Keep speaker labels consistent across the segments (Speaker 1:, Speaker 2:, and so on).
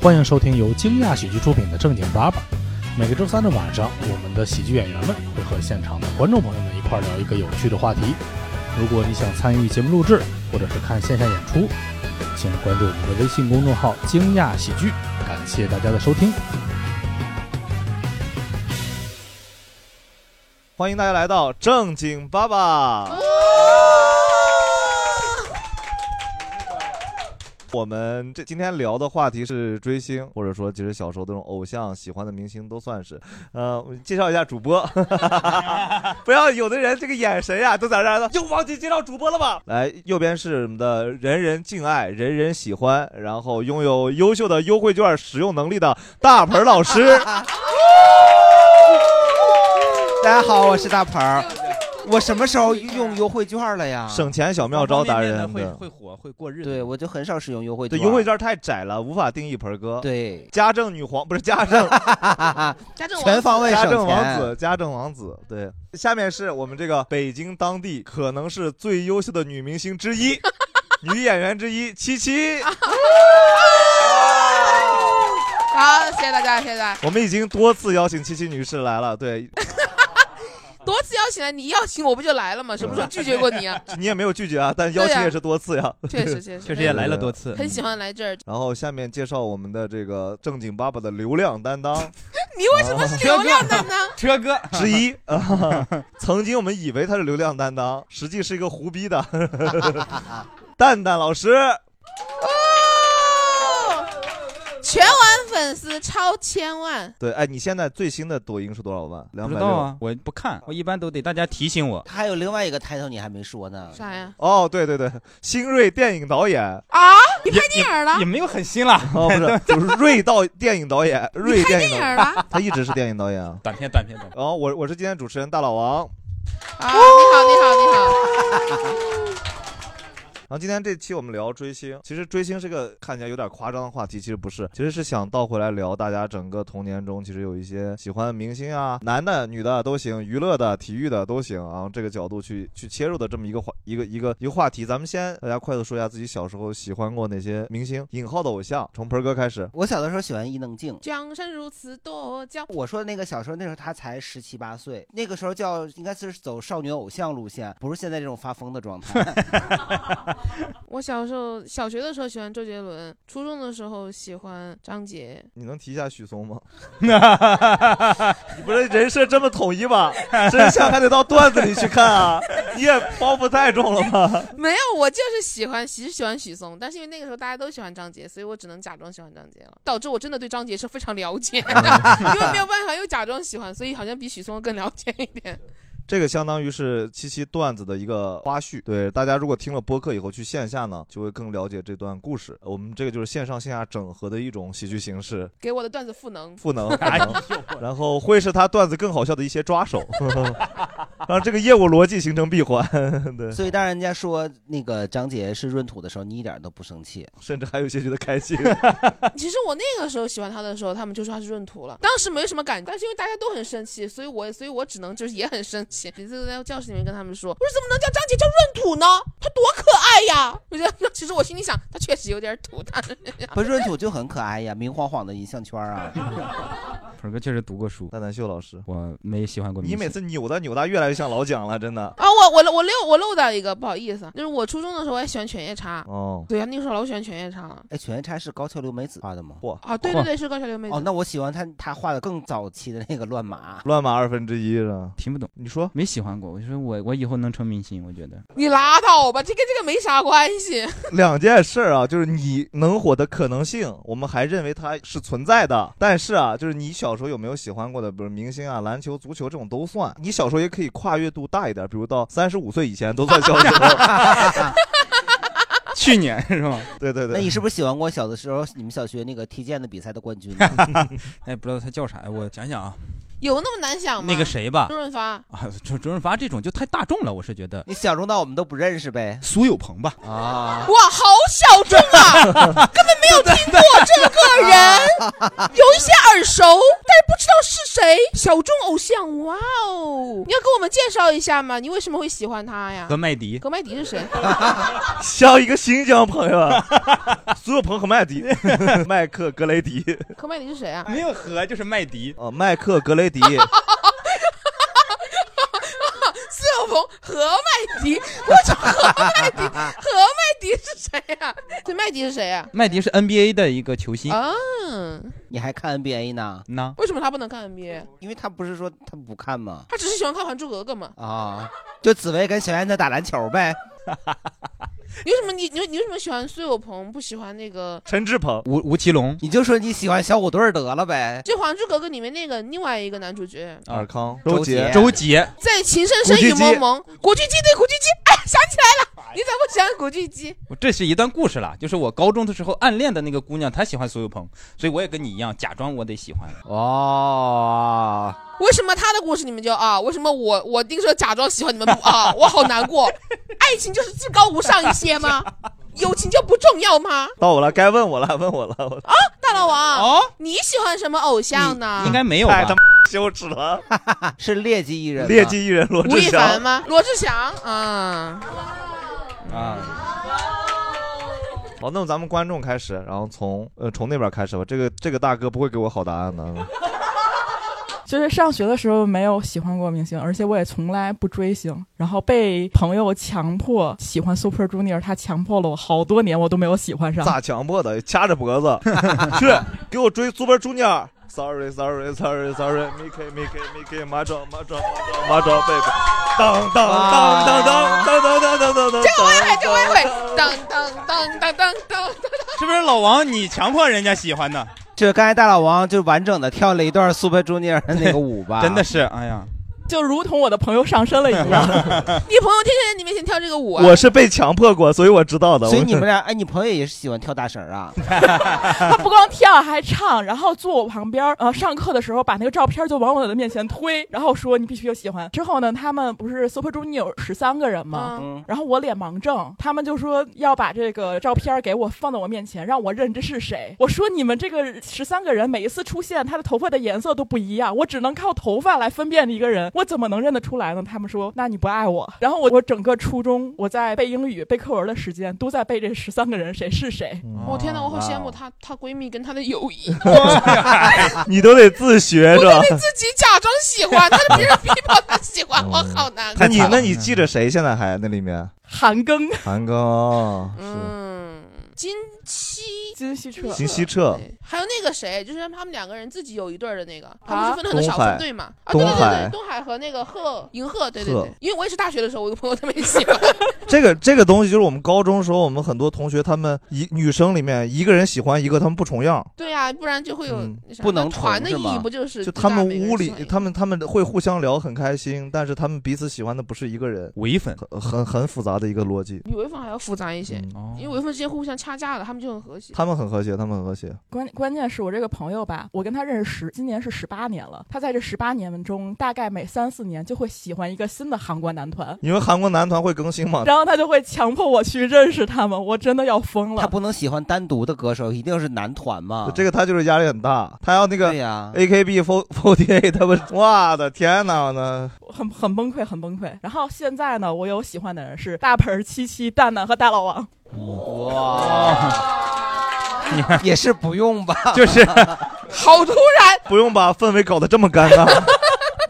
Speaker 1: 欢迎收听由惊讶喜剧出品的《正经八百》。每个周三的晚上，我们的喜剧演员们会和现场的观众朋友们一块儿聊一个有趣的话题。如果你想参与节目录制，或者是看线下演出，请关注我们的微信公众号“惊讶喜剧”。感谢大家的收听。
Speaker 2: 欢迎大家来到正经爸爸。我们这今天聊的话题是追星，或者说其实小时候这种偶像喜欢的明星都算是。呃，我介绍一下主播， 不要有的人这个眼神呀、都在这儿呢又忘记介绍主播了吧？来，右边是我们的人人敬爱、人人喜欢，然后拥有优秀的优惠券使用能力的大盆儿老 师。
Speaker 3: 大家好，我是大盆儿。我什么时候用优惠券了呀？
Speaker 2: 省钱小妙招达人
Speaker 3: 方方面面的
Speaker 2: 对
Speaker 3: 会火会过日子。对，我就很少使用优惠
Speaker 2: 对，
Speaker 3: 券。
Speaker 2: 优惠券太窄了，无法定义盆儿哥。
Speaker 3: 对，
Speaker 2: 家政女皇不是家政，
Speaker 3: 家政王子全方位省
Speaker 2: 家
Speaker 3: 钱
Speaker 2: 政王子，家政王子。对，下面是我们这个北京当地可能是最优秀的女明星 之一，女演员之一七七。
Speaker 4: 好，啊谢谢大家，谢谢大家。
Speaker 2: 我们已经多次邀请七七女士来了，对
Speaker 4: 多次邀请了你，邀请我不就来了吗？什么时候拒绝过你啊？
Speaker 2: 你也没有拒绝啊，但邀
Speaker 4: 对
Speaker 2: 请
Speaker 4: 呀
Speaker 2: 也是多次呀，
Speaker 4: 确实确实确实
Speaker 2: 对
Speaker 4: 也来了多
Speaker 2: 次
Speaker 4: 很喜欢来这儿。
Speaker 2: 然后下面介绍我们的这个正经爸爸的流量 担当，
Speaker 4: 你为什么是流量担当？
Speaker 2: 车哥之 一、啊。曾经我们以为他是流量担当，实际是一个胡逼的 蛋蛋老师。
Speaker 4: 全网粉丝超千万，
Speaker 2: 对，哎，你现在最新的抖音是多少万？两
Speaker 5: 不
Speaker 2: 百
Speaker 5: 知道啊，我不看，我一般都得大家提醒我。
Speaker 3: 还有另外一个 title 你还没说呢。
Speaker 4: 啥呀？
Speaker 2: 哦，对对对，新锐电影导演。
Speaker 4: 啊，你拍电影了？
Speaker 2: 没有很新了，哦，不是， 就是锐道电影导演，锐
Speaker 4: 拍
Speaker 2: 电影
Speaker 4: 电影
Speaker 2: 导演
Speaker 4: 了，
Speaker 2: 他一直是电影导演啊。
Speaker 5: 短片，短片，短
Speaker 2: 片。然后我我是今天主持人大老王，
Speaker 4: 啊，你好，你好，你好。
Speaker 2: 然后今天这期我们聊追星，其实追星是个看起来有点夸张的话题，其实不是，其实是想倒回来聊大家整个童年中，其实有一些喜欢的明星啊，男的、女的都行，娱乐的、体育的都行啊，这个角度去去切入的这么一个话一个一个一个话题。咱们先大家快速说一下自己小时候喜欢过哪些明星，引号的偶像，从盆儿哥开始。
Speaker 3: 我小的时候喜欢伊能静。
Speaker 4: 掌声如此多娇，
Speaker 3: 我说的那个小时候，那时候她才十七八岁，那个时候叫应该是走少女偶像路线，不是现在这种发疯的状态。
Speaker 4: 我小时候小学的时候喜欢周杰伦，初中的时候喜欢张杰。
Speaker 2: 你能提一下许嵩 吗？你不是人设这么统一吧？真相还得到段子里去看啊！你也包袱太重了吧？
Speaker 4: 没有，我就是喜欢，其实喜欢许嵩，但是因为那个时候大家都喜欢张杰，所以我只能假装喜欢张杰了，导致我真的对张杰是非常了解的，因为没有办法又假装喜欢，所以好像比许嵩更了解一点。
Speaker 2: 这个相当于是七七段子的一个花絮。对，大家如果听了播客以后去线下呢，就会更了解这段故事。我们这个就是线上线下整合的一种喜剧形式，
Speaker 4: 给我的段子赋能，
Speaker 2: 赋能。赋能然后会是他段子更好笑的一些抓手， 让这个业务逻辑形成闭环。 对，
Speaker 3: 所以当人家说那个张杰是闰土的时候，你一点都不生气，
Speaker 2: 甚至还有些觉得开心。
Speaker 4: 其实我那个时候喜欢他的时候，他们就说他是闰土了，当时没什么感觉，但是因为大家都很生气，所以我所以我只能就是也很生气，每次都在教室里面跟他们说，我说怎么能叫张杰叫闰土呢？他多可爱呀！ 我觉得其实我心里想，他确实有点土，但是
Speaker 3: 不闰土就很可爱呀，明晃晃的一项圈啊。
Speaker 5: 盆儿哥确实读过书。
Speaker 2: 蛋蛋秀老师，
Speaker 5: 我没喜欢过明
Speaker 2: 你
Speaker 5: 星。
Speaker 2: 每次扭的扭的越来越像老蒋了，真的。
Speaker 4: 啊，我我漏我漏我漏掉一个，不好意思，就是我初中的时候我也喜欢犬夜叉，
Speaker 2: 哦，
Speaker 4: 对呀、那个时候老喜欢犬夜叉了。
Speaker 3: 哎，犬夜叉是高桥留美子画的吗？
Speaker 2: 哇
Speaker 4: 啊，对对对，是高桥留美子。
Speaker 3: 哦，那我喜欢他他画的更早期的那个乱麻。
Speaker 2: 乱码二分之一是吧？
Speaker 5: 听不懂，
Speaker 2: 你说
Speaker 5: 没喜欢过。我说我我以后能成明星，我觉得。
Speaker 4: 你拉倒吧，这跟这个没啥关系。
Speaker 2: 两件事儿啊，就是你能火的可能性，我们还认为它是存在的。但是啊，就是你小时候有没有喜欢过的，比如明星啊、篮球、足球这种都算。你小时候也可以跨越度大一点，比如到三十五岁以前都算小时候。
Speaker 5: 去年是吗？
Speaker 2: 对对对。
Speaker 3: 那你是不是喜欢过小的时候你们小学那个踢毽的比赛的冠军？
Speaker 5: 哎，不知道他叫啥，哎我想想啊，
Speaker 4: 有那么难想吗？
Speaker 5: 那个谁吧
Speaker 4: 周润发。
Speaker 5: 啊，周周润发这种就太大众了，我是觉得。
Speaker 3: 你想中到我们都不认识呗？
Speaker 5: 苏有朋吧？
Speaker 3: 啊，
Speaker 4: 哇，好小众啊，根本没有听过这个人。有一些耳熟，但是不知道是谁。小众偶像，哇哦！你要给我们介绍一下吗？你为什么会喜欢他呀？
Speaker 5: 和麦迪，
Speaker 4: 格麦迪是谁？
Speaker 2: 像一个新疆朋友，啊苏有朋和 麦迪，麦克格雷迪，
Speaker 4: 格麦迪是谁啊？
Speaker 5: 没有和就是麦迪，
Speaker 2: 哦，麦克格 雷迪，
Speaker 4: 苏有朋和麦迪，我操，和麦迪，和麦迪是谁啊？这麦迪是谁啊？
Speaker 5: 麦迪是 NBA 的一个球星。
Speaker 4: 嗯，
Speaker 3: 啊你还看 NBA 呢？
Speaker 5: 那
Speaker 4: 为什么他不能看 NBA？
Speaker 3: 因为他不是说他不看吗？
Speaker 4: 他只是喜欢看《还珠格格》嘛？
Speaker 3: 啊，就紫薇跟小燕子打篮球呗。
Speaker 4: 你为什么你你你为什么喜欢苏有朋，不喜欢那个？
Speaker 2: 陈志鹏，
Speaker 5: 吴吴奇隆
Speaker 3: 你就说你喜欢小虎队儿得了呗。
Speaker 4: 就《还珠格格》里面那个另外一个男主角，
Speaker 5: 啊
Speaker 2: 尔康，
Speaker 3: 周
Speaker 2: 杰
Speaker 3: 杰，
Speaker 5: 周杰，
Speaker 4: 在《情深深雨蒙蒙》，古巨基对古巨基，哎，想起来了，你咋不喜欢古巨基？
Speaker 5: 我这是一段故事了，就是我高中的时候暗恋的那个姑娘，她喜欢苏有朋，所以我也跟你一样，假装我得喜欢。
Speaker 3: 哦，
Speaker 4: 为什么他的故事你们就啊？为什么我我丁说假装喜欢你们不啊？我好难过。爱情就是至高无上一些吗？友情就不重要吗？
Speaker 2: 到我了，该问我了，问我了，我
Speaker 4: 大老王，
Speaker 5: 哦，
Speaker 4: 你喜欢什么偶像呢？
Speaker 5: 应该没有
Speaker 2: 太
Speaker 5: 吧
Speaker 2: 他妈？羞耻了，
Speaker 3: 是劣迹艺人吗，
Speaker 2: 劣迹艺人罗
Speaker 4: 吴
Speaker 2: 志
Speaker 4: 亦凡
Speaker 2: 祥，
Speaker 4: 吗？ 罗志祥啊，
Speaker 5: 啊，
Speaker 2: 好，那么咱们观众开始，然后从呃从那边开始吧，这个这个大哥不会给我好答案的，
Speaker 6: 就是上学的时候没有喜欢过明星，而且我也从来不追星，然后被朋友强迫喜欢 Super Junior，他强迫了我好多年，我都没有喜欢上。
Speaker 2: 咋强迫的？掐着脖 子去给我追 Super Junior。Sorry, sorry, sorry, sorry. Mickey, Mickey, Mickey，麻爪，麻爪，麻爪，麻爪，贝贝。当当当当当当当当当当。这
Speaker 4: 我也会，这我也会，当当当当当当。
Speaker 5: 是不是老王你强迫人家喜欢的？
Speaker 3: 就是刚才大老王就完整的跳了一段 Super Junior 的那个舞 吧，
Speaker 5: 真的是，哎呀，
Speaker 6: 就如同我的朋友上身了一样。
Speaker 4: 你朋友天天在你面前跳这个舞啊？
Speaker 2: 我是被强迫过，所以我知道的。
Speaker 3: 所以你们俩，哎，你朋友也是喜欢跳大绳儿啊？
Speaker 6: 他不光跳还唱，然后坐我旁边儿，呃，上课的时候把那个照片就往我的面前推，然后说你必须要喜欢。之后呢，他们不是 Super Junior 有十三个人吗？
Speaker 4: 嗯，
Speaker 3: 嗯，
Speaker 6: 然后我脸盲症，他们就说要把这个照片给我放到我面前，让我认这是谁。我说你们这个十三个人每一次出现，他的头发的颜色都不一样，我只能靠头发来分辨一个人，我怎么能认得出来呢？他们说那你不爱我。然后我我整个初中我在背英语、背课文的时间都在背这十三个人谁是谁。
Speaker 4: 我哦天哪，我好羡慕她，她闺蜜跟她的友谊，自
Speaker 2: 你都得自学哎是吧？
Speaker 4: 己假装喜 欢，但是别人逼迫她喜
Speaker 2: 嗯
Speaker 4: 欢，我好难
Speaker 2: 那
Speaker 4: 过。
Speaker 2: 你那你记着谁？现在还那里面？
Speaker 6: 韩庚、
Speaker 2: 韩庚，是
Speaker 4: 嗯，金七。
Speaker 6: 金希澈、
Speaker 2: 金希澈，
Speaker 4: 对还有那个谁，就是他们两个人自己有一对儿的那
Speaker 3: 啊
Speaker 4: 个，他们是分了很多
Speaker 2: 东
Speaker 4: 小
Speaker 2: 海
Speaker 4: 分队嘛。啊，对对
Speaker 2: 东海
Speaker 4: 对对，东海和那个贺银鹤，对对
Speaker 2: 贺
Speaker 4: 对，因为我也是大学的时候，我有个朋友特别喜 欢，
Speaker 2: 这个这个东西就是我们高中时候，我们很多同学他们一女生里面一个人喜欢一个，他们不重样，
Speaker 4: 对呀、不然就会有
Speaker 2: 嗯
Speaker 4: 那啥
Speaker 3: 不能
Speaker 4: 那团的
Speaker 3: 同
Speaker 4: 意
Speaker 3: 是吗
Speaker 4: 义不就是
Speaker 2: 就他们屋
Speaker 4: 最
Speaker 2: 里
Speaker 4: 大每个人喜欢一，个
Speaker 2: 他们他们会互相聊很开心，但是他们彼此喜欢的不是一个人，
Speaker 5: 唯粉
Speaker 2: 很很很复杂的一个逻辑。
Speaker 4: 比潍坊还要复杂一些，
Speaker 2: 嗯
Speaker 5: 哦
Speaker 4: 因为潍坊之间互相掐架了，他们就很和谐。
Speaker 2: 他们很和谐，他们很和谐。
Speaker 6: 关关键是我这个朋友吧，我跟他认识十，今年是十八年了。他在这十八年中，大概每三四年就会喜欢一个新的韩国男团，
Speaker 2: 因为韩国男团会更新嘛，
Speaker 6: 然后他就会强迫我去认识他们，我真的要疯
Speaker 3: 他
Speaker 6: 了。
Speaker 3: 不能喜欢单独的歌手，一定是男团嘛。
Speaker 2: 这个他就是压力很大，他要那个
Speaker 3: 对呀、
Speaker 2: A K B f o r t eight，他们，我的天哪呢！
Speaker 6: 很很崩溃，很崩溃。然后现在呢，我有喜欢的人是大盆儿、七七、蛋蛋和大老 王。
Speaker 3: 哇， 也是不用吧？
Speaker 5: 就是
Speaker 4: 好突然，
Speaker 2: 不用把氛围搞得这么尴尬。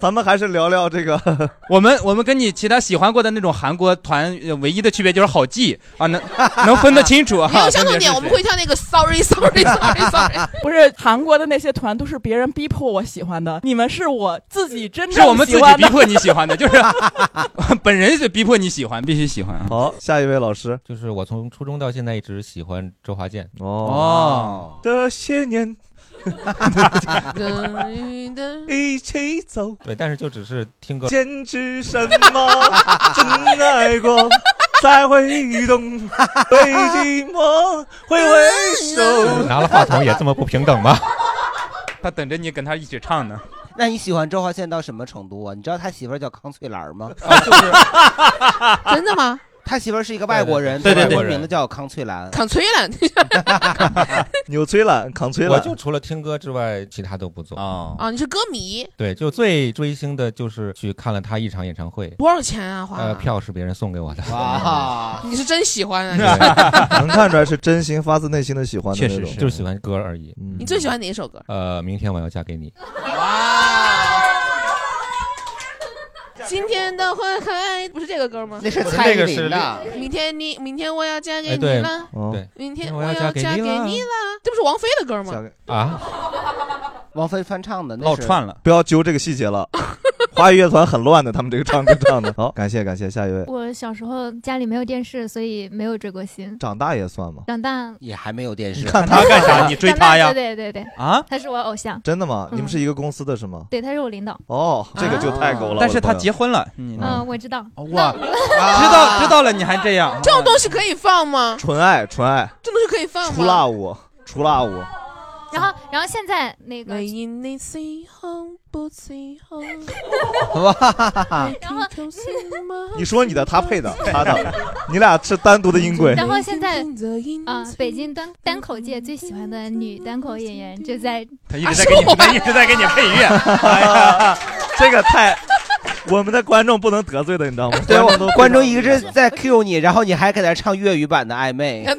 Speaker 2: 咱们还是聊聊这个，
Speaker 5: 我们我们跟你其他喜欢过的那种韩国团呃唯一的区别就是好记 啊，能能分得清楚啊。
Speaker 4: 没有相同
Speaker 5: 分别
Speaker 4: 点，
Speaker 5: 是
Speaker 4: 我们会跳那个 sorry sorry sorry sorry，
Speaker 6: 不是韩国的那些团都是别人逼迫我喜欢的，你们是我自己真
Speaker 5: 谁是我们
Speaker 6: 正
Speaker 5: 自
Speaker 6: 喜
Speaker 5: 己
Speaker 6: 欢
Speaker 5: 逼
Speaker 6: 的。
Speaker 5: 迫你喜欢的，就是 本人是逼迫你喜欢，必须喜欢啊。
Speaker 2: 好，下一位老师
Speaker 7: 就是我从初中到现在一直喜欢周华健，
Speaker 2: 哦。
Speaker 5: 哦，
Speaker 2: 这些年
Speaker 4: 噔噔
Speaker 2: 一起走，
Speaker 7: 对，但是就只是听歌，
Speaker 2: 坚持什么？ 真爱过才会懂，对寂寞挥挥手。
Speaker 7: 拿了话筒也这么不平等 吗？
Speaker 5: 他等着你跟他一起唱呢。
Speaker 3: 那你喜欢周 华
Speaker 2: 啊
Speaker 3: 健到什么程度啊？你知道他媳妇儿叫康翠兰吗？
Speaker 4: 真的吗？
Speaker 3: 他媳妇儿是一 个外国人，
Speaker 5: 对对
Speaker 3: 他外国
Speaker 5: 对对
Speaker 3: 名字叫康翠兰。
Speaker 4: 扛崔兰
Speaker 2: 纽崔兰、康崔
Speaker 7: 我
Speaker 2: 兰，
Speaker 7: 就除了听歌之外，其他都不做。
Speaker 2: 啊，
Speaker 5: 哦
Speaker 4: 啊，你是歌迷，
Speaker 7: 对，就最追星的就是去看了他一场演唱会，
Speaker 4: 多少钱啊？花
Speaker 7: 呃，票是别人送给我的。
Speaker 3: 哇，
Speaker 4: 你是真喜欢啊！
Speaker 7: 对
Speaker 2: 能 看出来是真心发自内心的喜欢的
Speaker 5: 确
Speaker 2: 那
Speaker 5: 实
Speaker 2: 种。
Speaker 5: 是
Speaker 7: 就喜欢歌而已。
Speaker 2: 嗯
Speaker 4: 你最喜欢哪一首歌？
Speaker 7: 呃，明天我要嫁给你。
Speaker 4: 今天的花海不是这个歌吗？
Speaker 3: 那是
Speaker 7: 我的
Speaker 3: 蔡
Speaker 7: 那
Speaker 3: 依
Speaker 7: 个是
Speaker 3: 林的，
Speaker 4: 明天你，明天我要嫁给
Speaker 7: 哎
Speaker 4: 你
Speaker 7: 对
Speaker 4: 了，
Speaker 2: 哦
Speaker 7: 对
Speaker 4: 明
Speaker 7: 明天
Speaker 4: 天我
Speaker 7: 我
Speaker 4: 要
Speaker 7: 要
Speaker 4: 嫁
Speaker 7: 嫁给
Speaker 4: 给你
Speaker 7: 你啦
Speaker 4: 了，这不是王菲的歌
Speaker 2: 下
Speaker 4: 吗？
Speaker 2: 个
Speaker 7: 啊，
Speaker 3: 王菲翻唱的，那
Speaker 5: 唠
Speaker 3: 是
Speaker 5: 串了。
Speaker 2: 不要揪这个细 节了，华语乐团很乱的，他们这个唱歌唱的。好，感谢感谢，下一位，
Speaker 8: 我小时候家里没有电视，所以没有追过星。
Speaker 2: 长大也算吗？
Speaker 8: 长大，
Speaker 3: 也还没有电
Speaker 5: 你
Speaker 3: 视。
Speaker 5: 看他干啥？你追
Speaker 8: 长大
Speaker 5: 他呀？
Speaker 8: 对对对对，
Speaker 5: 啊？
Speaker 8: 他是我偶像，
Speaker 2: 真的吗？
Speaker 8: 嗯
Speaker 2: 你们是一个公司的是吗？
Speaker 8: 对，他是我领导。
Speaker 2: 哦，这个就太狗了。
Speaker 5: 啊但是他
Speaker 2: 我的朋友
Speaker 5: 结婚了，你哦
Speaker 2: 嗯
Speaker 8: 嗯，我知道。
Speaker 5: 哇，啊知道知道了，你还这样？
Speaker 4: 这种东西可以放吗？
Speaker 2: 纯爱纯爱，
Speaker 4: 这种东西可以放
Speaker 2: 除
Speaker 4: 吗？
Speaker 2: 辣我，除辣我，
Speaker 8: 然后，然后现在那个，
Speaker 4: 为你喜欢不喜欢？
Speaker 5: 啊
Speaker 8: 然 后，
Speaker 2: 你说你的，他配的， 他的，你俩是单独的音轨。
Speaker 8: 然后现在，啊、北京单单口界最喜欢的女单口演员就在啊
Speaker 5: 他一直
Speaker 4: 啊
Speaker 5: 在给 你，他一直在给你配 乐。
Speaker 2: 哎这个太，我们的观众不能得罪的，你知道吗？
Speaker 3: 对，我
Speaker 2: 都
Speaker 3: 观众一直在 Q 你，然后你还给他唱粤语版的暧昧。
Speaker 8: 啊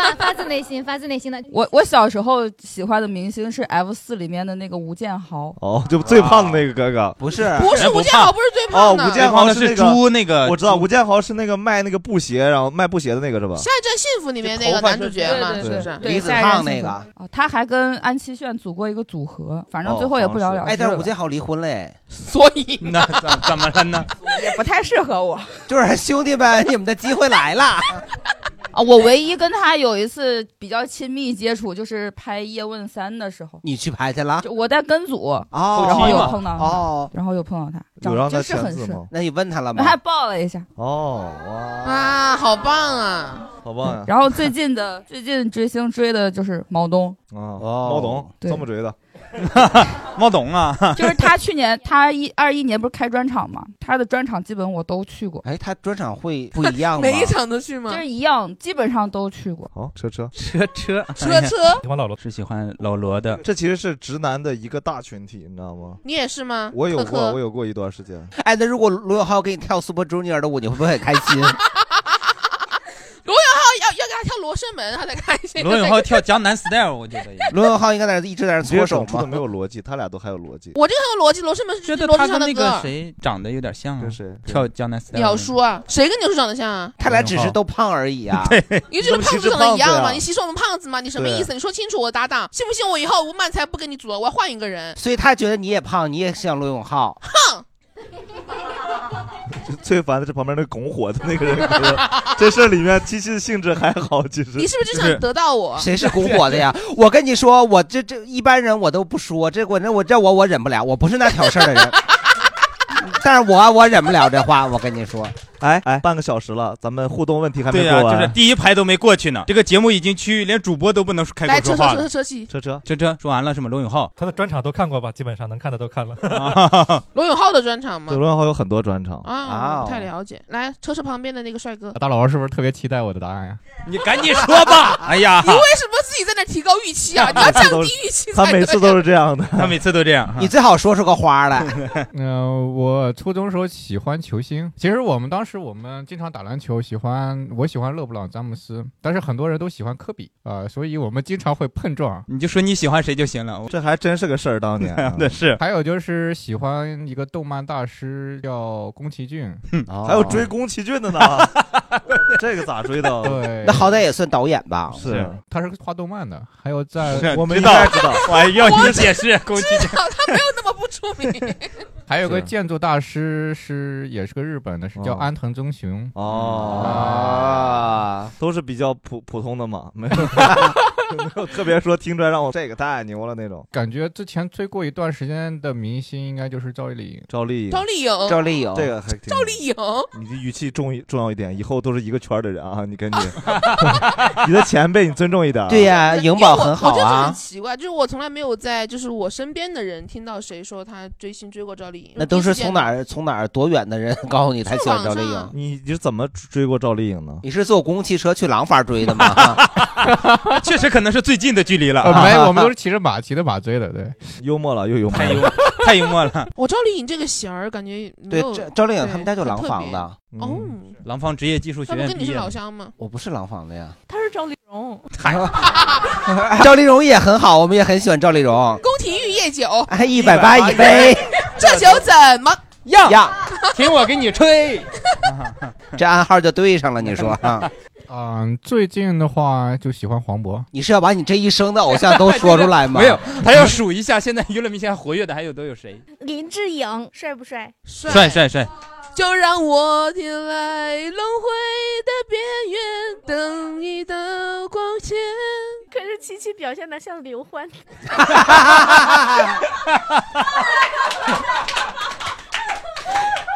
Speaker 8: 发发自内心、发自内心的
Speaker 9: 我我小时候喜欢的明星是 F 四里面的那个吴建豪，
Speaker 2: 哦，就最胖的那个哥哥。
Speaker 3: 不是，
Speaker 4: 不是
Speaker 5: 啊人不
Speaker 4: 吴建豪，不是最
Speaker 2: 哦，
Speaker 4: 胖的。
Speaker 2: 吴
Speaker 4: 下
Speaker 2: 建豪
Speaker 5: 的
Speaker 2: 是那个，
Speaker 5: 猪那个，
Speaker 2: 我知道，吴建豪是那个卖那个布鞋，然后卖布鞋的那个是吧？
Speaker 4: 一站幸福里面那个
Speaker 2: 哦头发
Speaker 4: 男主角嘛，
Speaker 9: 对
Speaker 4: 是
Speaker 9: 对
Speaker 4: 不
Speaker 9: 对
Speaker 4: 是？
Speaker 9: 对
Speaker 3: 李子
Speaker 9: 下一任
Speaker 3: 胖那
Speaker 9: 幸福
Speaker 3: 个
Speaker 9: 哦，他还跟安七炫组过一个组合，反正
Speaker 2: 哦
Speaker 9: 最后也不了
Speaker 2: 好像
Speaker 9: 了之
Speaker 2: 是
Speaker 3: 哎，但是
Speaker 9: 了
Speaker 3: 吴，建豪离 婚嘞。
Speaker 4: 所以
Speaker 5: 那怎怎么了呢？
Speaker 9: 也不太适 合我
Speaker 3: 就是兄弟们，你们的机会来了。
Speaker 9: 啊。我唯一跟他有一次比较亲密接触，就是拍《叶问三》的时候，
Speaker 3: 你去排去了
Speaker 9: 就我在跟组，
Speaker 3: 哦，
Speaker 9: 然后又碰到他，
Speaker 3: 哦，
Speaker 9: 然后又碰到他，
Speaker 2: 有让
Speaker 9: 长就
Speaker 2: 他
Speaker 9: 是
Speaker 2: 签
Speaker 9: 很
Speaker 2: 字
Speaker 9: 顺，哎
Speaker 2: 吗？
Speaker 3: 那你问他了吗？
Speaker 9: 还抱了一下。
Speaker 2: 哦，哇，
Speaker 4: 啊，好棒啊！
Speaker 2: 好棒呀！
Speaker 9: 然后最近的最近追星追的就是毛东，
Speaker 2: 啊，
Speaker 3: 哦
Speaker 2: 毛董
Speaker 9: 对
Speaker 2: 这么追的，
Speaker 5: 猫董 啊，
Speaker 9: 就是他去年他一二一年不是开专场嘛，他的专场基本我都去过，
Speaker 3: 哎，他专场会不 一样吗？
Speaker 4: 每一场都去
Speaker 9: 就
Speaker 4: 吗？
Speaker 9: 是一样，基本上都去过。
Speaker 2: 好哦车车，
Speaker 5: 车车
Speaker 4: 车车，
Speaker 7: 喜欢老罗，
Speaker 5: 是喜欢老罗的，
Speaker 2: 这其实是直男的一个大群体，你知道吗？
Speaker 4: 你也是吗？
Speaker 2: 我有
Speaker 4: 科
Speaker 2: 过，
Speaker 4: 科
Speaker 2: 我有过一段时间，
Speaker 3: 哎，那如果罗永浩给你跳 Super Junior 的舞，你会不会很开 心？
Speaker 4: 要要给他跳罗生门，他才开心。
Speaker 5: 罗永浩跳江南 style，我觉得也。
Speaker 3: 罗永浩应该在那一直在那
Speaker 2: 其实
Speaker 3: 搓手
Speaker 2: 整出的没
Speaker 3: 吗？
Speaker 2: 有逻辑，他俩都还有逻辑。
Speaker 4: 我这个很有逻辑，罗生门
Speaker 5: 觉
Speaker 4: 是
Speaker 5: 得
Speaker 4: 罗
Speaker 5: 他
Speaker 4: 志
Speaker 5: 跟
Speaker 4: 祥
Speaker 5: 那个
Speaker 4: 歌。
Speaker 5: 谁长得有点像啊
Speaker 2: 跟，谁？
Speaker 5: 跳江南 style
Speaker 4: 鸟叔啊，谁跟鸟叔长得像啊？
Speaker 3: 他俩只是都胖而已 啊。
Speaker 4: 你这个胖子
Speaker 2: 你怎么歧视
Speaker 4: 长得一样
Speaker 2: 胖子
Speaker 4: 吗？
Speaker 2: 呀
Speaker 4: 你歧视我们胖子吗？你什么
Speaker 2: 对
Speaker 4: 意思？你说清楚，我搭档，信不信我以后吴曼才不跟你组了，我要换一个人。
Speaker 3: 所以他觉得你也胖，你也像罗永浩。
Speaker 2: 就最烦的是旁边那拱火的那个人 哥哥。这事儿里面其实性质还好，其
Speaker 4: 你
Speaker 2: 实
Speaker 4: 是不是就
Speaker 5: 就是
Speaker 4: 想得到 我？
Speaker 3: 谁是拱火的呀？我跟你说，我这这一般人我都不说，这我这我这我我忍不了，我不是那挑事儿的人。 但是我我忍不了这话，我跟你说，
Speaker 2: 哎哎，半个小时了，咱们互动问题还没
Speaker 5: 对呀、
Speaker 2: 做
Speaker 5: 就是
Speaker 2: 完。
Speaker 5: 第一排都没过去呢。这个节目已经趋于连主播都不能开
Speaker 4: 来，
Speaker 5: 口
Speaker 4: 车
Speaker 5: 说
Speaker 4: 车
Speaker 5: 话
Speaker 4: 车
Speaker 5: 了。
Speaker 4: 车车戏，
Speaker 2: 车车，
Speaker 5: 车车说完了是吗？罗永浩，
Speaker 7: 他的专场都看过吧？基本上能看的都看了。
Speaker 4: 罗永浩的专场吗
Speaker 2: 对，？罗永浩有很多专场。
Speaker 4: 啊，我
Speaker 3: 哦
Speaker 4: 不太了解。来，车车旁边的那个帅 哥，
Speaker 7: 大佬是不是特别期待我的答案呀？
Speaker 5: 你 赶紧说吧。哎呀
Speaker 4: 你，为什么自己在那提高预期 啊？你要降低预期才
Speaker 2: 他
Speaker 4: 对。
Speaker 2: 每次都是这样的，
Speaker 5: 他每次都这样。
Speaker 3: 你最好说出个花 来。
Speaker 10: 嗯，我初中时候喜欢球星。其实我们当时我们经常打篮球，喜欢我喜欢勒布朗詹姆斯，但是很多人都喜欢科比啊、呃所以我们经常会碰撞。
Speaker 5: 你就说你喜欢谁就行了。我
Speaker 2: 这 还真是个事儿。当年啊
Speaker 5: 真的是
Speaker 10: 还有就是喜欢一个动漫大师叫宫崎骏，
Speaker 5: 哦
Speaker 2: 还
Speaker 7: 哦
Speaker 2: 有追宫崎骏的呢， 这个咋追的？
Speaker 10: 对，
Speaker 3: 那好歹也算导演吧。
Speaker 2: 是，
Speaker 5: 啊
Speaker 4: 嗯
Speaker 10: 他是画动漫的。还有在
Speaker 5: 是
Speaker 2: 我们
Speaker 5: 知
Speaker 2: 应
Speaker 5: 道
Speaker 2: 该知道。
Speaker 5: 我还要你解释，宫崎骏。
Speaker 4: 他没有那么不出名。
Speaker 10: 还有个
Speaker 2: 是
Speaker 10: 建筑大师是也是个日本的，是叫
Speaker 2: 哦
Speaker 10: 安藤忠雄。啊
Speaker 2: 哦，都是比较普普通的嘛， 没有 没有特别说听出来让我这个太牛了那种。
Speaker 10: 感觉之前追过一段时间的明星应该就是赵丽颖。
Speaker 2: 赵丽颖，
Speaker 4: 赵丽颖，
Speaker 3: 赵丽颖，
Speaker 2: 这个还赵
Speaker 4: 赵丽颖，
Speaker 2: 你的语气重一重要一点，以后都是一个圈儿的人啊！你跟你你的前辈，你尊重一点。
Speaker 3: 对、呀，颖宝很好
Speaker 4: 我我就是很
Speaker 3: 啊。
Speaker 4: 奇怪，就是我从来没有在就是我身边的人听到谁说他追星追过赵丽丽。
Speaker 3: 那都是从哪
Speaker 4: 儿？
Speaker 3: 儿从哪儿多远的人 告诉你他喜欢赵丽
Speaker 4: 就网
Speaker 3: 颖
Speaker 4: 上？
Speaker 2: 你你是怎么追过赵丽颖呢？
Speaker 3: 你是坐公共汽车去廊坊追 的吗？
Speaker 5: 确实可能是最近的距离了。
Speaker 10: 呃，没，我们都是骑着马骑着马追的，对，
Speaker 2: 幽默了又幽默，太幽
Speaker 5: 太幽默 了。
Speaker 4: 我赵丽颖这个型儿，感觉没
Speaker 3: 对
Speaker 4: 有，
Speaker 3: 赵赵丽颖
Speaker 4: 对
Speaker 3: 他们家就
Speaker 4: 很
Speaker 3: 廊
Speaker 4: 特
Speaker 3: 坊
Speaker 4: 别
Speaker 3: 的，
Speaker 4: 哦，
Speaker 5: 廊坊职业技术学
Speaker 4: 那不
Speaker 5: 院
Speaker 4: 跟
Speaker 5: 毕
Speaker 4: 你是
Speaker 5: 业
Speaker 4: 老
Speaker 5: 的，
Speaker 4: 乡吗？
Speaker 3: 我不是廊坊的呀。
Speaker 6: 他是赵丽蓉，
Speaker 3: 赵丽蓉也很好，我们也很喜欢赵丽蓉。
Speaker 4: 宫廷玉液酒，
Speaker 3: 哎，一百八一杯，
Speaker 4: 这酒怎么？
Speaker 5: 样
Speaker 3: 呀，
Speaker 5: 听我给你吹。
Speaker 3: 这暗号就对上了。你说 啊，
Speaker 10: 嗯，最近的话就喜欢黄渤，
Speaker 3: 你是要把你这一生的偶像都说出来 吗？
Speaker 5: 没有，他要数一下现在娱乐明星还活跃的还有都有谁？
Speaker 11: 林志颖帅不帅？
Speaker 4: 帅
Speaker 5: 帅帅帅，
Speaker 4: 就让我停在轮回的边缘，等一道光线。
Speaker 11: 可是琪琪表现的像刘欢，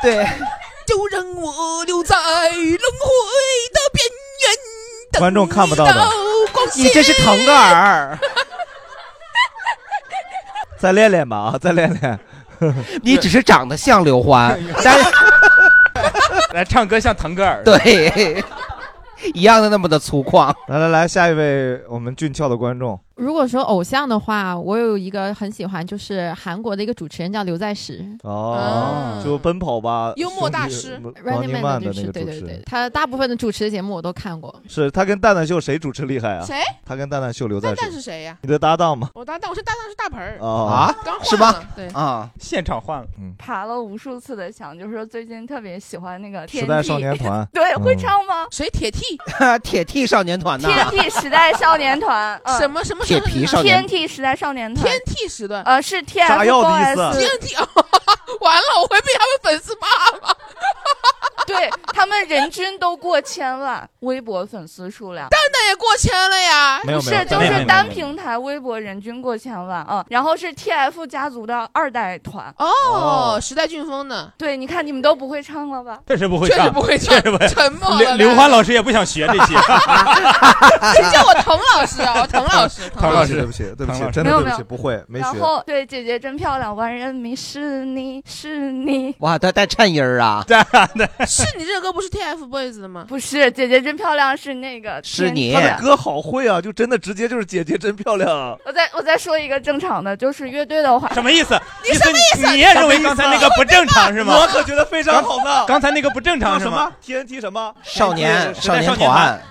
Speaker 3: 对，
Speaker 4: 就让我留在轮回的边缘。
Speaker 2: 观众看不到
Speaker 4: 一道
Speaker 2: 的，
Speaker 4: 光线
Speaker 3: 你这是腾格尔，
Speaker 2: 再练练吧啊，再练练。
Speaker 3: 你只是长得像刘欢， 但是
Speaker 5: 来唱歌像腾格尔。，
Speaker 3: 对一样的那么的粗犷。
Speaker 2: 来来来，下一位我们俊俏的观众，
Speaker 12: 如果说偶像的话，我有一个很喜欢，就是韩国的一个主持人叫刘在石。
Speaker 2: 哦，
Speaker 4: 啊
Speaker 2: 就奔跑吧，
Speaker 12: 幽默大
Speaker 2: 兄弟
Speaker 12: 师
Speaker 2: 王
Speaker 12: Running
Speaker 2: 宁
Speaker 12: Man
Speaker 2: 曼
Speaker 12: 的
Speaker 2: 的
Speaker 12: 律
Speaker 2: 那
Speaker 12: 师
Speaker 2: 个
Speaker 12: 对
Speaker 2: 主
Speaker 12: 对
Speaker 2: 持
Speaker 12: 对
Speaker 2: 人，，
Speaker 12: 他大部分的主持节目我都看过。
Speaker 2: 是他跟蛋蛋秀谁主持厉害啊？
Speaker 4: 谁？
Speaker 2: 他跟蛋蛋秀刘在
Speaker 4: 蛋蛋
Speaker 2: 石
Speaker 4: 是谁呀
Speaker 2: 你的搭档吗？
Speaker 4: 我搭档，我是搭档是大盆儿
Speaker 2: 哦
Speaker 9: 啊
Speaker 4: 刚换
Speaker 3: 啊是吗
Speaker 4: 了对，
Speaker 3: 啊，
Speaker 5: 现场换了，
Speaker 2: 嗯，
Speaker 9: 爬了无数次的墙，就是说最近特别喜欢那个
Speaker 3: 时
Speaker 9: 天
Speaker 3: 代
Speaker 9: 地
Speaker 3: 少年团
Speaker 9: 对，会
Speaker 3: 嗯
Speaker 9: 唱吗？
Speaker 4: 谁铁 T？
Speaker 3: 铁 T 少年团呐，
Speaker 9: 天地时代少年 团，嗯
Speaker 4: 什么什么
Speaker 3: 铁皮少
Speaker 9: 天
Speaker 3: 年
Speaker 9: 地时代少年团，天
Speaker 4: 地时代，
Speaker 9: 呃，是 T
Speaker 3: 炸
Speaker 9: F
Speaker 3: 药
Speaker 9: b
Speaker 3: 的
Speaker 9: o
Speaker 3: 意思
Speaker 9: y
Speaker 4: 完了，我会被他们粉丝骂吗？
Speaker 9: 对他们人均都过千万微博粉丝数量。
Speaker 4: 蛋蛋也过千了呀，
Speaker 9: 不是，就是单平台微博人均过千万啊，然后是 TF 家族的二代团
Speaker 4: 哦，时代俊峰呢？
Speaker 9: 对，你看你们都不会唱了吧？
Speaker 5: 确实不会
Speaker 4: 确
Speaker 5: 唱，
Speaker 4: 实不会唱
Speaker 5: 确实不会
Speaker 4: 沉默了
Speaker 5: 刘
Speaker 4: 来
Speaker 5: 刘欢老师也不想学这些。
Speaker 4: 谁叫我滕老师啊？我滕老师，
Speaker 5: 唐老师
Speaker 2: 对不起，对不
Speaker 5: 唐
Speaker 2: 起
Speaker 5: 老，师
Speaker 2: 真
Speaker 9: 没
Speaker 2: 的
Speaker 9: 有没
Speaker 2: 对不
Speaker 9: 有
Speaker 2: 起，不会，没学
Speaker 9: 然。后对姐姐真漂亮，万人迷是你是你，
Speaker 3: 哇，他带颤音 儿啊，
Speaker 4: 是你这首歌不是 TFBOYS 的吗？
Speaker 9: 不是姐姐真漂亮是那个
Speaker 3: 是
Speaker 9: 天
Speaker 3: 你
Speaker 2: 他的歌好会啊，就真的直接就是姐姐真漂亮啊。
Speaker 9: 我再我再说一个正常的，就是乐队的话，
Speaker 5: 什么意思？
Speaker 9: 你什么意思
Speaker 5: 你也认为刚才那个不正常是吗？
Speaker 2: 我可觉得非常好呢。
Speaker 5: 刚才那个不正常
Speaker 2: 叫
Speaker 5: 是
Speaker 2: 什
Speaker 5: 吗哎
Speaker 2: 么？TNT 什么
Speaker 3: 少年
Speaker 2: 时代
Speaker 3: 年
Speaker 2: 少年
Speaker 3: 团
Speaker 2: 团，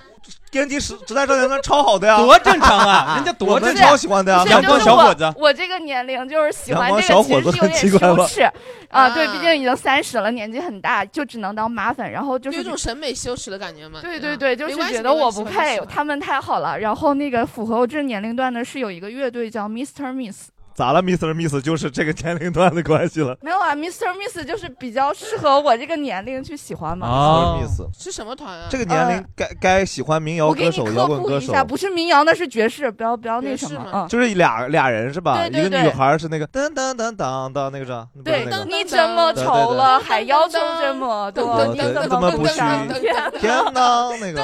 Speaker 2: ，TNT 时时代少年团超好的呀，
Speaker 5: 多正 常啊人家
Speaker 2: 我
Speaker 5: 多
Speaker 2: 们
Speaker 5: 正常
Speaker 2: 超喜欢的
Speaker 4: 啊
Speaker 2: 呀，
Speaker 9: 是
Speaker 5: 阳光
Speaker 9: 就是
Speaker 5: 小
Speaker 9: 我
Speaker 5: 伙子
Speaker 9: 我这个年龄就是喜欢
Speaker 2: 阳光
Speaker 9: 这个，
Speaker 2: 小
Speaker 9: 其
Speaker 2: 伙子
Speaker 9: 实是有点
Speaker 2: 很奇怪吧
Speaker 9: 羞耻啊。对，
Speaker 4: 啊
Speaker 9: 毕竟已经三十了，年纪很大，就只能当马粉。然后就
Speaker 4: 有
Speaker 9: 是
Speaker 4: 一种审美羞耻的感觉吗？
Speaker 9: 对对对，就
Speaker 4: 没
Speaker 9: 是
Speaker 4: 关系
Speaker 9: 觉得我不。
Speaker 4: 没关系
Speaker 9: 配，他们太好了。然后那个符合我这年龄段的是有一个乐队叫 Mr. Miss，
Speaker 2: 咋了，Mr. Miss 就是这个年龄段的关系了。
Speaker 9: 没有啊，Mr. Miss 就是比较适合我这个年龄去喜欢嘛。
Speaker 2: 哦 Mr. Miss
Speaker 4: 是什么团啊？
Speaker 2: 这个年
Speaker 5: 呃
Speaker 2: 龄该该喜欢民谣
Speaker 9: 我给
Speaker 2: 歌
Speaker 9: 你
Speaker 2: 手、
Speaker 9: 科
Speaker 2: 摇滚
Speaker 9: 普
Speaker 2: 歌
Speaker 9: 一
Speaker 2: 手，
Speaker 9: 下，不是民谣，那是爵士，不要不要那什么啊。
Speaker 2: 就是俩俩人是吧？
Speaker 9: 对对
Speaker 2: 一个女
Speaker 9: 对
Speaker 2: 孩是那个当当当当当那个啥，那不是
Speaker 9: 对
Speaker 2: 那个，
Speaker 9: 你怎么
Speaker 2: 对对
Speaker 9: 丑
Speaker 2: 对
Speaker 9: 了，还要求这么多？
Speaker 2: 对
Speaker 9: 你
Speaker 2: 对
Speaker 9: 怎么
Speaker 2: 不许
Speaker 9: 上 天？
Speaker 2: 天呐，那个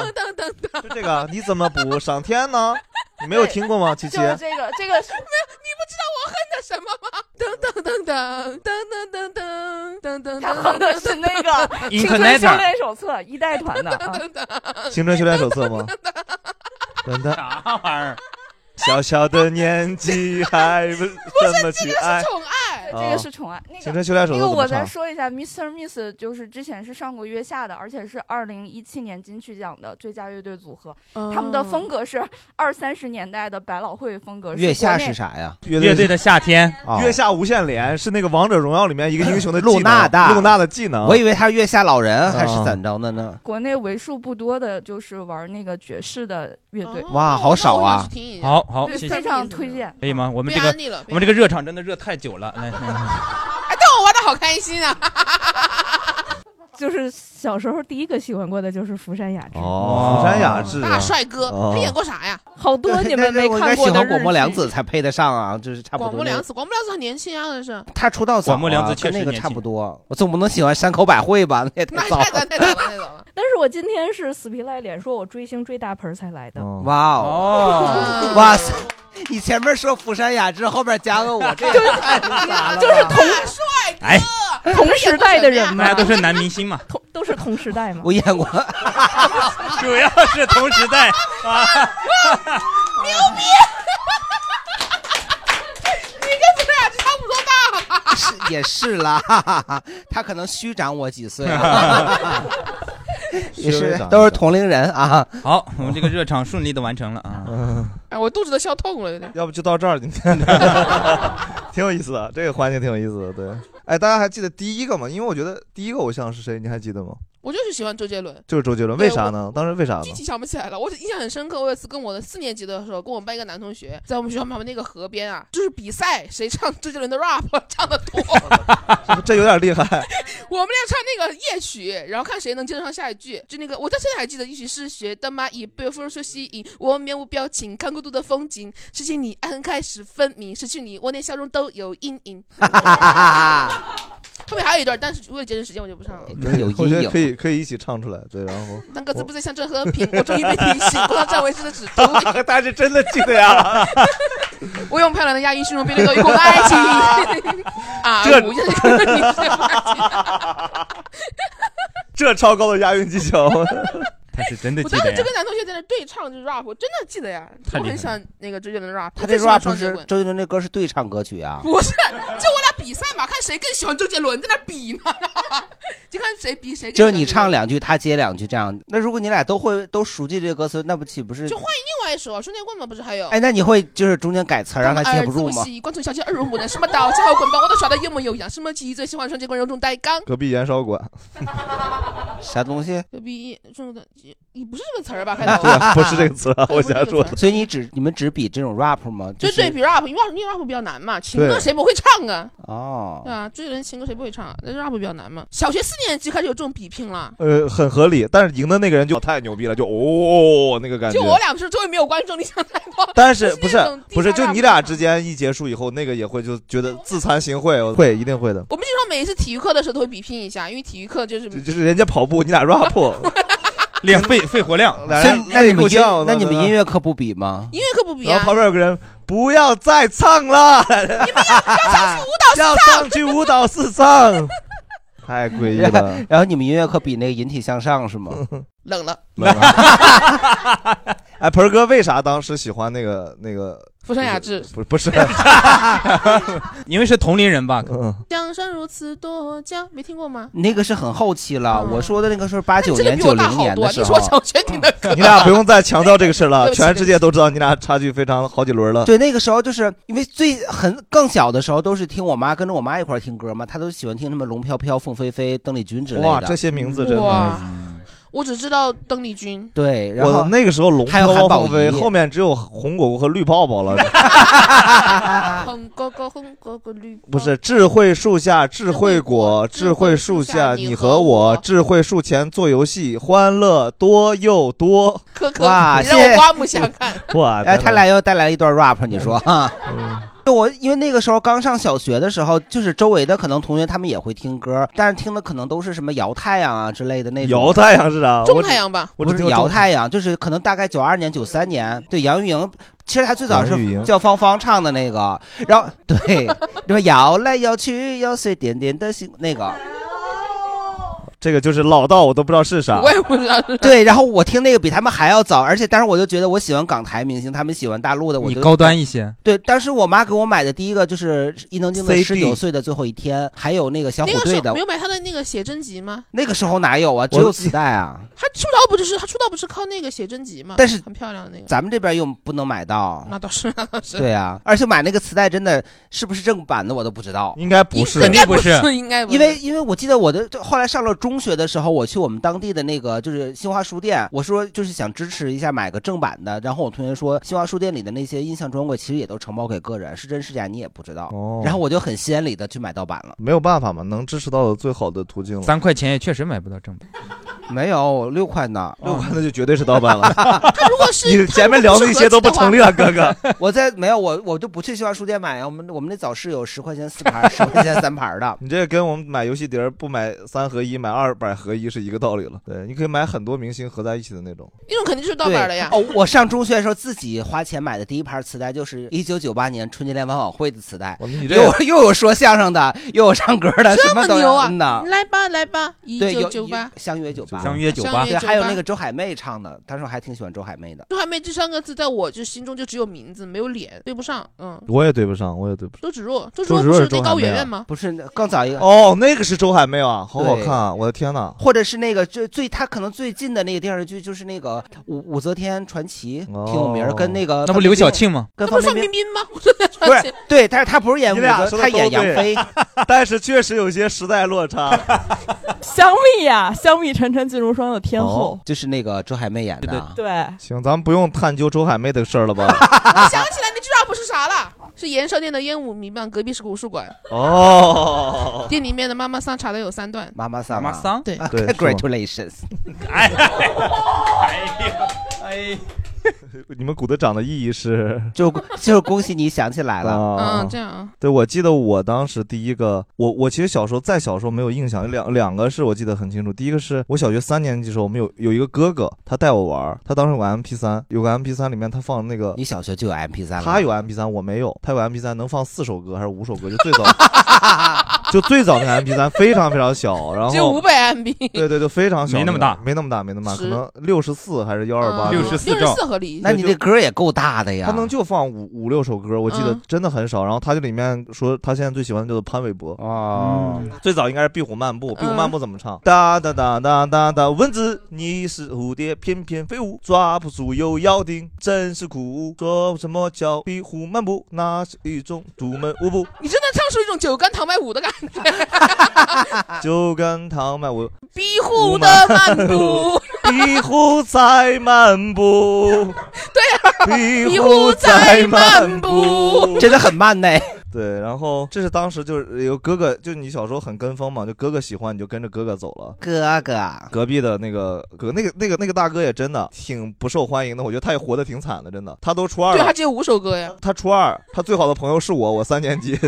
Speaker 2: 就这个，啊你怎么不上天呢？你没有听 过吗，琪琪
Speaker 9: 就？是这个，这个是
Speaker 4: 你不知道我恨的什么吗？噔噔噔噔噔噔噔噔噔噔
Speaker 9: 他哼的是那个《青春修炼手册》一代团的啊。
Speaker 2: 青春修炼手 册吗？等等，
Speaker 5: 啥玩意儿？
Speaker 2: 小小的年纪 还不这么去爱啊
Speaker 4: 是，宠爱，
Speaker 9: 这个是宠
Speaker 3: 啊
Speaker 9: 爱，那个
Speaker 2: 青春修炼手册
Speaker 9: 那个
Speaker 2: 怎么
Speaker 9: 我再
Speaker 2: 唱
Speaker 9: 说一下，Mr. Miss 就是之前是上过月下的，而且是二零一七年金曲奖的最佳乐队组合。
Speaker 4: 嗯
Speaker 9: 他们的风格是二三十年代的百老汇风格。
Speaker 3: 月下
Speaker 9: 国内
Speaker 3: 是？啥呀？
Speaker 5: 乐队的夏天，
Speaker 2: 月下无限连是那个王者荣耀里面一个英雄的技能
Speaker 3: 露娜的
Speaker 2: 啊 露娜的技能。嗯
Speaker 3: 我以为他是月下老人还是怎着的呢？
Speaker 9: 国内为数不多的就是玩那个爵士的乐
Speaker 4: 哦
Speaker 9: 队，
Speaker 3: 哇，好少
Speaker 9: 哎
Speaker 3: 啊！
Speaker 5: 好好，
Speaker 9: 对
Speaker 5: 谢
Speaker 9: 非
Speaker 5: 谢。
Speaker 9: 常推荐。
Speaker 5: 可以吗？我们这
Speaker 4: 别安利
Speaker 5: 个
Speaker 4: 了
Speaker 5: 我们这个热场真的热太久了，来，
Speaker 4: 哎，但我玩的好开心 啊！
Speaker 11: 就是小时候第一个喜欢过的就是福山雅治，
Speaker 2: 哦，福山雅治啊
Speaker 4: 大帅哥，
Speaker 2: 哦
Speaker 4: 他演过啥呀？
Speaker 11: 好多你们没
Speaker 3: 我应
Speaker 11: 看
Speaker 3: 该喜
Speaker 11: 过的日
Speaker 3: 欢广播
Speaker 11: 剧
Speaker 3: 凉子才配得上啊，就是差不多那。
Speaker 4: 广播凉子，广播凉子很年轻啊，那 是。
Speaker 3: 他出道早、啊，
Speaker 5: 广播凉子确
Speaker 3: 跟
Speaker 5: 实
Speaker 3: 那个
Speaker 5: 年
Speaker 3: 差
Speaker 5: 轻
Speaker 3: 不多。我总不能喜欢山口百惠吧？ 那也太早了。
Speaker 4: 太早了，太早了。
Speaker 11: 但是我今天是死皮赖脸说我追星追大盆儿才来的，
Speaker 3: 哇哦，哇塞！你 前面说釜山雅治，后边加个我，这也太那啥了吧。
Speaker 11: 就是同
Speaker 4: 大帅
Speaker 5: 哎，
Speaker 11: 同时代的人嘛
Speaker 5: 大家，都是男明星嘛，
Speaker 11: 都是 同时代嘛。
Speaker 3: 我演过，
Speaker 5: 主要是同时代啊。
Speaker 4: 牛逼！ 你跟咱俩差不多大吧？
Speaker 3: 是 也是啦， 哈哈哈他可能虚长我几岁， 也
Speaker 5: 虚
Speaker 3: 是
Speaker 5: 长一
Speaker 3: 都是同龄人啊。
Speaker 5: 好，我们这个热场顺利的完成了
Speaker 2: 嗯
Speaker 5: 啊。
Speaker 4: 哎，我肚子都笑痛了，有点。
Speaker 2: 要不就到这儿，今天 挺有意思的，这个环节挺有意思的。对，哎，大家还记得第一个吗？因为我觉得第一个偶像是谁，你还记得吗？
Speaker 4: 我就是喜欢周杰伦。
Speaker 2: 就是周杰伦，
Speaker 4: 对
Speaker 2: 为啥呢？当时为啥呢
Speaker 4: 具？体想不起来了，我印象很深刻。我有一次跟我的四年级的时候，跟我们班一个男同学，在我们学校旁边那个河边啊，就是比赛谁唱周杰伦的 rap 唱的多，
Speaker 2: 这有点厉害。
Speaker 4: 我们俩唱那个夜曲，然后看谁能接得上下一句。就那个，我到现在还记得，一曲是学的蚂蚁被风所吸引，我面无表情看孤独的风景，失去你暗开始分明，失去你我连笑容都有阴影。后面还有一段，但是为了节省时间，我就不唱了。
Speaker 3: 有
Speaker 2: 同
Speaker 3: 阴
Speaker 2: 学
Speaker 3: 影
Speaker 2: 可以可以一起唱出来，对，然后
Speaker 4: 但各自不再象征和平，我终于被提醒，不到占为师的指出。
Speaker 2: 大家是真的记得呀，
Speaker 4: 我用漂亮的押韵形容被掠夺一空的爱 情。啊，
Speaker 2: 这
Speaker 4: 我就是 你这
Speaker 2: 这超高的押韵技巧，
Speaker 5: 他是真的
Speaker 4: 我当时就跟男同学在那对唱，就是 rap，我真的记得呀。
Speaker 3: 太
Speaker 4: 我
Speaker 3: 厉害了
Speaker 4: 很喜欢那个周杰伦的 rap，我
Speaker 3: 他这
Speaker 4: 最喜欢
Speaker 3: rap
Speaker 4: 双截
Speaker 3: 是
Speaker 4: 棍。
Speaker 3: 周杰伦这歌是对唱歌曲啊，
Speaker 4: 不是，就我俩比赛嘛，看谁更喜欢周杰伦，在那比呢， 就看谁比谁更喜欢。
Speaker 3: 就是你唱两句，他接两句这样。那如果你俩都会都熟记这个歌词，那不岂不是
Speaker 4: 就？换另外一首《啊双截棍》嘛，不是还有？
Speaker 3: 哎，那你会就是中间改词儿让他接不住吗？
Speaker 4: 观众小姐耳濡目染，什么刀下后捆绑，我都耍的一模一样。什么棋最喜欢双截棍，柔中带刚。
Speaker 2: 隔壁盐烧馆，
Speaker 3: 啥东西？
Speaker 4: 牛逼，中的你不是这个词儿吧？开头
Speaker 2: 对，不是这个词啊，我瞎说的。
Speaker 3: 所以你只你们只比这种 rap 吗？
Speaker 4: 就是对比 rap，因为 rap 因为 rap 比较难嘛，情歌
Speaker 3: 对
Speaker 4: 谁不会唱啊？
Speaker 3: 哦，
Speaker 4: 对啊，追人情歌谁不会唱啊？那 rap 比较难嘛。小学四年级开始有这种比拼了，
Speaker 2: 呃，很合理，但是赢的那个人就太牛逼了，就哦那个感觉。
Speaker 4: 就我俩不是周围没有观众，你想太多了。
Speaker 2: 但是不是
Speaker 4: 那种
Speaker 2: 不是
Speaker 4: 低
Speaker 2: 就
Speaker 4: 下
Speaker 2: 你
Speaker 4: rap
Speaker 2: 俩之间一结束以后，那个也会就觉得自惭形秽，会一定会的。
Speaker 4: 我们经常每一次体育课的时候都会比拼一下，因为体育课就是
Speaker 2: 就是人家跑步，你俩 rap，
Speaker 5: 练肺肺活量。
Speaker 3: 所以那你们音
Speaker 2: 够呛
Speaker 3: 那你们
Speaker 2: 那
Speaker 3: 音乐课不比吗？
Speaker 4: 音乐课不比
Speaker 2: 然
Speaker 4: 啊
Speaker 2: 后。旁边有个人不要再唱了，你们要上去舞蹈四唱，要上去舞蹈四唱，太诡异了。
Speaker 3: 然后你们音乐课比那个引体向上 是吗？
Speaker 4: 冷了，
Speaker 2: 哎，盆儿哥为啥当时喜欢那个那个？
Speaker 4: 福山雅治。
Speaker 2: 不不是，
Speaker 5: 因为是同龄人吧？
Speaker 2: 嗯
Speaker 4: 江山如此多娇，没听过 吗？
Speaker 3: 那个是很后期了，
Speaker 4: 嗯
Speaker 3: 我说的那个是八 九
Speaker 4: 真的
Speaker 3: 年、
Speaker 4: 比
Speaker 3: 九
Speaker 4: 我大
Speaker 3: 零
Speaker 4: 好
Speaker 3: 年
Speaker 4: 多
Speaker 3: 的
Speaker 4: 啊。
Speaker 3: 时
Speaker 4: 你说
Speaker 3: 候。
Speaker 4: 小学听的 歌，
Speaker 2: 你俩不用再强调这个事儿 了，
Speaker 4: 对不起
Speaker 2: 全世界都知道你俩差距非常好几轮了。
Speaker 3: 对，那个时候就是因为最很更小的时候都是听我妈跟着我妈一块儿听歌嘛，她都喜欢听什么龙飘飘、凤飞飞、邓丽君之类的。
Speaker 2: 哇，这些名字真
Speaker 4: 哇
Speaker 2: 的。
Speaker 4: 我只知道邓丽君。
Speaker 3: 对，然
Speaker 2: 我
Speaker 3: 后
Speaker 2: 那个时候龙
Speaker 3: 还有
Speaker 2: 飘
Speaker 3: 韩宝
Speaker 2: 凤飞，
Speaker 3: 仪
Speaker 2: 后面 只有红果果和绿泡泡了。
Speaker 4: 红哥哥，红哥哥绿。
Speaker 2: 不是智慧树下智慧 果，智慧树下你和我，智慧树前做游戏，欢乐多又多。
Speaker 4: 可可，
Speaker 3: 哇
Speaker 4: 你让
Speaker 3: 谢谢
Speaker 4: 我刮目
Speaker 2: 啊
Speaker 4: 相看。
Speaker 2: 哇嗯
Speaker 3: 哎，他俩又带来一段 rap，你说哈？就我因为那个时候刚上小学的时候，就是周围的可能同学他们也会听歌，但是听的可能都是什么摇太阳啊之类的那种。
Speaker 2: 摇太阳是啥？
Speaker 3: 中
Speaker 2: 我只
Speaker 4: 太阳吧
Speaker 2: 我
Speaker 3: 不
Speaker 2: 只
Speaker 3: 是
Speaker 2: 听过
Speaker 3: 摇
Speaker 2: 中
Speaker 3: 太阳，就是可能大概九二年、九三年，对杨钰莹，其实她最早
Speaker 2: 杨钰莹
Speaker 3: 是叫芳芳唱的那个，然后 对，什么摇来摇去，摇碎点点的心，那
Speaker 4: 哦
Speaker 3: 个，
Speaker 2: 这个就是老道，我都不知道是
Speaker 3: 啊
Speaker 2: 啥。
Speaker 4: 不知道。
Speaker 3: 对，然后我听那个比他们还要早，而且当时我就觉得我喜欢港台明星，他们喜欢大陆的，我
Speaker 5: 你
Speaker 3: 就
Speaker 5: 高端一些。
Speaker 3: 对，当时我妈给我买的第一个就是伊能静的《
Speaker 5: CD
Speaker 3: 十九岁的最后一天》，还有那个小虎
Speaker 4: 那个时
Speaker 3: 队
Speaker 4: 候
Speaker 3: 的
Speaker 4: 没。有买他的那个写真集吗？
Speaker 3: 那个时候哪有啊？只有磁带啊！
Speaker 4: 他出道不就是他出道不是靠那个写真集吗？
Speaker 3: 但是
Speaker 4: 很漂亮的那个。
Speaker 3: 咱们这边又不能买到。
Speaker 4: 那倒是，那倒是。
Speaker 3: 对啊，而且买那个磁带真的是不是正版的我都不知道，
Speaker 2: 应该不
Speaker 4: 是肯定不是应该不是
Speaker 3: 因为因为我记得我的就后来上了中学的时候，我去我们当地的那个就是新华书店，我说就是想支持一下买个正版的，然后我同学说新华书店里的那些音像专柜其实也都承包给个人，是真是假你也不知道，
Speaker 4: 哦
Speaker 2: 哦
Speaker 3: 然后我就很心安理得去买盗版了。
Speaker 2: 没有办法嘛，能支持到的最好的途径了。
Speaker 5: 三块钱也确实买不到正版。
Speaker 3: 没有六块呢，
Speaker 2: 六块那就绝对是盗版了。
Speaker 3: 他
Speaker 4: 如果是
Speaker 2: 你前面聊的一切都不成立了，哥哥。
Speaker 3: 我在没有我我就不去新华书店买啊，我们我们那早市有十块钱四盘，十块钱三盘的。
Speaker 2: 你这跟我们买游戏碟儿不买三合一，买二百合一是一个道理了。对，你可以买很多明星合在一起的那种。
Speaker 4: 一种肯定就是盗版的呀。
Speaker 3: 对哦，我上中学的时候自己花钱买的第一盘磁带就是一九九八年春节联欢晚会的磁带，
Speaker 2: 你
Speaker 4: 这
Speaker 3: 又又有说相声的，又有唱歌的，
Speaker 4: 这
Speaker 3: 什
Speaker 4: 么
Speaker 3: 么都
Speaker 4: 牛
Speaker 3: 有
Speaker 4: 啊
Speaker 3: 嗯呐！！
Speaker 4: 来吧来吧，一
Speaker 3: 对，
Speaker 4: 九
Speaker 3: 有
Speaker 4: 九八，
Speaker 3: 相约九八，
Speaker 5: 相约九八
Speaker 4: 相
Speaker 3: 对，
Speaker 4: 约
Speaker 3: 还有
Speaker 4: 九八
Speaker 3: 那个周海媚唱的，当时我还挺喜欢周海媚的。
Speaker 4: 周海媚这三个字在我就心中就只有名字，没有脸，对不上。嗯，
Speaker 2: 我也对不上，我也对不上。
Speaker 4: 周芷若，周芷
Speaker 2: 周
Speaker 4: 若
Speaker 2: 芷
Speaker 4: 不
Speaker 2: 若
Speaker 4: 是
Speaker 2: 是周
Speaker 4: 那
Speaker 2: 海
Speaker 4: 高圆
Speaker 2: 媚啊
Speaker 4: 圆吗？
Speaker 3: 不是更早一个
Speaker 2: 哦，那个是周海媚啊，好好看啊！
Speaker 3: 对
Speaker 2: 我的天哪！
Speaker 3: 或者是那个最最他可能最近的那个电视剧就是那个武武则天传奇，
Speaker 2: 哦
Speaker 3: 挺有名儿，跟那个
Speaker 5: 那不刘晓庆吗？
Speaker 3: 跟
Speaker 4: 那不
Speaker 3: 范
Speaker 4: 是范
Speaker 3: 冰
Speaker 4: 冰
Speaker 3: 冰
Speaker 4: 冰吗？我说
Speaker 3: 不是对，但是他不是演武
Speaker 2: 你俩
Speaker 3: 则，
Speaker 2: 说的
Speaker 3: 他
Speaker 2: 都
Speaker 3: 演杨
Speaker 2: 对
Speaker 3: 飞。
Speaker 2: 但是确实有些时代落差。
Speaker 6: 香蜜呀、香蜜沉沉烬如霜的天后，
Speaker 3: 哦就是那个周海媚演的
Speaker 5: 哦
Speaker 3: 啊。
Speaker 6: 对，
Speaker 2: 哦行，咱们不用探究周海媚的事儿了 吧？
Speaker 4: 想起来那 drop 是啥了？是盐烧店的烟雾弥漫，隔壁是个武术馆，
Speaker 2: 哦，
Speaker 4: 店里面的妈妈桑查的有三段。
Speaker 3: 妈妈桑，
Speaker 5: 妈妈桑
Speaker 4: 对
Speaker 3: 啊
Speaker 2: 对是吗
Speaker 3: ，Congratulations！
Speaker 5: 哎，
Speaker 2: 你们鼓的掌的意义是？
Speaker 3: 就 就是恭喜你想起来了，
Speaker 2: 啊
Speaker 4: 嗯，这样啊。
Speaker 2: 对，我记得我当时第一个，我我其实小时候再小时候没有印象，两两个是我记得很清楚。第一个是我小学三年级的时候，我们有有一个哥哥，他带我玩儿，他当时有个 MP 三，有个 MP 三里面他放那个，
Speaker 3: 你小学就有 MP 三了，
Speaker 2: 他有 MP 三，我没有，他有 MP 三能放四首歌还是五首歌，就最 早就最早那 MP 三非常非常小，然后
Speaker 4: 只有五百 MB，
Speaker 2: 对对对，非常小，
Speaker 5: 没那么大，
Speaker 2: 没那么大，没那么大，
Speaker 4: 十
Speaker 2: 可能六十四还是幺二八，
Speaker 4: 嗯64合理那你
Speaker 3: 这歌也够大的呀
Speaker 2: 他能就放五五六首歌，我记得
Speaker 4: 嗯
Speaker 2: 真的很少。然后他就里面说他现在最喜欢的就是潘玮柏
Speaker 5: 哦
Speaker 3: 啊
Speaker 2: 最早应该是《壁虎漫步》，《壁虎
Speaker 4: 嗯
Speaker 2: 漫步》怎么唱？哒哒哒哒哒哒，蚊子你是蝴蝶翩翩飞舞，抓不住又要叮，真是苦。说什么叫壁虎漫步？那是一种独门舞步，
Speaker 4: 你真的唱出一种酒干倘卖无的感觉。
Speaker 2: 就跟他们我。
Speaker 4: 壁虎 的啊漫步，，
Speaker 2: 壁虎在漫步。对呀、
Speaker 4: 壁
Speaker 2: 壁
Speaker 4: 虎
Speaker 2: 虎
Speaker 4: 在
Speaker 2: 在
Speaker 4: 漫
Speaker 2: 漫
Speaker 4: 步
Speaker 2: 步，
Speaker 3: 真的很慢呢。
Speaker 2: 对，然后这是当时就是有哥哥，就你小时候很跟风嘛，就哥哥喜欢你就跟着哥哥走了。
Speaker 3: 哥啊哥，
Speaker 2: 隔壁的那个哥，那个那个那个大哥也真的挺不受欢迎的，我觉得他也活得挺惨的，真的。他都初二
Speaker 4: 对
Speaker 2: 了
Speaker 4: 他，只有五首歌呀。
Speaker 2: 他初二，他最好的朋友是我，我三年级。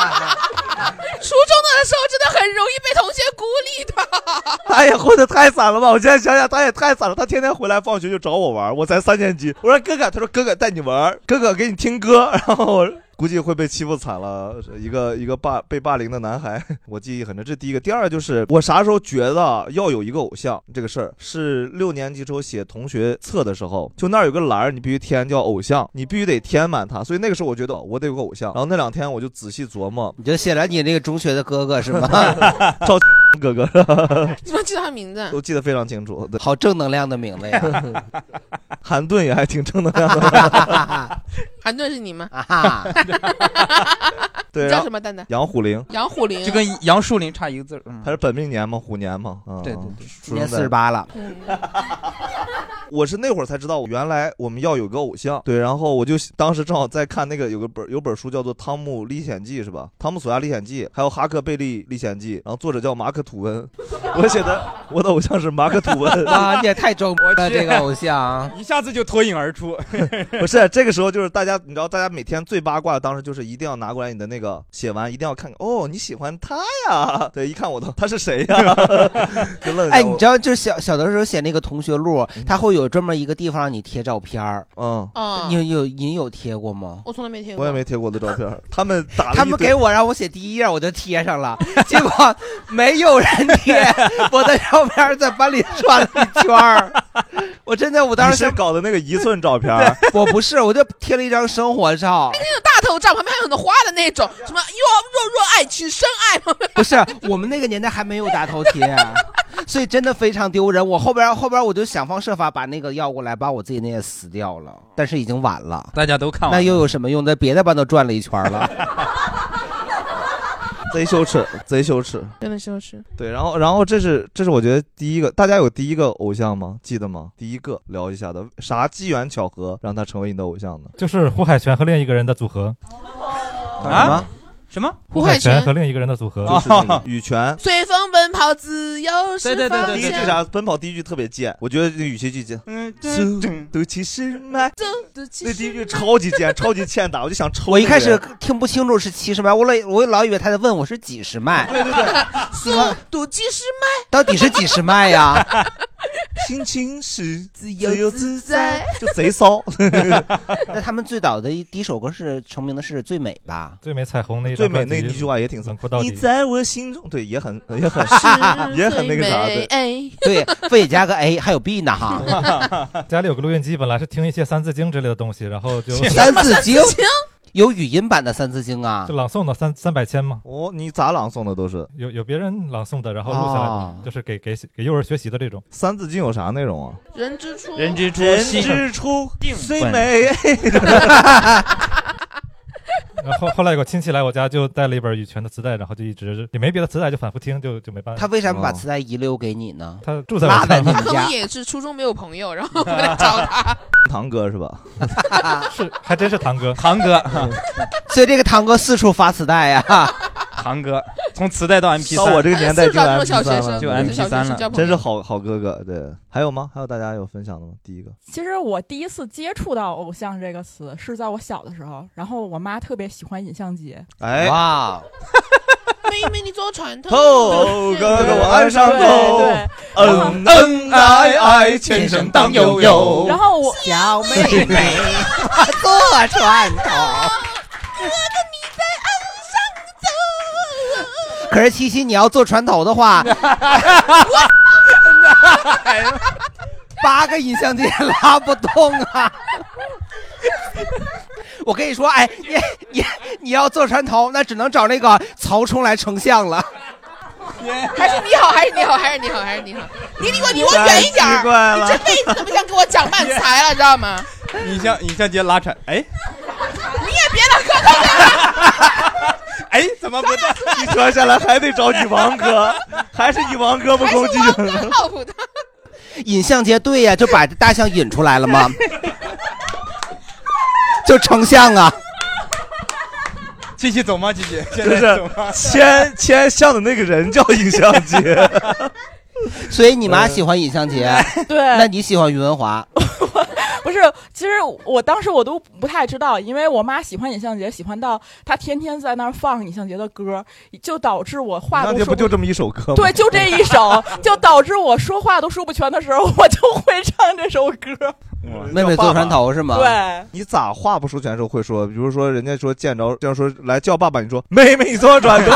Speaker 4: 初中的时候真的很容易被同学孤立的。
Speaker 2: 他也混得太惨了吧！我现在想想，他也太惨了。他天天回来放学就找我玩，我才三年级。我说哥哥，他说哥哥带你玩，哥哥给你听歌， 然后我估计会被欺负惨了。一个一个霸被霸凌的男孩， 我记忆很深。这第一个，第二就是我啥时候觉得要有一个偶像这个事儿，是六年级时候写同学册的时候，就那儿有个栏儿，你必须填叫偶像，你必须得填满它。所以那个时候我觉得哦我得有个偶像。然后那两天我就仔细琢磨，
Speaker 3: 你就写了你那个中学的哥哥是吗？
Speaker 2: 赵哥哥，
Speaker 4: 怎么记得他名字？啊
Speaker 2: 都记得非常清楚。对
Speaker 3: 好正能量的名字呀！
Speaker 2: 韩盾也还挺正能量 的。
Speaker 4: 韩顿是你吗？
Speaker 3: 啊
Speaker 2: 对，
Speaker 4: 你
Speaker 2: 然
Speaker 4: 叫
Speaker 2: 后
Speaker 4: 什么蛋蛋？
Speaker 2: 杨虎林，
Speaker 4: 杨虎林
Speaker 5: 就跟杨树林差一个字儿。嗯，
Speaker 2: 他是本命年嘛，虎年嘛，啊、
Speaker 5: 对对对
Speaker 2: 出生在
Speaker 3: 今年48了
Speaker 4: 嗯
Speaker 2: 我是那会儿才知道，原来我们要有个偶像。对，然后我就当时正好在看那个有个本有本书叫做《汤姆历险记》，是吧？《汤姆索亚历险记》，还有《哈克贝利历险记》，然后作者叫马可吐温。 我写的我的偶像是马可吐温
Speaker 3: 啊，你也太中 了这个偶像。
Speaker 5: 一下子就脱颖而出。
Speaker 2: 啊 不是这个时候，就是大家，你知道，大家每天最八卦，的当时就是一定要拿过来你的那个写完，一定要看看哦，你喜欢他呀？ 对，一看我都他是谁呀？就愣一下
Speaker 3: 哎，你
Speaker 2: 我
Speaker 3: 知道，就是小小的时候写那个同学录，他会有专门一个地方让你贴照片儿。
Speaker 2: 嗯
Speaker 4: 啊
Speaker 3: 你有你有您有贴过吗？
Speaker 4: 我从来没听过。
Speaker 2: 我也没贴过我的照片， 他们打了一
Speaker 3: 他们
Speaker 2: 堆
Speaker 3: 给我让我写第一页，我就贴上了， 结果没有人贴 我的照片，在班里转了一圈儿。我真的，我当时
Speaker 2: 你是
Speaker 3: 想
Speaker 2: 搞的那个一寸照片， 啊
Speaker 3: 我不是，我就贴了一张生活照。
Speaker 4: 哎那种大头照，旁边还有很多花的那种，什么若若若爱，请深爱 旁边
Speaker 3: 不是，我们那个年代还没有大头贴，啊 所以真的非常丢人。我后边后边我就想方设法把那个要过来，把我自己那也撕掉了，但是已经晚了。
Speaker 5: 大家都看
Speaker 3: 那
Speaker 5: 完了，
Speaker 3: 又有什么用？在别的班都转了一圈 了。
Speaker 2: 贼羞耻，贼羞耻。
Speaker 4: 真的羞耻。
Speaker 2: 对，然后然后这是这是我觉得第一个，大家有第一个偶像吗？记得吗？第一个聊一下的，啥机缘巧合让他成为你的偶像呢？
Speaker 13: 就是胡海泉和另一个人的组合。
Speaker 2: 啊？
Speaker 5: 什么？
Speaker 4: 胡海
Speaker 13: 泉
Speaker 4: 泉
Speaker 13: 和另一个人的组合，
Speaker 2: 就是那 个羽泉。
Speaker 4: 随风奔跑，自由是方
Speaker 2: 第一句
Speaker 4: 向。
Speaker 2: 啥？奔跑第一句特别贱，我觉得这个语气巨贱。
Speaker 5: 嗯，
Speaker 2: 都其实
Speaker 4: 嗯
Speaker 2: 嘛，
Speaker 4: 这
Speaker 2: 那第一句超级贱，超级欠打，我就想抽。
Speaker 3: 我一开始听不清楚是七十迈，我老我老以为他在问我是几十迈，
Speaker 4: 速度几十迈，
Speaker 3: 到底是几十迈呀？
Speaker 2: 心情是自
Speaker 4: 由自在，
Speaker 2: 就贼 骚。
Speaker 3: 那他们最早的一第一首歌是成名的是《最美》吧？
Speaker 13: 最美彩虹那一
Speaker 2: 最
Speaker 13: 张
Speaker 2: 美
Speaker 13: 专
Speaker 2: 那
Speaker 13: 辑
Speaker 2: 一句话也挺骚
Speaker 13: 冷酷到，
Speaker 2: 你
Speaker 13: 底。
Speaker 2: 在我心中，对，也很也很
Speaker 4: 是
Speaker 2: 也很那个啥，
Speaker 4: 最美
Speaker 2: 对。
Speaker 4: 哎
Speaker 3: 对，非得加个 A，还有 B 呢哈。
Speaker 13: 家里有个录音机，本来是听一些《三字经》之类的东西，然后就
Speaker 3: 三字经有语音版的《三字经》啊
Speaker 13: 就，朗诵的三三百千嘛。
Speaker 2: 哦，你咋朗诵的都是？
Speaker 13: 有有别人朗诵的，然后录下
Speaker 2: 哦
Speaker 13: 来，就是给给给幼儿学习的这种。
Speaker 2: 《三字经》有啥内容啊？
Speaker 4: 人之初，
Speaker 5: 人之初，
Speaker 2: 人
Speaker 5: 心
Speaker 2: 之初，最
Speaker 13: 本
Speaker 2: 美。
Speaker 13: 然后后来有个亲戚来我家，就带了一本羽泉的磁带，然后就一直也没别的磁带，就反复听，就就没办法。
Speaker 3: 他为啥不把磁带遗留给你呢？
Speaker 13: 他住在我
Speaker 3: 落哦在
Speaker 13: 家
Speaker 3: 你们
Speaker 4: 可
Speaker 3: 家
Speaker 4: 能。也是初中没有朋友，然后我来找他。
Speaker 2: 堂哥是吧？
Speaker 13: 是， 还真是堂哥。
Speaker 5: 堂哥，
Speaker 3: 所以这个堂哥四处发磁带啊呀、
Speaker 5: 堂哥从磁带到 MP
Speaker 2: 到
Speaker 5: 三，
Speaker 2: 我 这个年代就 MP
Speaker 5: 小
Speaker 2: 三
Speaker 5: 学
Speaker 2: 了，
Speaker 5: 生，就 MP 三了，
Speaker 2: 真是好好哥哥。对，还有吗？还有大家有分享的吗？第一个，
Speaker 6: 其实我第一次接触到“偶像”这个词是在我小的时候，然后我妈特别喜欢尹相杰，
Speaker 2: 哎，
Speaker 3: 哇，哦
Speaker 4: 妹妹，你坐船头。
Speaker 2: 头哥哥我爱上头，嗯嗯爱爱，前生当悠悠。
Speaker 6: 然后我
Speaker 3: 小妹妹， 我坐船头。可是七七，你要坐船头的话， 八个音箱机也拉不动啊！我跟你说，哎，你你你要坐船头，那只能找那个曹冲来丞相了。
Speaker 4: 还是你好，还是你好，还是你好，还是你好。你离我离我远一点
Speaker 5: 太奇怪
Speaker 4: 儿，
Speaker 5: 了
Speaker 4: 你这辈子都不想给我讲慢才了，知道吗？
Speaker 5: 影像影像节拉扯，哎
Speaker 4: 你也别老跟我
Speaker 5: 哎，怎么不对？
Speaker 2: 一传下来还得找你王哥，还是你王哥不攻击
Speaker 4: 讲靠谱的。
Speaker 3: 尹相杰对呀、就把大象引出来了吗？就丞相啊，
Speaker 5: 七七走吗？七七，现
Speaker 2: 就是
Speaker 5: 在走吗？
Speaker 2: 牵牵象的那个人叫尹相 杰， 嗯
Speaker 3: 所以你妈喜欢尹相杰，
Speaker 6: 对
Speaker 3: 那你喜欢于文华？
Speaker 6: 不是，其实我当时我都不太知道，因为我妈喜欢尹相杰，喜欢到她天天在那儿放尹相杰的歌，就导致我话
Speaker 2: 当
Speaker 6: 都
Speaker 2: 天
Speaker 6: 说
Speaker 2: 不就这么一首歌吗？
Speaker 6: 对，就这一首，就导致我说话都说不全的时候，我就会唱这首歌。
Speaker 3: 妹妹坐船头是吗？
Speaker 6: 对，
Speaker 2: 你咋话不说全的时候会说？比如说人家说见着，这样说来叫爸爸，你说妹妹你坐船 头，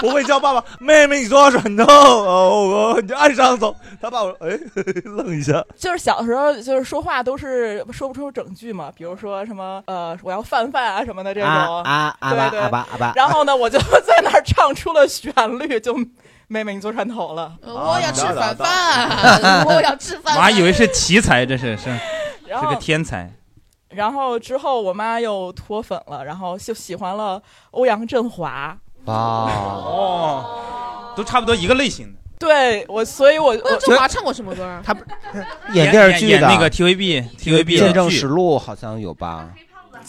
Speaker 2: 不会叫爸爸，妹妹你坐船头，哦，我你就岸上走。他爸我说哎，愣一下，
Speaker 6: 就是小时候就是说话都是说不出整句嘛，比如说什么呃我要饭饭啊什么的这种
Speaker 3: 啊啊啊吧
Speaker 6: 对对
Speaker 3: 啊吧啊吧
Speaker 6: 然后呢，我就 在那儿唱出了旋律，就妹妹你坐船头了，
Speaker 4: 呃我要吃饭
Speaker 6: 啊
Speaker 4: 饭，我要吃饭
Speaker 5: 我
Speaker 4: 饭
Speaker 5: 还。以为是奇才，这是是
Speaker 6: 然
Speaker 5: 是
Speaker 6: 后
Speaker 5: 个天才。
Speaker 6: 然后之后我妈又脱粉了，然后就喜欢了欧阳震华。
Speaker 3: 啊，
Speaker 5: 哦，都差不多一个类型的。
Speaker 6: 对我，所以我
Speaker 4: 欧阳
Speaker 6: 我
Speaker 4: 震华唱过什么歌啊？
Speaker 3: 他 演电视剧的
Speaker 5: 演那个 TVB TVB
Speaker 3: 见证
Speaker 5: 的剧
Speaker 3: 实录好像有吧？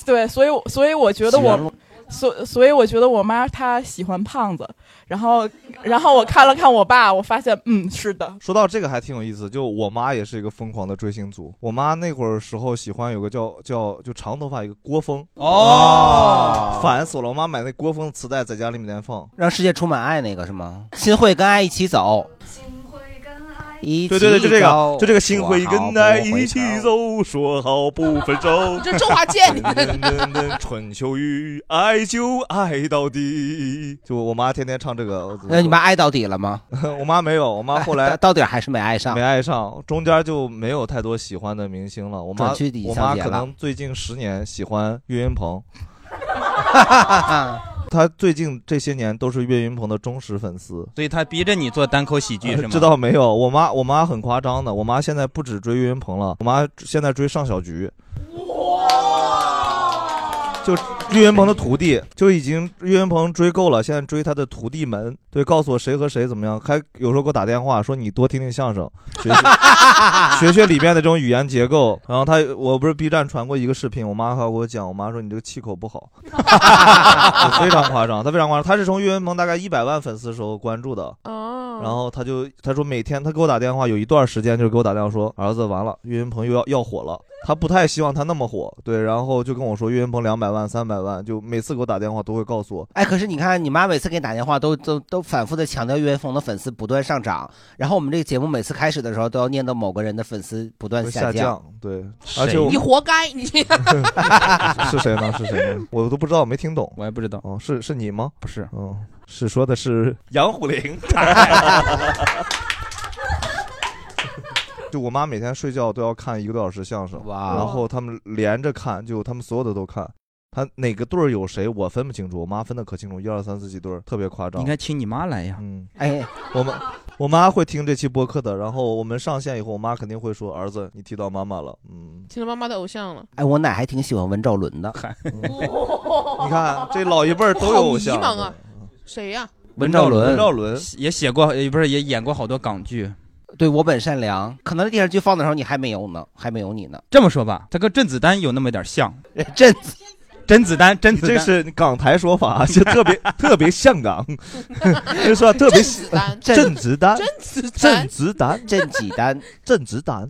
Speaker 6: 对，所以我所以我觉得
Speaker 3: 喜欢
Speaker 6: 我
Speaker 3: 吗，
Speaker 6: 所所以我觉得我妈她喜欢胖子，然后然后我看了看我爸，我发现嗯是的，
Speaker 2: 说到这个还挺有意思，就我妈也是一个疯狂的追星族。我妈那会儿时候喜欢有个叫叫就长头发一个郭峰啊
Speaker 5: 哦
Speaker 2: 烦死了！我妈买那郭峰磁带在家里面放，
Speaker 3: 让世界充满爱那个是吗？心会跟爱一起走。一
Speaker 2: 对
Speaker 3: 起
Speaker 2: 对对，就这个
Speaker 3: 走
Speaker 2: 就这个心会跟爱一起走，说好不分 手。
Speaker 4: 这周 华健你
Speaker 2: 春秋雨，爱就爱到底。就我妈天天唱这个，
Speaker 3: 那你妈爱到底了吗？
Speaker 2: 我妈没有，我妈 后来
Speaker 3: 到底还是没爱上
Speaker 2: 没。爱上，中间就没有太多喜欢的明星了。我妈
Speaker 3: 转去李
Speaker 2: 我
Speaker 3: 小
Speaker 2: 妈
Speaker 3: 姐
Speaker 2: 可
Speaker 3: 了
Speaker 2: 能最近十年喜欢岳云鹏，她最近这些年都是岳云鹏的忠实粉丝。
Speaker 5: 所以他逼着你做单口 喜剧是吗？
Speaker 2: 知道没有？我妈我妈很夸张的，我妈现在不止追岳云鹏了，我妈现在追尚小菊。就岳云鹏的徒弟，就已经岳云鹏追够了，现在追他的徒弟们，对，告诉我谁和谁怎么样，还有时候给我打电话说你多听听相声，学学
Speaker 13: 哦
Speaker 2: 学学里面的这种语言结构。然后他，我不是 B 站传过一个视频，我妈还给我讲，我妈说你这个气口不好，就非常夸张，他非常夸张，他是从岳云鹏大概一百万粉丝时候关注的，
Speaker 4: 哦，
Speaker 2: 然后他就他说每天他给我打电话，有一段时间就是给我打电话说儿子完了，岳云鹏又要要火了。他不太希望他那么火，对，然后就跟我说岳云鹏两百万、三百万，就每次给我打电话都会告诉我，
Speaker 3: 哎，可是你看，你妈每次给你打电话都都都反复的强调岳云鹏的粉丝不断上涨，然后我们这个节目每次开始的时候都要念叨某个人的粉丝不断
Speaker 2: 会
Speaker 3: 降。
Speaker 2: 下降，对，而且我
Speaker 4: 你活该，你
Speaker 2: 是谁呢？是 谁呢？我都不知道，没听懂，我也不知道。哦，是是你吗？不是，哦，是说的是杨虎林。 就我妈每天睡觉都要看一个多小时相声，
Speaker 5: 哦
Speaker 3: 哇
Speaker 2: 然后他们连着看，就他们所有的都看。他哪个队儿有谁，我分不清楚，我妈分的可清楚，一二三四几队儿特别夸张。
Speaker 5: 应该请你妈来呀。
Speaker 2: 嗯，
Speaker 3: 哎，
Speaker 2: 我们我妈会听这期播客的，然后我们上线以后，我妈肯定会说：“儿子，你提到妈妈了。”嗯，
Speaker 4: 成了妈妈的偶像了。
Speaker 3: 哎，我奶还挺喜欢温兆伦的，
Speaker 2: 嗯你看这老一辈儿都有偶像
Speaker 4: 我好迷茫啊，谁呀、
Speaker 3: 温兆伦
Speaker 5: 温
Speaker 3: 兆
Speaker 2: 伦
Speaker 5: 也写过， 也不是也演过好多港剧。
Speaker 3: 对我本善良，可能电视剧放的时候你还没有呢，还没有你呢。
Speaker 5: 这么说吧，他跟甄子丹有那么 点像。
Speaker 3: 甄
Speaker 5: 甄子丹，甄子丹，
Speaker 2: 这是港台说法， 就特别特别像港， 就说特别
Speaker 3: 甄
Speaker 2: 甄子丹，
Speaker 4: 甄
Speaker 2: 甄子丹，
Speaker 3: 甄子丹，
Speaker 2: 甄子丹。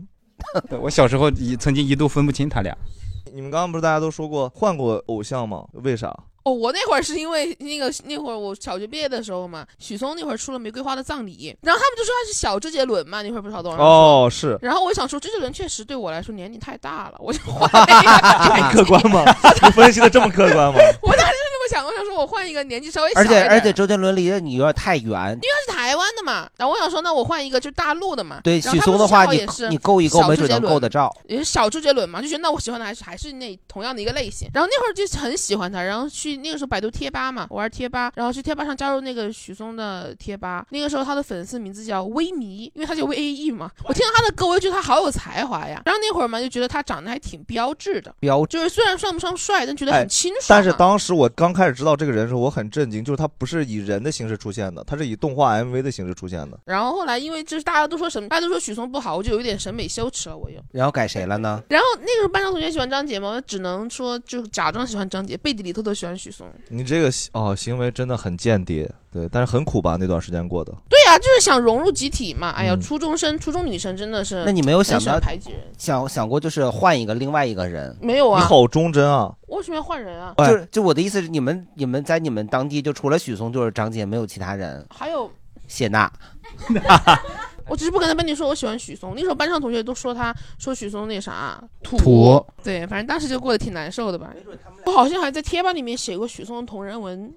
Speaker 5: 我小时候一曾经一度分不清他俩。
Speaker 2: 你们刚刚不是大家都说过换过偶像吗？为啥？
Speaker 4: 哦，我那会儿是因为那个那会儿我小学毕业的时候嘛，许嵩那会儿出了《玫瑰花的葬礼》，然后他们就说他是小周杰伦嘛，那会儿不是好多人
Speaker 2: 哦，是
Speaker 4: 然后我想说，周杰伦确实对我来说年纪太大了，我 就换
Speaker 2: 这么客 观吗？你分析的这么客观吗？
Speaker 4: 我当时就这么想，我想说我换一个年纪稍微哎小
Speaker 3: 而
Speaker 4: 一点
Speaker 3: 且
Speaker 4: 的，
Speaker 3: 而且周杰伦离得你有点太远
Speaker 4: 因，为他是台湾的嘛，然后我想说，那我换一个就是大陆的嘛。
Speaker 3: 对
Speaker 4: 然后
Speaker 3: 许
Speaker 4: 他
Speaker 3: 嵩
Speaker 4: 们
Speaker 3: 的话，
Speaker 4: 正好
Speaker 3: 你
Speaker 4: 也是
Speaker 3: 你够一够，
Speaker 4: 小
Speaker 3: 没
Speaker 4: 周
Speaker 3: 准
Speaker 4: 杰
Speaker 3: 能
Speaker 4: 伦
Speaker 3: 够得着。
Speaker 4: 也是小周杰伦嘛，就觉得那我喜欢的还是还是那同样的一个类型。然后那会儿就很喜欢他，然后去那个时候百度贴吧嘛，玩贴吧，然后去贴吧上加入那个许嵩的贴吧。那个时候他的粉丝名字叫微迷，因为他叫 V A E 嘛。我听到他的歌，我就觉得他好有才华呀。然后那会儿嘛，就觉得他长得还挺标致的，
Speaker 3: 标
Speaker 4: 就是虽然算不上帅，但觉得
Speaker 2: 哎
Speaker 4: 很清爽、啊
Speaker 2: 但是当时我刚开始知道这个人的时候，我很震惊，就是他不是以人的形式出现的，他是以动画 MV 的形式出现的。
Speaker 4: 然后后来因为就是大家都说什么，大家都说许嵩不好，我就有一点审美羞耻了，我又。
Speaker 3: 然后改谁了呢？
Speaker 4: 然后那个时候班上同学喜欢张杰嘛，我只能说就假装喜欢张杰，背地里偷偷喜欢许嵩。
Speaker 2: 你这个行哦行为真的很间谍，对，但是很苦吧？那段时间过的，
Speaker 4: 对呀、就是想融入集体嘛。哎呀，
Speaker 2: 嗯
Speaker 4: 初中生、初中女生真的是，
Speaker 3: 那你没有想到
Speaker 4: 排挤人？
Speaker 3: 想想过就是换一个另外一个人？哎
Speaker 4: 没有啊你
Speaker 2: 好忠贞啊！
Speaker 4: 我为什么要换人啊？
Speaker 3: 就是就我的意思是，你们你们在你们当地就除了许嵩就是张杰，没有其他人。
Speaker 4: 还有，
Speaker 3: 谢娜，
Speaker 4: 我只是不敢在班里说我喜欢许嵩。那时候班上同学都说他说许嵩那啥土
Speaker 5: 土
Speaker 4: 对，反正当时就过得挺难受的吧。我好像还在贴吧里面写过许嵩的同人文。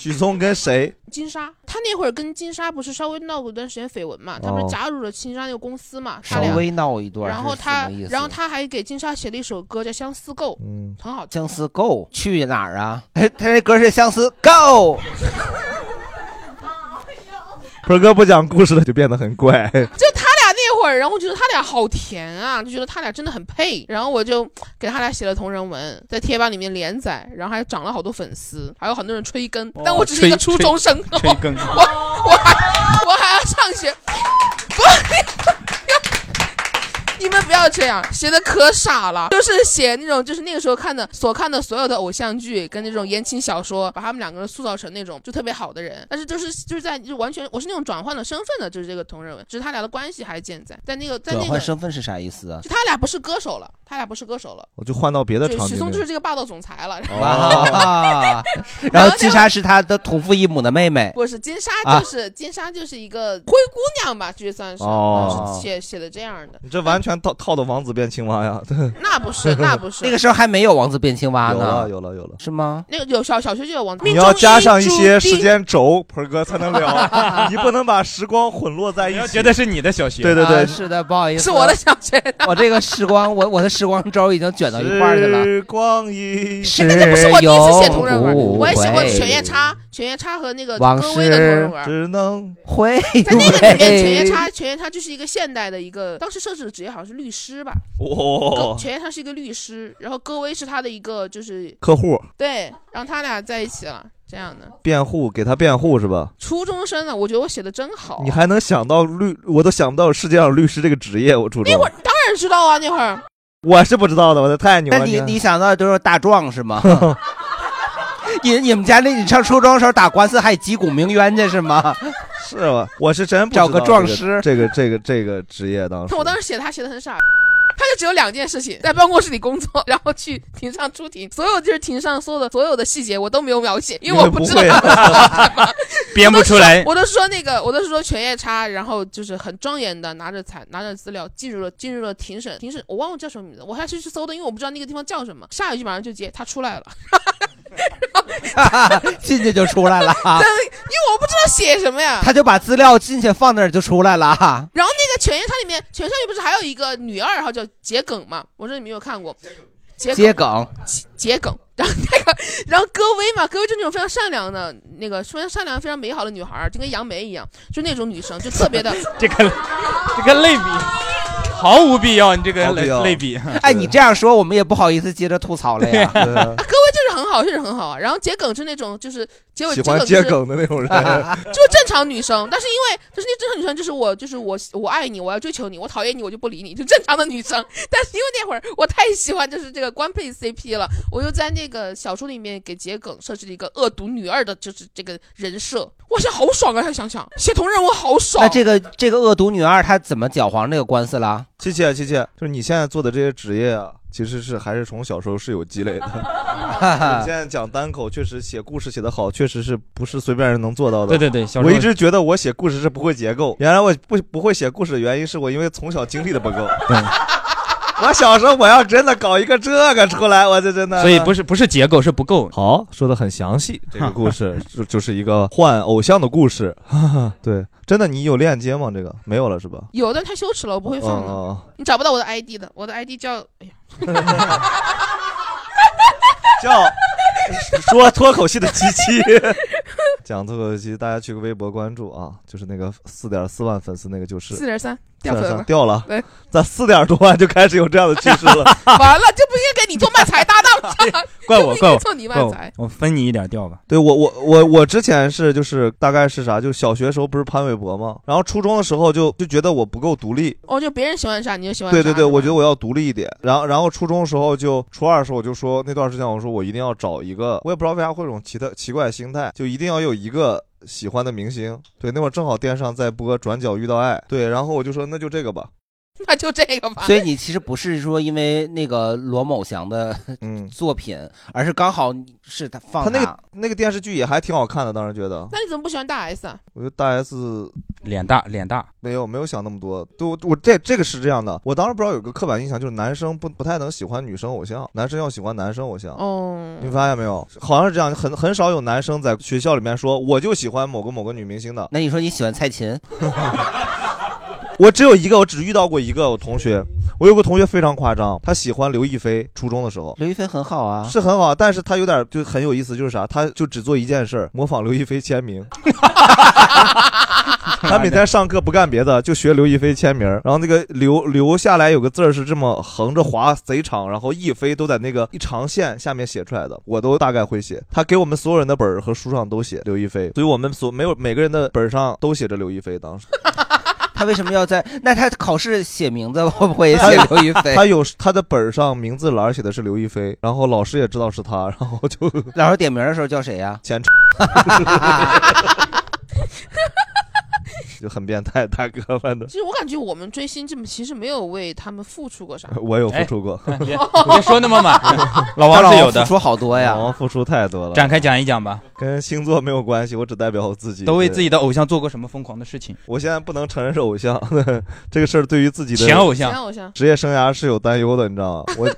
Speaker 2: 许嵩跟谁？
Speaker 4: 金莎，他那会儿跟金莎不是稍微闹过一段时间绯闻嘛？他不是
Speaker 3: 哦
Speaker 4: 加入了金莎那个公司嘛？他
Speaker 3: 稍
Speaker 4: 俩
Speaker 3: 微闹一段，
Speaker 4: 然后
Speaker 3: 是什
Speaker 4: 他
Speaker 3: 么意，思
Speaker 4: 然后他还给金莎写了一首歌叫《相思够》，
Speaker 2: 嗯，
Speaker 4: 很好听。
Speaker 3: 相思够去哪儿啊？ 哎，他那歌是相思够。
Speaker 2: 鹏哥不讲故事了，就变得很 怪。
Speaker 4: 就他俩那会儿，然后我觉得他俩好甜啊，就觉得他俩真的很配。然后我就给他俩写了同人文，在贴吧里面连载，然后还涨了好多粉丝，还有很多人催更。但我只是一个初中生， 我
Speaker 5: 哦吹更。
Speaker 4: 我还我还要上学，不是。你们不要这样，写的可傻了，就是写那种，就是那个时候看的所看的所有的偶像剧跟那种言情小说，把他们两个人塑造成那种就特别好的人，但是就是就是在就完全我是那种转换了身份的，就是这个同人文，只是他俩的关系还健在，在那个在
Speaker 3: 转
Speaker 4: 那
Speaker 3: 换
Speaker 4: 个
Speaker 3: 身份是啥意思啊
Speaker 4: 就？他俩不是歌手了，他俩不是歌手了，
Speaker 2: 我就换到别的
Speaker 4: 就
Speaker 2: 场
Speaker 4: 许
Speaker 2: 景
Speaker 4: 嵩就是
Speaker 2: 里。
Speaker 4: 这个霸道总裁了，然后
Speaker 2: 哦
Speaker 3: 啊， 然后金莎是他的同父异母的妹妹。
Speaker 4: 不是金莎
Speaker 3: 啊
Speaker 4: 就是、金莎就是一个灰姑娘吧，就算是、
Speaker 2: 哦
Speaker 4: 是写写的这样的，
Speaker 2: 你这完全套套的王子变青蛙呀！
Speaker 4: 那不 是那 不是
Speaker 3: 那个时候还没有王子变青蛙
Speaker 2: 有了
Speaker 3: 呢，
Speaker 2: 有了有了，
Speaker 3: 是吗？
Speaker 4: 那个有小小学就有王，
Speaker 2: 你要加上一些时
Speaker 4: 命中注定
Speaker 2: 间轴，鹏哥才能聊。你不能把时光混落在一起。
Speaker 5: 觉得是你的小 学，
Speaker 2: 对对对
Speaker 3: 啊是的，不好意思，
Speaker 4: 是我的小学，
Speaker 3: 我这个时光，我我的时光轴已经卷到一块儿去了。
Speaker 2: 时光一
Speaker 4: 那这不是我第一次写同人文，
Speaker 3: 有
Speaker 4: 我也写过
Speaker 3: 无悔
Speaker 2: 哎
Speaker 4: 犬夜叉，犬夜叉和那个
Speaker 2: 往
Speaker 4: 戈威的同人
Speaker 2: 事
Speaker 4: 文。
Speaker 2: 只能
Speaker 3: 回
Speaker 4: 在那个里面，犬夜
Speaker 2: 味
Speaker 4: 叉，犬夜叉就是一个现代的一个，当时设置的职业好像是律师吧。
Speaker 2: 哦
Speaker 4: 犬夜叉是一个律师，然后戈威是他的一个就是
Speaker 2: 客户
Speaker 4: 对，然后他俩在一起了，这样的。
Speaker 2: 辩护给他辩护是吧？
Speaker 4: 初中生呢，我觉得我写的真
Speaker 3: 哦
Speaker 4: 好。啊
Speaker 2: 你还能想到律，我都想不到世界上有律师这个职业，我初中
Speaker 3: 哎
Speaker 4: 那会儿当然知道啊，那会儿
Speaker 2: 我是不知道的，我的太牛了。
Speaker 3: 那你
Speaker 2: 看
Speaker 3: 你想到的都是大壮是吗？ 你你们家那你上初中的时候打官司还击鼓鸣冤去是吗？
Speaker 2: 是吧？我是真不知道
Speaker 3: 找个壮师，
Speaker 2: 这个这个这个职业当时
Speaker 4: 我当时写他写的很傻，他就只有两件事情：在办公室里工作，然后去庭上出庭。所有就是庭上所有的所有的细节我都没有描写，因为我知道
Speaker 5: 你 们不会
Speaker 4: 他
Speaker 5: 啊
Speaker 4: 干嘛。
Speaker 5: 编不出来
Speaker 4: 我都说那个，我都是说犬夜叉，然后就是很庄严的拿着材拿着资料进入了进入了庭审，庭审我忘了叫什么名字，我还是去搜的，因为我不知道那个地方叫什么。下一句马上就接他出来了，
Speaker 3: 进去就出来了，
Speaker 4: 但因为我不知道写什么呀。
Speaker 3: 啊他就把资料进去放那儿就出来了。啊
Speaker 4: 然后那个《犬夜叉》里面，《犬夜叉》里不是还有一个女二号叫桔梗嘛？我说你没有看过，桔
Speaker 3: 接梗，
Speaker 4: 桔梗。然后那个，然后戈薇嘛，戈薇就那种非常善良的，那个非常善良、非常美好的女孩儿，就跟杨梅一样，就那种女生，就特别啊 的。
Speaker 5: 这个这个类比毫无必要，你这个
Speaker 3: 毫无
Speaker 5: 类
Speaker 3: 必要
Speaker 5: 类比，
Speaker 3: 哎，你这样说我们也不好意思接着吐槽了呀。
Speaker 4: 啊，戈薇就是很好，确实很好啊。然后桔梗是那种，就是结尾
Speaker 3: 喜欢
Speaker 4: 桔
Speaker 3: 桔
Speaker 4: 梗就
Speaker 3: 梗的
Speaker 4: 是
Speaker 3: 那种人
Speaker 4: 就是正常女生。但是因为就是那正常女生，就是我，就是我，我爱你，我要追求你，我讨厌你，我就不理你，就正常的女生。 但是因为那会儿我太喜欢就是这个 One Piece CP 了，我就在那个小说里面给桔梗设置了一个恶毒女二的，就是这个人设。哇塞，好爽啊！他想想写 同人文好爽。
Speaker 3: 那这个这个恶毒女二她怎么搅黄这个官司了？
Speaker 2: 琪琪啊，琪琪，就是你现在做的这些职业啊，其实是还是从小时候是有积 累的。 你现在讲单口，确实写故事写得好，确实是不是随便人能做到的。
Speaker 5: 对对对小时候
Speaker 2: 我一直觉得我写故事是不会结构，原来我不不会写故事的原因是我因为从小经历的不够。 我小时候我要真的搞一个这个出来，我就真的。
Speaker 5: 所以不是不是结构是不够。
Speaker 2: 好，说的很详细，这个故 事就就是一个换偶像的故事。 对，真的你有链接吗？这个没有了是吧？
Speaker 4: 有，但太羞耻了，我不会放的。
Speaker 2: 哦
Speaker 4: 你找不到我的 ID 的，我的 ID 叫哎呀，
Speaker 2: 叫 说脱口秀的七七， 讲脱口秀七，大家去个微博关注啊，就是那个四点四万粉丝那个就是
Speaker 4: 4.3掉粉了
Speaker 2: 4.3掉了
Speaker 4: 对，
Speaker 2: 咱四点多万就开始有这样的趋势了。
Speaker 4: 哎完了，这不应该给你做漫才搭档，
Speaker 5: 怪我
Speaker 4: 这不应该
Speaker 5: 怪我
Speaker 4: 做 你
Speaker 5: 怪
Speaker 4: 漫
Speaker 5: 我
Speaker 4: 才，。
Speaker 5: 我分你一点掉吧。
Speaker 2: 对我我我我之前是就是大概是啥，就小学时候不是潘玮柏嘛，然后初中的时候就就觉得我不够独立，
Speaker 4: 哦，就别人喜欢啥你就喜欢啥。
Speaker 2: 对对对，我觉得我要独立一点。然后然后初中时候就初二时候我就说那段时间我说我一定要找一个，我也不知道为啥会有种奇特奇怪的心态，就一定要有一个。喜欢的明星，对，那会儿正好电视上在播《转角遇到爱》，对，然后我就说那就这个吧，
Speaker 4: 那啊就这个 吧。
Speaker 3: 所以你其实不是说因为那个罗某祥的 作品，而是刚好是他放
Speaker 2: 嗯他那个那个电视剧也还挺好看的，当时觉得，
Speaker 4: 那你怎么不喜欢大 S 啊？
Speaker 2: 我觉得大 S 脸大脸大，没有没有想那么多。对，我我这这个是这样的，我当时不知道有个刻板印象，就是男生不不太能喜欢女生偶像，男生要喜欢男生偶像。
Speaker 4: 哦，
Speaker 2: 你发现没有？好像是这样，很很少有男生在学校里面说我就喜欢某个某个女明星的。
Speaker 3: 那你说你喜欢蔡琴？
Speaker 2: 我只有一个，我只遇到过一个我同学。我有个同学非常夸张，他喜欢刘亦菲，初中的时候。
Speaker 3: 刘亦菲很好啊，
Speaker 2: 是很好，但是他有点就很有意思，就是啥，他就只做一件事儿，模仿刘亦菲签 名。他每天上课不干别的，就学刘亦菲签名儿，然后那个留留下来有个字儿是这么横着划贼长，然后亦菲都在那个一长线下面写出来的，我都大概会写。他给我们所有人的本儿和书上都写刘亦菲，所以我们所没有每个人的本儿上都写着刘亦菲。当时
Speaker 3: 他为什么要在？那他考试写名字 会不会也写刘亦菲？
Speaker 2: 他有他的本儿上名字栏儿写的是刘亦菲，然后老师也知道是他，然后就
Speaker 3: 老师点名的时候叫谁呀、
Speaker 2: 前 就很变态，大哥们的。
Speaker 4: 其。实我感觉我们追星这么其实没有为他们付出过啥
Speaker 2: 我有付出过，
Speaker 5: 别哎别说那么满老王是有的付出好
Speaker 3: 多
Speaker 2: 呀，老王付出太多了。
Speaker 5: 展开讲一讲吧，
Speaker 2: 跟星座没有关系，我只代表我自己。
Speaker 5: 都为
Speaker 2: 对
Speaker 5: 自己的偶像做过什么疯狂的事情？
Speaker 2: 我现在不能承认是偶像， 这个事儿对于自己的
Speaker 5: 前偶像前
Speaker 4: 偶像
Speaker 2: 职业生涯是有担忧的，你知道吗？ 我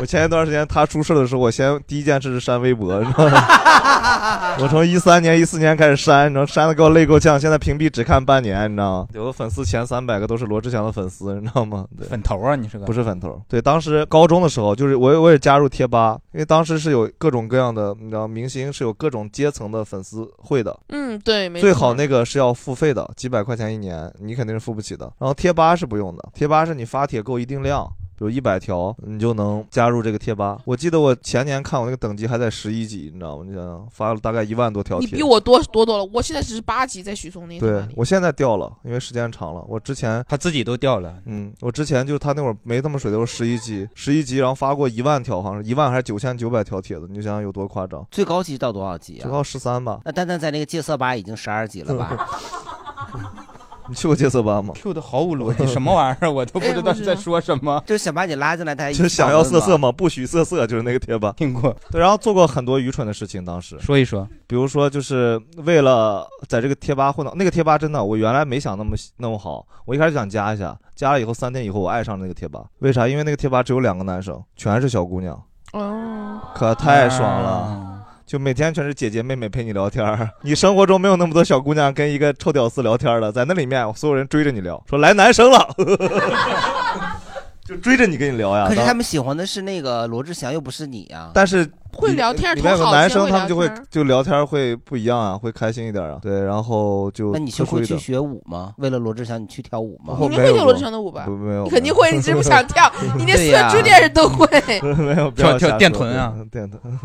Speaker 2: 我前一段时间他出事儿的时候，我先第一件事是删微博，是吧？ 我从一三年、一四年开始删，你知道，删的给我累够呛。现在屏蔽只看半年，你知道吗？有的粉丝前三百个都是罗志祥的粉丝，你知道吗？对
Speaker 5: 粉头啊，你是个
Speaker 2: 不是粉头？对，当时高中的时候，就是我我也加入贴吧，因为当时是有各种各样的，你知道，明星是有各种阶层的粉丝会的。
Speaker 4: 嗯，对，没错
Speaker 2: 最好那个是要付费的，几百块钱一年，你肯定是付不起的。然后贴吧是不用的，贴吧是你发帖够一定量，比如一百条，你就能加入这个贴吧。我记得我前年看我那个等级还在十一级，你知道吗？你想想发了大概一万多条
Speaker 4: 你
Speaker 2: 帖，
Speaker 4: 比我多多多了，我现在只是八级，在许嵩那
Speaker 2: 对，我现在掉了，因为时间长了。我之 前
Speaker 5: 他自己都掉了。
Speaker 2: 嗯，我之前就是他那会儿没他妈水的时候，十一级，十一级，然后发过一万条，好像是一万还是九千九百条帖子，你就想想有多夸张。
Speaker 3: 最高级到多少级啊？最
Speaker 2: 高十三吧。
Speaker 3: 那丹丹在那个戒色吧已经十二级了吧？
Speaker 2: 你去过戒色吧吗
Speaker 5: ？Q 的毫无逻辑， 什么玩意儿？我都不知道在说什么。
Speaker 3: 就是想把你拉进来，他
Speaker 2: 就是想要色色嘛，不许色色，就是那个贴吧。
Speaker 5: 听过。
Speaker 2: 对，然后做过很多愚蠢的事情，当时
Speaker 5: 说一说，
Speaker 2: 比如说就是为了在这个贴吧混到那个贴吧，真的我原来没想那么那么好，我一开始想加一下，加了以后三天以后我爱上那个贴吧，为啥？因为那个贴吧只有两个男生，全是小姑娘，
Speaker 4: 哦，
Speaker 2: 可太爽
Speaker 5: 啊
Speaker 2: 了。就每天全是姐姐妹妹陪你聊天儿，你生活中没有那么多小姑娘跟一个臭屌丝聊天儿的，在那里面所有人追着你聊，说来男生了， 就追着你跟你聊呀。
Speaker 3: 可是
Speaker 2: 当
Speaker 3: 他们喜欢的是那个罗志祥，又不是你啊。
Speaker 2: 但是
Speaker 4: 会聊天儿
Speaker 2: 里
Speaker 4: 头
Speaker 2: 面有
Speaker 4: 好
Speaker 2: 男
Speaker 4: 先
Speaker 2: 生，
Speaker 4: 会
Speaker 2: 他
Speaker 4: 聊
Speaker 2: 们就会
Speaker 4: 天儿
Speaker 2: 就聊天儿会不一样啊，会开心一点啊。对，然后就
Speaker 3: 那你去
Speaker 2: 特殊
Speaker 3: 会
Speaker 2: 一
Speaker 3: 去
Speaker 2: 点
Speaker 3: 学舞吗？为了罗志祥，你去跳舞吗？
Speaker 2: 我
Speaker 4: 你会跳罗志祥 的舞吧？
Speaker 2: 不没有。
Speaker 4: 你肯定会，你只是不想跳你连
Speaker 2: 对
Speaker 4: 四
Speaker 2: 呀
Speaker 4: 珠恋人都会。
Speaker 2: 没有不
Speaker 5: 跳
Speaker 2: 要
Speaker 5: 跳
Speaker 2: 瞎
Speaker 5: 电
Speaker 2: 说
Speaker 5: 臀啊，
Speaker 2: 对电臀。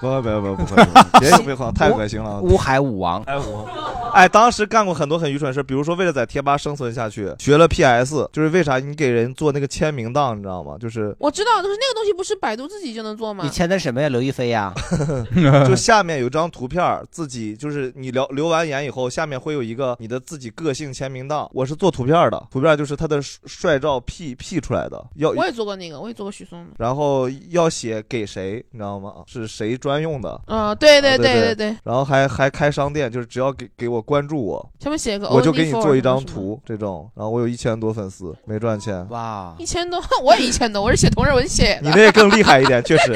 Speaker 2: 不不不不不会，不会别别晃，太恶心了。
Speaker 3: 乌海舞王，
Speaker 2: 哎我，哎，当时干过很多很愚蠢的事，比如说为了在贴吧生存下去，学了 PS，就是为啥你给人做那个签名档，你知道吗？就是
Speaker 4: 我知道，可是那个东西不是百度自己就能做吗？
Speaker 3: 签的什么呀？刘亦菲呀？
Speaker 2: 就下面有张图片儿，自己就是你留留完言以后，下面会有一个你的自己个性签名档。我是做图片儿的，图片儿就是他的帅帅照 P P 出来的，要
Speaker 4: 我也做过那个，我也做过许嵩的。
Speaker 2: 然后要写给谁，你知道吗？是谁专用的？
Speaker 4: 嗯对对
Speaker 2: 啊对
Speaker 4: 对对
Speaker 2: 对
Speaker 4: 对。
Speaker 2: 然后还还开商店，就是只要给给我关注我，
Speaker 4: 上面写个哦
Speaker 2: 我就给你
Speaker 4: only for
Speaker 2: 做一张
Speaker 4: 什么
Speaker 2: 图这种。然后我有一千多粉丝，没赚钱。
Speaker 3: 哇，
Speaker 4: 一千多， 我也一千多，我是写同人文写的。
Speaker 2: 你这更厉害一点，确 实，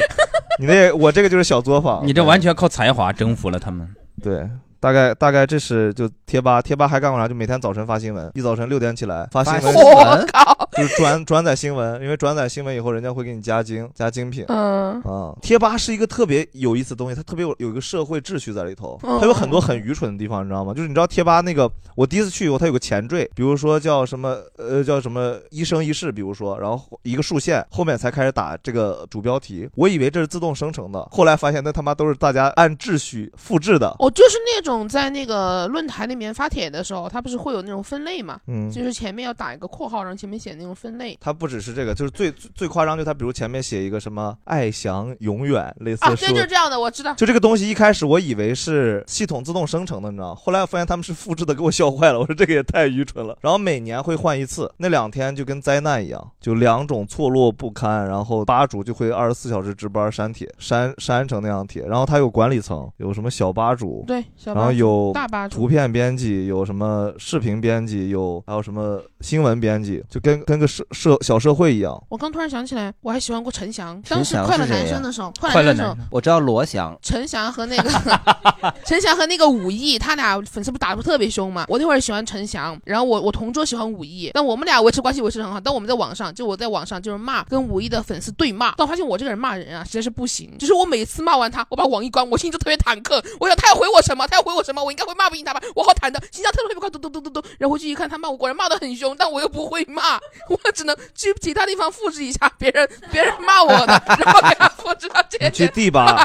Speaker 2: 你那我这个就是小作坊。
Speaker 5: 你这完全靠才华征服了他们。
Speaker 2: 对，大概大概这是就贴吧，贴吧还干过啥？就每天早晨发新闻，一早晨六点起来发新
Speaker 4: 发
Speaker 2: 闻，
Speaker 4: 新闻靠，
Speaker 2: 就是转转载新闻，因为转载新闻以后，人家会给你加精加精品。
Speaker 4: 嗯
Speaker 2: 啊，贴吧是一个特别有意思的东西，它特别有有一个社会秩序在里头，
Speaker 4: 嗯
Speaker 2: 它有很多很愚蠢的地方，你知道吗？就是你知道贴吧那个，我第一次去以后，它有个前缀，比如说叫什么呃叫什么一生一世，比如说，然后一个竖线后面才开始打这个主标题，我以为这是自动生成的，后来发现那他妈都是大家按秩序复制的。
Speaker 4: 我就是那种在那个论坛里面发帖的时候，它不是会有那种分类嘛？
Speaker 2: 嗯
Speaker 4: 就是前面要打一个括号，然后前面写那种分类。
Speaker 2: 它不只是这个，就是最最最夸张，就它比如前面写一个什么“爱翔永远”类似
Speaker 4: 啊，
Speaker 2: 说，
Speaker 4: 对，就是这样的，我知道。
Speaker 2: 就这个东西，一开始我以为是系统自动生成的，你知道吗？后来我发现他们是复制的，给我笑坏了。我说这个也太愚蠢了。然后每年会换一次，那两天就跟灾难一样，就两种错落不堪。然后吧主就会二十四小时值班删帖，删删成那样帖。然后他有管理层，有什么小吧主，
Speaker 4: 对小吧主
Speaker 2: 然后有
Speaker 4: 大吧主
Speaker 2: 图片编辑，有什么视频编辑，有还有什么新闻编辑，就跟跟个社社小社会一样。
Speaker 4: 我刚突然想起来，我还喜欢过陈翔，
Speaker 3: 陈
Speaker 4: 当时
Speaker 3: 翔
Speaker 4: 快乐
Speaker 3: 是谁
Speaker 4: 男
Speaker 3: 呀
Speaker 4: 生的时候，快乐男生的时候，，
Speaker 3: 我知道罗翔。
Speaker 4: 陈翔和那个 陈翔和那个武艺，他俩粉丝不打得特别凶嘛。我那会儿喜欢陈翔，然后我我同桌喜欢武艺，但我们俩维持关系维持得很好。但我们在网上，就我在网上就是骂跟武艺的粉丝对骂，但我发现我这个人骂人啊实在是不行，就是我每次骂完他，我把网易关，我心里就特别忐忑，我想他要回我什么，他要回我什么，我应该会骂不赢他吧，我好忐忑，心脏特别快，咚咚咚咚咚。然后回去一看，他骂我果然骂得很凶，但我又不会骂，我只能去其他地方复制一下别人别人骂我的，然后给他复制到这
Speaker 2: 你去
Speaker 4: 些。
Speaker 2: 地吧，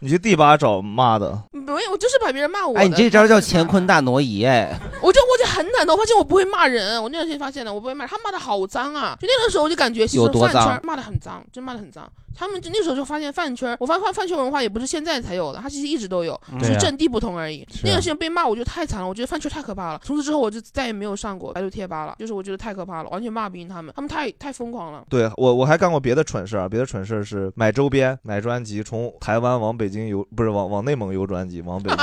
Speaker 2: 你去地吧找骂的。
Speaker 4: 没有，我就是把别人骂我的。
Speaker 3: 哎，你这招叫乾坤大挪移哎。
Speaker 4: 我就我就很忐忑，我发现我不会骂人。我那段时间发现了，我不会骂人，他骂的好脏啊！就那段时候，我就感觉其
Speaker 3: 有
Speaker 4: 实
Speaker 3: 多
Speaker 4: 饭圈
Speaker 3: 脏
Speaker 4: 儿骂的很脏，真骂的很脏。他们就那时候就发现饭圈儿，我发现饭圈文化也不是现在才有的，它其实一直都有，
Speaker 14: 嗯
Speaker 4: 只是
Speaker 14: 对啊
Speaker 4: 阵地不同而已。
Speaker 14: 是啊
Speaker 4: 那段时间被骂，我觉得太惨了，我觉得饭圈太可怕了。从此之后，我就再也没有上过百度贴吧了，就是我觉得太可怕了，完全骂不赢他们，他们太太疯狂了。
Speaker 2: 对我，我还干过别的蠢事儿啊，别的蠢事儿是买周边、买专辑，从台湾往北京 邮，不是往往内蒙邮专辑，往北京，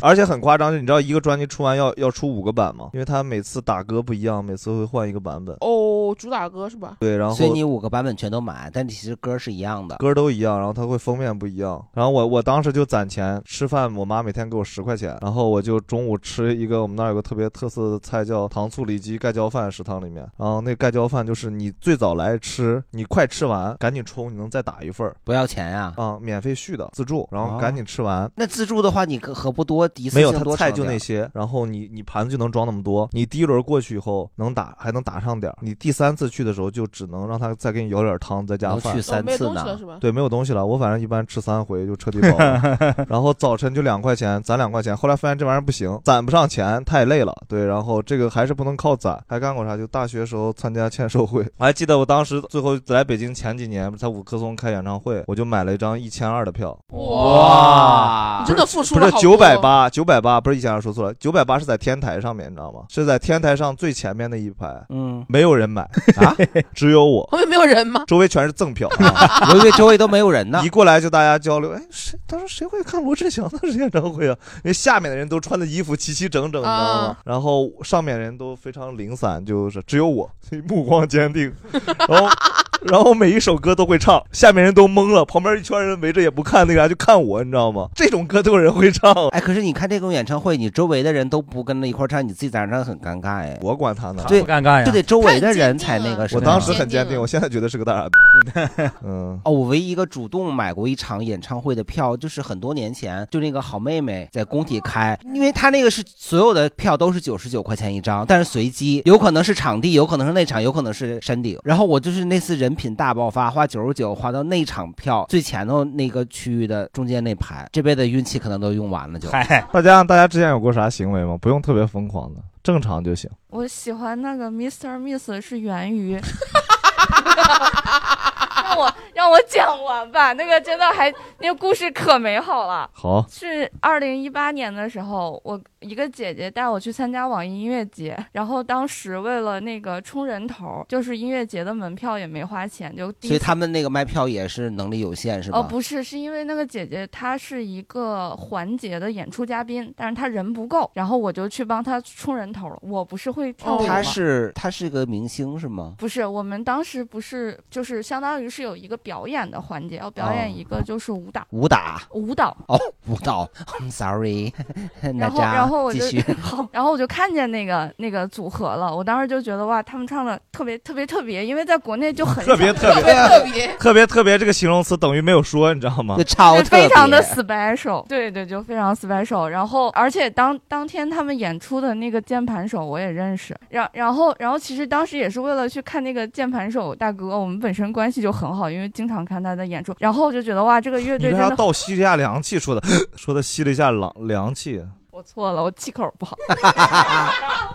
Speaker 2: 而且很夸张，你知道一个专辑出完要要要出五个版嘛，因为他每次打歌不一样，每次会换一个版本。
Speaker 4: 哦，主打歌是吧？
Speaker 2: 对，然后
Speaker 3: 所以你五个版本全都买，但其实歌是一样的。
Speaker 2: 歌都一样，然后它会封面不一样。然后我我当时就攒钱吃饭，我妈每天给我十块钱，然后我就中午吃一个我们那儿有个特别特色的菜叫糖醋里脊盖浇饭，食堂里面，然后那盖浇饭就是你最早来吃，你快吃完赶紧冲，你能再打一份儿，
Speaker 3: 不要钱呀、
Speaker 2: 啊，免费续的自助，然后
Speaker 3: 啊
Speaker 2: 赶紧吃完。
Speaker 3: 那自助的话，你可何不多一次
Speaker 2: 没有，
Speaker 3: 性
Speaker 2: 它
Speaker 3: 多
Speaker 2: 菜
Speaker 3: 盛
Speaker 2: 就
Speaker 3: 点
Speaker 2: 那
Speaker 3: 儿
Speaker 2: 些，然后你你盘子就能装那么多。你第一轮过去以后能打，还能打上点儿。你第三次去的时候就只能让他再给你舀点儿汤，再加
Speaker 3: 能
Speaker 2: 饭。
Speaker 3: 去三哦没有次东西呢了是吧
Speaker 2: 对，没有东西了。我反正一般吃三回就彻底饱 了。然后早晨就两块钱，攒两块钱。后来发现这玩意儿不行，攒不上钱，太累了。对，然后这个还是不能靠攒。还干过啥？就大学时候参加签售会， 我还记得我当时最后来北京前几年，不是在五棵松开演唱会，我就买了一张一千二的票。
Speaker 4: 哇你真的付出了
Speaker 2: 不是
Speaker 4: 好
Speaker 2: 九
Speaker 4: 多
Speaker 2: 百八，九百八不是一千二，说错了，九百八是在天台上面，你知道吗？是在天台上最前面那一排，
Speaker 3: 嗯，
Speaker 2: 没有人买啊，只有我，
Speaker 4: 后面没有人吗？
Speaker 2: 周围全 是赠票，
Speaker 3: 我以为周围都没有人呢。
Speaker 2: 一过来就大家交流，哎，谁当时谁会看罗志祥的演唱会啊？因为下面的人都穿的衣服齐齐整整，你知道吗
Speaker 14: 啊？
Speaker 2: 然后上面人都非常零散，就是只有我目光坚定， 然后。然后每一首歌都会唱，下面人都懵了，旁边一圈人围着也不看那个啥，就看我，你知道吗？ 这种歌都有人会唱。
Speaker 3: 哎，可是你看这种演唱会，你周围的人都不跟着一块儿唱，你自己在那儿很尴尬哎。
Speaker 2: 我管他呢
Speaker 3: 对，
Speaker 2: 他不尴尬呀
Speaker 3: 就得周围的人才那个什
Speaker 2: 我
Speaker 3: 么。
Speaker 2: 当时很坚定，我现在觉得是个大傻逼。嗯，
Speaker 3: 哦，我唯一一个主动买过一场演唱会的票，就是很多年前，就那个好妹妹在工体开，因为她那个是所有的票都是九十九块钱一张，但是随机，有可能是场地，有可能是内场，有可能是山顶。然后我就是那次人品大爆发，花九十九花到内场票最前头那个区域的中间那排，这辈子运气可能都用完了就。
Speaker 2: 大家大家之前有过啥行为吗？不用特别疯狂的，正常就行。
Speaker 9: 我喜欢那个 Mr. Miss 是源于。让我让我讲完吧，那个真的还那个故事可美好了。
Speaker 2: 好
Speaker 9: 是二零一八年的时候，我一个姐姐带我去参加网易音乐节，然后当时为了那个充人头，就是音乐节的门票也没花钱，就第一
Speaker 3: 所以
Speaker 9: 次
Speaker 3: 他们那个卖票也是能力有限，是吧？
Speaker 9: 哦，不是，是因为那个姐姐她是一个环节的演出嘉宾，但是她人不够，然后我就去帮她充人头了。我不是会跳
Speaker 2: 哦
Speaker 9: 舞吗？
Speaker 3: 他是他是个明星是吗？
Speaker 9: 不是，我们当时不是就是相当于是有一个表演的环节，要表
Speaker 3: 哦
Speaker 9: 演一个就是舞蹈，
Speaker 3: 武打
Speaker 9: 舞蹈。
Speaker 3: 哦，舞蹈，I'm sorry，
Speaker 9: 然
Speaker 3: 然
Speaker 9: 后，然后我
Speaker 3: 继
Speaker 9: 就
Speaker 3: 续
Speaker 9: 好， 然后我就看见那个那个组合了，我当时就觉得哇，他们唱的特别特别特别，因为在国内就很
Speaker 2: 特别
Speaker 9: 少
Speaker 2: 特别
Speaker 9: 特别
Speaker 2: 特别特别这个形容词等于没有说，你知道吗？
Speaker 3: 超
Speaker 9: 就非常的 special，对对，就非常 special。然后，而且当当天他们演出的那个键盘手我也认识，然然后然后其实当时也是为了去看那个键盘手大哥，我们本身关系就很好，因为经常看他的演出，然后我就觉得哇，这个乐
Speaker 2: 你
Speaker 9: 队
Speaker 2: 为
Speaker 9: 真
Speaker 2: 啥
Speaker 9: 的
Speaker 2: 倒吸了一下凉气？说的 说的吸了一下凉凉气。
Speaker 9: 我错了，我气口不好。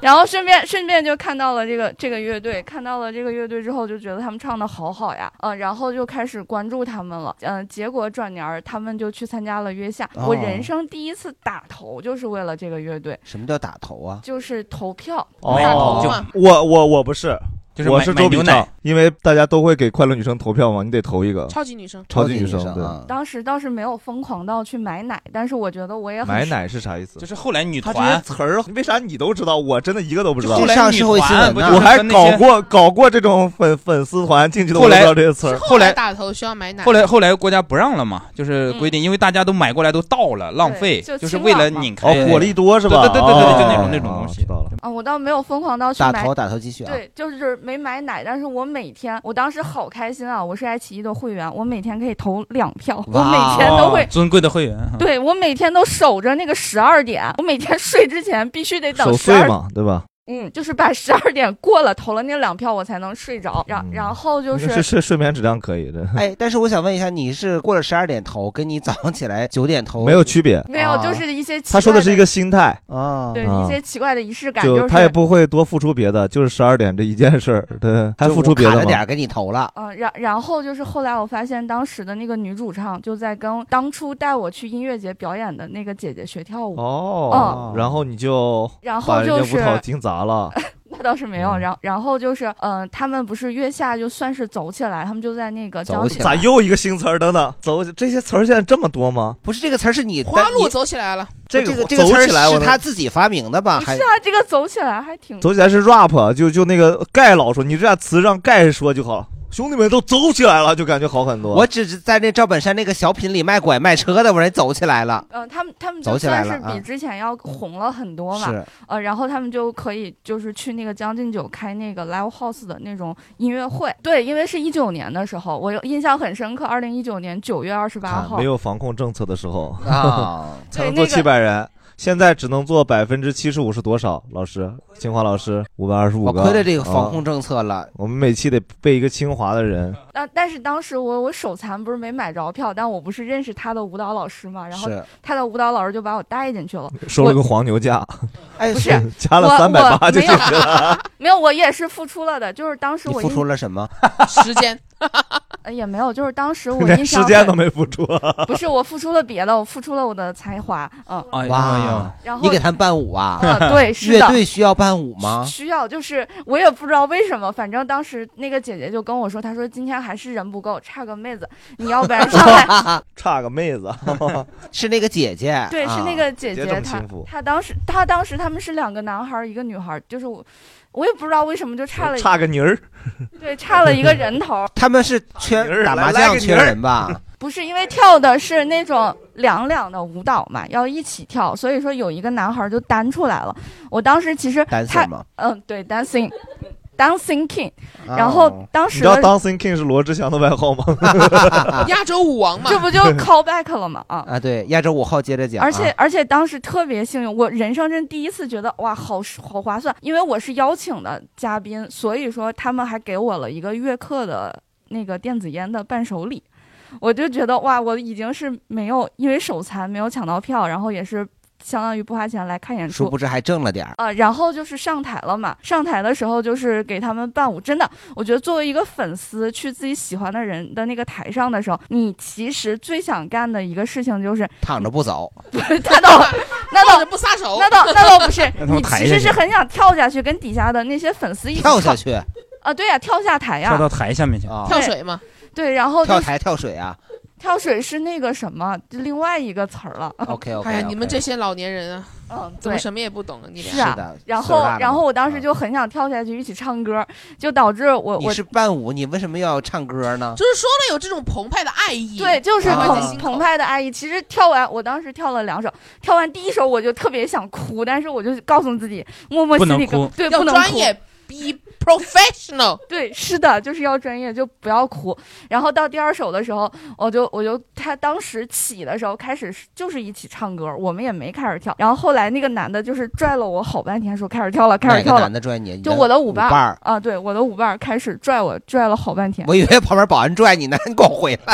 Speaker 9: 然后顺便顺便就看到了这个这个乐队，看到了这个乐队之后，就觉得他们唱的好好呀，嗯、然后就开始关注他们了，嗯、结果转年儿他们就去参加了约夏，
Speaker 3: 哦
Speaker 9: 我人生第一次打头就是为了这个乐队，
Speaker 3: 什么叫打头啊？
Speaker 9: 就是投票，打
Speaker 2: 哦
Speaker 9: 头嘛，，
Speaker 2: 我我我不是，
Speaker 5: 就是
Speaker 2: 我
Speaker 5: 买
Speaker 2: 是
Speaker 5: 买
Speaker 2: 周笔
Speaker 5: 牛
Speaker 2: 畅
Speaker 5: 奶，
Speaker 2: 因为大家都会给快乐女生投票嘛，你得投一个
Speaker 9: 超级女生嗯
Speaker 2: 超级女
Speaker 3: 超级女生
Speaker 2: 对。
Speaker 3: 啊
Speaker 9: 当时倒是没有疯狂到去买奶，但是我觉得我也很
Speaker 2: 买奶是啥意思？就是
Speaker 5: 后来女
Speaker 2: 他这些
Speaker 5: 团
Speaker 2: 词儿，为啥你都知道？我真的一个都不知道。
Speaker 5: 就后来上社会新闻呢
Speaker 2: 我还搞
Speaker 5: 不就是跟那些
Speaker 2: 过搞过这种粉粉丝团进去的，我
Speaker 5: 后
Speaker 2: 都不
Speaker 5: 来
Speaker 2: 知道这些词儿。
Speaker 5: 后来
Speaker 4: 打头需要买奶。
Speaker 5: 后来后来国家不让了嘛，就是规定，因为大家都买过来都倒了，浪费，
Speaker 9: 嗯就
Speaker 5: 就是
Speaker 9: 清
Speaker 5: 为了
Speaker 9: 朗嘛
Speaker 5: 拧开
Speaker 2: 哦果粒多是吧
Speaker 5: 对对对对对，就那
Speaker 2: 哦
Speaker 5: 种那种东西。
Speaker 2: 知道了。
Speaker 9: 啊，我倒没有疯狂到去
Speaker 3: 打
Speaker 9: 买
Speaker 3: 头打头继续啊
Speaker 9: 对，就是没买奶，但是我每天，我当时好开心啊！我是爱奇艺的会员，我每天可以投两票，我每
Speaker 3: 哦
Speaker 9: 天都
Speaker 2: 哦
Speaker 9: 会。
Speaker 5: 尊贵的会员。哈，
Speaker 9: 对，我每天都守着那个十二点，我每天睡之前必须得
Speaker 2: 守
Speaker 9: 等十
Speaker 2: 岁
Speaker 9: 二，
Speaker 2: 嘛，对吧？
Speaker 9: 嗯，就是把十二点过了，投了那两票，我才能睡着。
Speaker 2: 嗯
Speaker 9: 然然后就是
Speaker 2: 睡睡睡眠质量可以的。
Speaker 3: 哎，但是我想问一下，你是过了十二点投，跟你早上起来九点投
Speaker 2: 没有区别
Speaker 9: 没有，就是一些奇
Speaker 2: 他说的
Speaker 9: 怪
Speaker 2: 是一个心态
Speaker 3: 啊
Speaker 9: 对、
Speaker 2: 啊
Speaker 9: 一些奇怪的仪式感，
Speaker 2: 就是他也不会多付出别的，就是十二点这一件事儿，对，还付出别
Speaker 3: 就我
Speaker 2: 的
Speaker 3: 卡着点儿
Speaker 2: 吗？
Speaker 3: 给你投了。
Speaker 9: 嗯，然然后就是后来我发现，当时的那个女主唱就在跟当初带我去音乐节表演的
Speaker 3: 哦
Speaker 9: 那个姐姐学跳舞。
Speaker 2: 哦，然后你就
Speaker 9: 然后
Speaker 2: 把人
Speaker 9: 就
Speaker 2: 家
Speaker 9: 是
Speaker 2: 舞蹈听砸了，
Speaker 9: 那倒是没
Speaker 3: 哦
Speaker 9: 有。然后然后就是，嗯、他们不是月下就算是走起来，他们就在那个江
Speaker 2: 咋又一个新词儿？等等，走起这些词儿现在这么多吗？
Speaker 3: 不是这个词儿是你
Speaker 4: 花路走起来了。
Speaker 2: 这
Speaker 3: 这个
Speaker 2: 这
Speaker 3: 这个词儿
Speaker 2: 起来我
Speaker 3: 是
Speaker 2: 能
Speaker 3: 他自己发明的吧？
Speaker 9: 不是
Speaker 3: 还
Speaker 9: 啊，这个走起来还挺
Speaker 2: 走起来是 rap，就就那个盖老说，你这俩词让盖说就好了。兄弟们都走起来了，就感觉好很多。
Speaker 3: 我只是在那赵本山那个小品里卖拐卖车的，我人走起来了。
Speaker 9: 嗯、他们他们
Speaker 3: 走
Speaker 9: 就
Speaker 3: 起来
Speaker 9: 算
Speaker 3: 了
Speaker 9: 是
Speaker 3: 啊
Speaker 9: 比之前要红了很多嘛，
Speaker 3: 是
Speaker 9: 呃，然后他们就可以就是去那个将进酒开那个 live house 的那种音乐会，对，因为是一九年的时候，我有印象很深刻，二零一九年九月二十八号，
Speaker 2: 啊没有防控政策的时候
Speaker 3: 啊
Speaker 2: 才
Speaker 9: 对
Speaker 2: 能做
Speaker 9: 那个
Speaker 2: 七百人。现在只能做百分之七十五是多少？老师，清华老师五百二十五
Speaker 3: 我
Speaker 2: 个，
Speaker 3: 亏了这个防控
Speaker 2: 啊
Speaker 3: 政策了。
Speaker 2: 我们每期得背一个清华的人，
Speaker 9: 但、但是当时我我手残不是没买着票，但我不是认识他的舞蹈老师嘛，然后
Speaker 2: 是
Speaker 9: 他的舞蹈老师就把我带进去了，
Speaker 2: 收了
Speaker 9: 我
Speaker 2: 个黄牛价，
Speaker 9: 哎不是
Speaker 2: 加了
Speaker 9: 我
Speaker 2: 三百八
Speaker 9: 我
Speaker 2: 就
Speaker 9: 没
Speaker 2: 进
Speaker 9: 有
Speaker 2: 去了。
Speaker 9: 没有，我也是付出了的， 就是当时
Speaker 3: 你
Speaker 9: 我
Speaker 3: 付
Speaker 9: 印呃
Speaker 3: 出 了什么？
Speaker 4: 时间
Speaker 9: 也没有，就是当 时我
Speaker 2: 连
Speaker 9: 印象
Speaker 2: 时间
Speaker 9: 很
Speaker 2: 都没付出，啊
Speaker 9: 不是我付出了别的，我付出了我的才华，嗯，
Speaker 5: 哎
Speaker 4: 哎
Speaker 3: 哇
Speaker 9: 然后
Speaker 3: 你给他们伴舞啊？
Speaker 9: 啊 对是
Speaker 3: 乐
Speaker 9: 的
Speaker 3: 队需要伴舞吗？
Speaker 9: 需要就是我也不知道为什么，反正当时那个姐姐就跟我说，她说今天还是人不够，差个妹子，你要不然上来。
Speaker 2: 差个妹子，
Speaker 3: 是那个姐姐啊
Speaker 9: 对，是那个姐
Speaker 2: 哎啊姐
Speaker 9: 姐，
Speaker 2: 这么
Speaker 9: 她
Speaker 2: 幸福
Speaker 9: 她当时她当时他们是两个男孩儿一个女孩儿，就是我我也不知道为什么就差了一
Speaker 2: 差个泥儿，
Speaker 9: 对差了一个人头 儿，
Speaker 3: 他们是缺打麻
Speaker 2: 来来
Speaker 3: 将
Speaker 2: 个
Speaker 3: 缺
Speaker 2: 女儿
Speaker 3: 人吧？
Speaker 9: 不是因为跳的是那种两两的舞蹈嘛，要一起跳，所以说有一个男孩儿就单出来了。我当时其实
Speaker 2: Dancer
Speaker 9: 他
Speaker 2: 吗
Speaker 9: 嗯对 dancing dancing king，然后
Speaker 3: 哦
Speaker 9: 当时
Speaker 2: 哦你知道
Speaker 9: 的
Speaker 2: Dancing King 是罗志祥的外 号吗？
Speaker 4: 亚洲舞王嘛，
Speaker 9: 这不就 call back 了吗？啊。
Speaker 3: 啊，对，压轴五号接着讲啊。
Speaker 9: 而且而且当时特别幸运，我人生真第一次觉得哇，好好划算，因为我是邀请的嘉宾，所以说他们还给我了一个月客的那个电子烟的伴手礼，我就觉得哇，我已经是没有因为手残没有抢到票，然后也是相当于不花钱来看演
Speaker 3: 殊
Speaker 9: 出
Speaker 3: 不。知还挣了点儿。
Speaker 9: 啊，然后就是上台了嘛。上台的时候就是给他们伴舞，真的，我觉得作为一个粉丝去自己喜欢的人的那个台上的时候，你其实最想干的一个事情就是
Speaker 3: 躺着不走，
Speaker 9: 那倒，那倒
Speaker 4: 不撒手
Speaker 9: 那倒那倒不 是
Speaker 3: 那，他们
Speaker 9: 你
Speaker 3: 抬
Speaker 9: 其
Speaker 3: 下
Speaker 9: 实
Speaker 3: 去
Speaker 9: 是很想跳下去，跟底下的那些粉丝一起
Speaker 3: 跳下去，哦
Speaker 9: 啊，对呀、跳下台呀、
Speaker 5: 跳到台下面去，
Speaker 9: 对
Speaker 4: 嘛。
Speaker 9: 对，然后就
Speaker 3: 跳
Speaker 9: 是
Speaker 3: 台跳水啊。
Speaker 9: 跳水是那个什么，就另外一个词儿了。
Speaker 3: OK，OK，OK
Speaker 4: 哎呀，你们这些老年人啊，
Speaker 9: 嗯，
Speaker 4: 怎
Speaker 9: 对
Speaker 4: 么什么也不懂啊？你俩
Speaker 9: 是啊，然后然后我当时就很想跳下去一起唱歌，就导致我
Speaker 3: 啊你
Speaker 9: 我
Speaker 3: 是伴舞，你为什么要唱歌呢？
Speaker 4: 就是说了有这种澎湃的爱意，
Speaker 9: 对，就是
Speaker 4: 啊
Speaker 9: 澎澎湃的阿姨。其实跳完，我当时跳了两首，跳完第一首我就特别想哭，但是我就告诉自己，默默
Speaker 5: 不
Speaker 9: 心
Speaker 5: 能
Speaker 9: 里跟
Speaker 5: 哭
Speaker 9: 对，
Speaker 4: 要
Speaker 9: 不能
Speaker 4: 专
Speaker 9: 哭
Speaker 4: 业，be professional。
Speaker 9: 对，是的，就是要专业，就不要哭。然后到第二首的时候，我就我就他当时起的时候开始是就是一起唱歌，我们也没开始跳。然后后来那个男的就是拽了我好半天，说开始跳了，开
Speaker 3: 哪
Speaker 9: 始
Speaker 3: 个
Speaker 9: 跳了
Speaker 3: 男。的拽你？
Speaker 9: 就我的
Speaker 3: 舞
Speaker 9: 舞伴
Speaker 3: 伴
Speaker 9: 儿
Speaker 3: 儿
Speaker 9: 啊，对，我的舞伴儿开始拽我，拽了好半天。
Speaker 3: 我以为旁边保安拽你呢，你给我回来。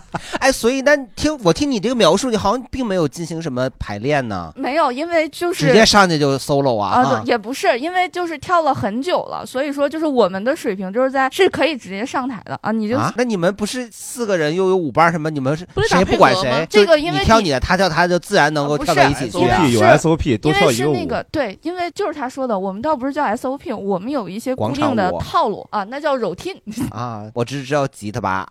Speaker 3: 哎，所以那听我听你这个描述，你好像并没有进行什么排练呢，
Speaker 9: 没有，因为就是
Speaker 3: 直接上去就 solo 啊？
Speaker 9: 啊，
Speaker 3: 哈
Speaker 9: 对，也不是，因为就是跳了很久了，所以说就是我们的水平就是在是可以直接上台的啊，你就
Speaker 3: 啊，那你们不是四个人又有舞伴儿什么？你们是
Speaker 9: 不是打
Speaker 3: 谁
Speaker 9: 配
Speaker 3: 不管
Speaker 9: 合
Speaker 3: 谁
Speaker 9: 吗？
Speaker 3: 就
Speaker 9: 这个
Speaker 3: 你
Speaker 9: 因为
Speaker 3: 跳
Speaker 9: 你啊
Speaker 3: 你的，他跳他的，自然能够
Speaker 9: 不
Speaker 3: 跳
Speaker 9: 是
Speaker 3: 到一起去。啊
Speaker 9: 因为
Speaker 2: 有
Speaker 9: 是
Speaker 2: SOP 多跳一
Speaker 9: 因
Speaker 2: 个
Speaker 9: 为
Speaker 2: 舞
Speaker 9: 是那个对，因为就是他说的，我们倒不是叫 SOP，我们有一些固
Speaker 3: 广场
Speaker 9: 定的
Speaker 3: 舞
Speaker 9: 套路啊，那叫 routine，
Speaker 3: 啊，我只知道吉他 吧。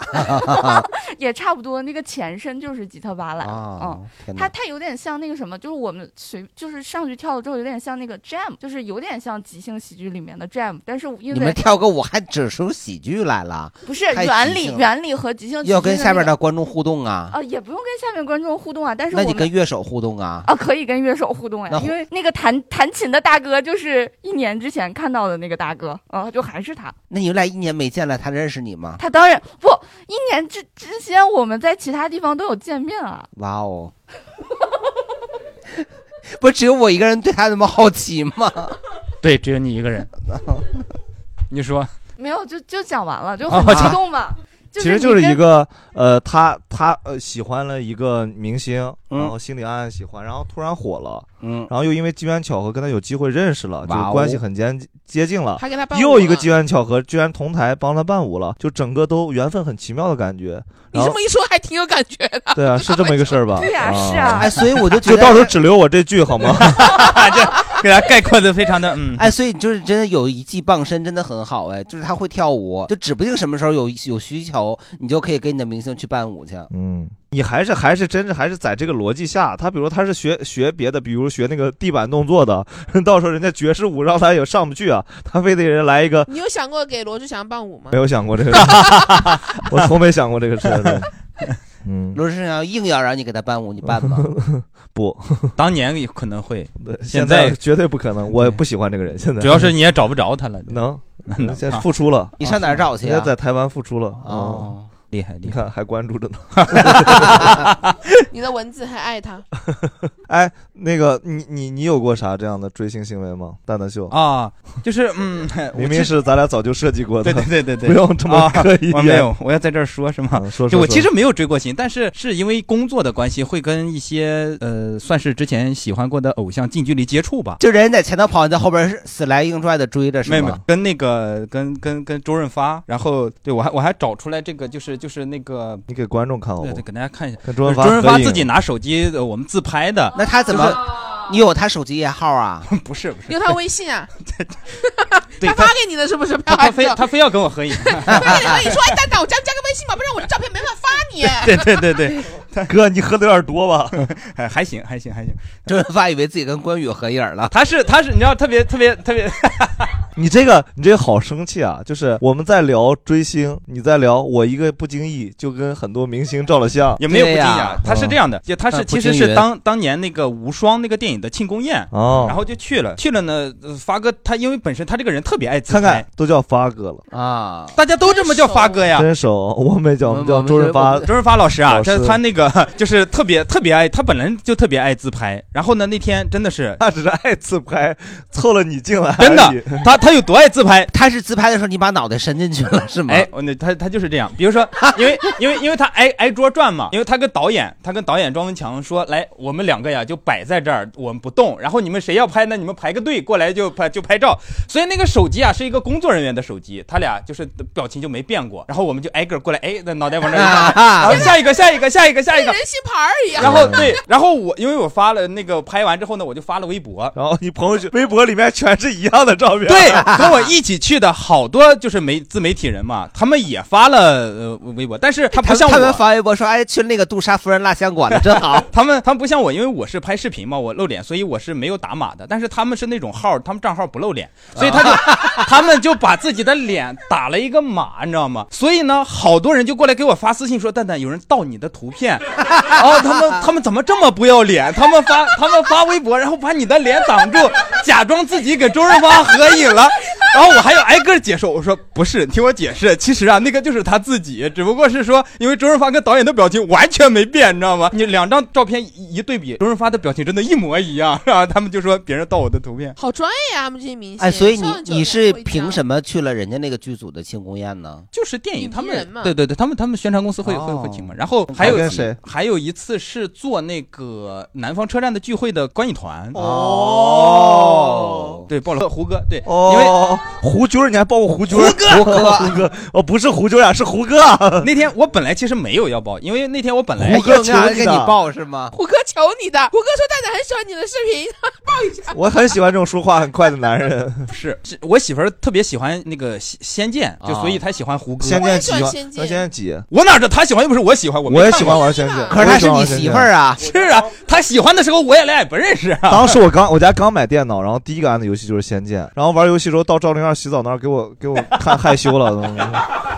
Speaker 9: 也差不多。那个前身就是吉他芭蕾，
Speaker 3: 啊
Speaker 9: 嗯，
Speaker 3: 天哪
Speaker 9: 它它有点像那个什么，就是我们随就是上去跳了之后，有点像那个 jam，就是有点像即兴喜剧里面的 jam，但是因
Speaker 3: 你们
Speaker 9: 为
Speaker 3: 跳个舞还整出喜剧来了？
Speaker 9: 不是
Speaker 3: 太
Speaker 9: 原
Speaker 3: 即
Speaker 9: 理
Speaker 3: 兴，了
Speaker 9: 原理和即兴
Speaker 3: 要跟下面
Speaker 9: 的
Speaker 3: 的观众互动啊？
Speaker 9: 啊，也不用跟下面观众互动啊，但是
Speaker 3: 那
Speaker 9: 我
Speaker 3: 你
Speaker 9: 们
Speaker 3: 跟乐手互动啊？
Speaker 9: 啊，可以跟乐手互动
Speaker 3: 那
Speaker 9: 呀，
Speaker 3: 互
Speaker 9: 因为那个弹弹琴的大哥就是一年之前看到的那个大哥啊，就还是他。
Speaker 3: 那你们俩一年没见了，他认识你吗？
Speaker 9: 他当然不，一年之之前我们在其他地方都有见面啊。
Speaker 3: 哇哦！ 不只有我一个人对他那么好奇吗？
Speaker 5: 对，只有你一 个人。你说，
Speaker 9: 没有，就就讲完了，就
Speaker 2: 啊
Speaker 3: 哦
Speaker 9: 很激 动嘛。
Speaker 2: 其实
Speaker 9: 你
Speaker 2: 就是
Speaker 9: 跟
Speaker 2: 一个呃，他他呃喜欢了一个明星，然后心里暗暗喜欢，然后突然火了，
Speaker 3: 嗯，
Speaker 2: 然后又因为机缘巧合跟他有机会认识了，就
Speaker 3: 哇哦
Speaker 2: 关系很接接近了，
Speaker 4: 还给他伴舞
Speaker 2: 又一个机缘巧合，居然同台帮他伴舞了，就整个都缘分很奇妙的感觉。
Speaker 4: 你
Speaker 2: 然
Speaker 4: 这
Speaker 2: 后
Speaker 4: 么一说，还挺有感觉的。
Speaker 2: 对啊，是这么一个事儿吧？
Speaker 4: 对呀是啊哎
Speaker 3: 所以我就 觉
Speaker 2: 就
Speaker 3: 得
Speaker 2: 到时候只留我这句好吗？
Speaker 5: 给他概括的非常的嗯，
Speaker 3: 哎，所以就是真的有一技傍身，真的很好哎，就是他会跳舞，就指不定什么时候有有需求，你就可以跟你的明星去伴舞去。
Speaker 2: 嗯，你还是还是真是还是在这个逻辑下，他比如他是学学别的，比如学那个地板动作的， 到时候人家爵士舞让他也上不去啊，他非得人来一个
Speaker 4: 你有想过给罗志祥伴舞吗？
Speaker 2: 没有想过这个事， 我从没想过这个事。对嗯，
Speaker 3: 罗志祥硬要让你给 他伴舞，你伴吗？
Speaker 2: 不，
Speaker 5: 当年也可能会，
Speaker 2: 现
Speaker 5: 在
Speaker 2: 绝对不可能，我也不喜欢这个人。现在
Speaker 5: 主要是你也找不着他了，
Speaker 2: 能
Speaker 5: 能啊
Speaker 2: 现在复出了，
Speaker 3: 你上哪儿找去啊
Speaker 2: 人家在台湾复出了。
Speaker 3: 哦
Speaker 2: 嗯，
Speaker 5: 厉害厉害
Speaker 2: 你看还关注着呢。
Speaker 4: 你的文字还爱他，
Speaker 2: 哎，那个你你你有过啥这样的追星行为吗？蛋蛋秀
Speaker 5: 啊，就是 嗯，我
Speaker 2: 明
Speaker 5: 其
Speaker 2: 明
Speaker 5: 实
Speaker 2: 是咱俩早就设计过的，
Speaker 5: 对对对对 对
Speaker 2: 不用这么
Speaker 5: 啊
Speaker 2: 刻意。嗯
Speaker 5: 我没有我要在这儿说是吗？
Speaker 2: 说
Speaker 5: 就
Speaker 2: 说
Speaker 5: 我其
Speaker 2: 说
Speaker 5: 实没有追过星，但是是因为工作的关系，会跟一些呃，算是之前喜欢过的偶像近距离接触吧。
Speaker 3: 就人家在前头跑，你在后边是死来硬拽的追着，
Speaker 5: 没
Speaker 3: 是
Speaker 5: 有没有
Speaker 3: 吗？，
Speaker 5: 跟那个跟跟跟周润发，然后对我还我还找出来这个就是就是那个
Speaker 2: 你给观众看好
Speaker 5: 对
Speaker 2: 不
Speaker 5: 对，给大家看一下，
Speaker 2: 跟周润发
Speaker 5: 周润发
Speaker 2: 合影
Speaker 5: 自己拿手机呃我们自拍的，
Speaker 3: 那他怎么？你有他手机号啊？
Speaker 5: 不是不是，
Speaker 4: 有他微信啊？
Speaker 5: 对
Speaker 4: 他发给你的是不是？
Speaker 5: 他他非
Speaker 4: 非
Speaker 5: 他非要跟我合影，
Speaker 4: 他非得和你说，哎，蛋蛋，我加不加个微信吧，不然我这照片没法发你。
Speaker 5: 对对对对，
Speaker 2: 哥，你喝的有点多吧？
Speaker 5: 哎， 还行还行还行。
Speaker 3: 周润发以为自己跟关羽合影了，
Speaker 5: 他是他是，你知道特别特别特别，
Speaker 2: 你这个你这个好生气啊！就是我们在聊追星，你在聊我一个不经意就跟很多明星照了相，
Speaker 5: 也没有不惊讶，他是这样的，就他是其实是
Speaker 2: 当。
Speaker 5: 当当年那个无双那个电影的庆功宴，
Speaker 2: 哦
Speaker 5: 然后就去了，去了呢，呃发哥他因为本身他这个人特别爱自
Speaker 2: 看
Speaker 5: 拍
Speaker 2: 看，都叫发哥了，
Speaker 3: 啊，
Speaker 5: 大家都这么叫发哥哎呀，
Speaker 2: 真熟，我们也叫我们叫周润发，
Speaker 5: 周润发老师啊，
Speaker 2: 老
Speaker 5: 他
Speaker 2: 师
Speaker 5: 他那个 就是特别特别爱，他本来就特别爱自拍，然后呢那天真的是
Speaker 2: 他只是爱自拍，凑了你进来，
Speaker 5: 真的，他他有多爱自拍？
Speaker 3: 他是自拍的时候你把脑袋伸进去了是吗？
Speaker 5: 哎，我那他他就是这样，比如说，因为因为因为他挨挨桌转嘛，因为他跟导演，他跟导演庄文强说，来，我们两个呀就摆在这儿，我们不动，然后你们谁要拍呢？你们排个队过来就拍就拍照。所以那个手机啊是一个工作人员的手机，他俩就是表情就没变过，然后我们就挨个过来，哎，那脑袋往这儿一搭，然
Speaker 2: 啊
Speaker 5: 后啊下一个下一个下一个下一个
Speaker 4: 跟人形牌儿一样。
Speaker 5: 然后对，然后我因为我发了那个拍完之后呢，我就发了微博，
Speaker 2: 然后你朋友圈、微博里面全是一样的照片，
Speaker 5: 对， 跟我一起去的好多就是媒自媒体人嘛，他们也发了呃微博，但是他不
Speaker 3: 他
Speaker 5: 像
Speaker 3: 他们
Speaker 5: 我。
Speaker 3: 发微博说，哎，去那个杜莎夫人蜡像馆了，真好。
Speaker 5: 他们他们不像我，因为我是拍视频嘛，我露脸，所以我是没有打码的。但是他们是那种号，他们账号不露脸，所以他就、 他们就把自己的脸打了一个码，你知道吗？所以呢，好多人就过来给我发私信说：“蛋蛋，有人盗你的图片。” 哦，他们他们怎么这么不要脸？他们发他们发微博，然后把你的脸挡住，假装自己给周润发合影了。 然后我还要挨个解释，我说不是，听我解释，其实啊，那个就是他自己，只不过是说，因为周润发跟导演的表情完全没变，你知道吗？你两张照片一一对比，周润发的表情真的一模一样， 是吧？他们就说别人盗我的图片，
Speaker 4: 好专业啊，他们这些明星。
Speaker 3: 哎，所以你
Speaker 4: 上来就
Speaker 3: 你是凭什么去了人家那个剧组的庆功宴呢？哦
Speaker 5: 就是电影他
Speaker 4: 人
Speaker 5: 们
Speaker 4: 嘛
Speaker 5: 对对对，他们他们宣传公司会会会请嘛。然后还有一还有一次是做那个南方车站的聚会的观影团
Speaker 2: 哦，
Speaker 5: 对，报了胡歌，对，
Speaker 2: 哦，
Speaker 5: 因为
Speaker 2: 胡军儿，你还包括胡军儿，胡
Speaker 5: 胡歌
Speaker 2: 歌，胡歌，哦，不是胡军儿啊，是胡歌啊。
Speaker 5: 那天我本来其实没有要报，因为那天我本来
Speaker 3: 哎
Speaker 2: 胡歌求你的给你报
Speaker 3: 是吗？
Speaker 4: 虎哥求你的，虎哥说蛋蛋很喜欢你的视 频，抱一下。
Speaker 2: 我很喜欢这种说话很快的男人。
Speaker 5: 是，是我媳妇儿特别喜欢那个《仙仙剑》，就
Speaker 2: 啊
Speaker 5: 所以她喜欢胡歌。
Speaker 2: 仙剑几欢？仙剑几？
Speaker 5: 我哪知道她喜欢，又不是我喜欢，我
Speaker 2: 我也
Speaker 5: 没看
Speaker 2: 喜欢
Speaker 5: 过
Speaker 2: 玩仙剑，
Speaker 5: 啊可是她是你媳妇儿
Speaker 3: 啊
Speaker 5: 是啊，她喜欢的时候我也俩也不认识啊。
Speaker 2: 当时我刚我家刚买电脑，然后第一个安的游戏就是《仙剑》，然后玩游戏的时候到赵灵儿洗澡那儿给我给我看害羞了。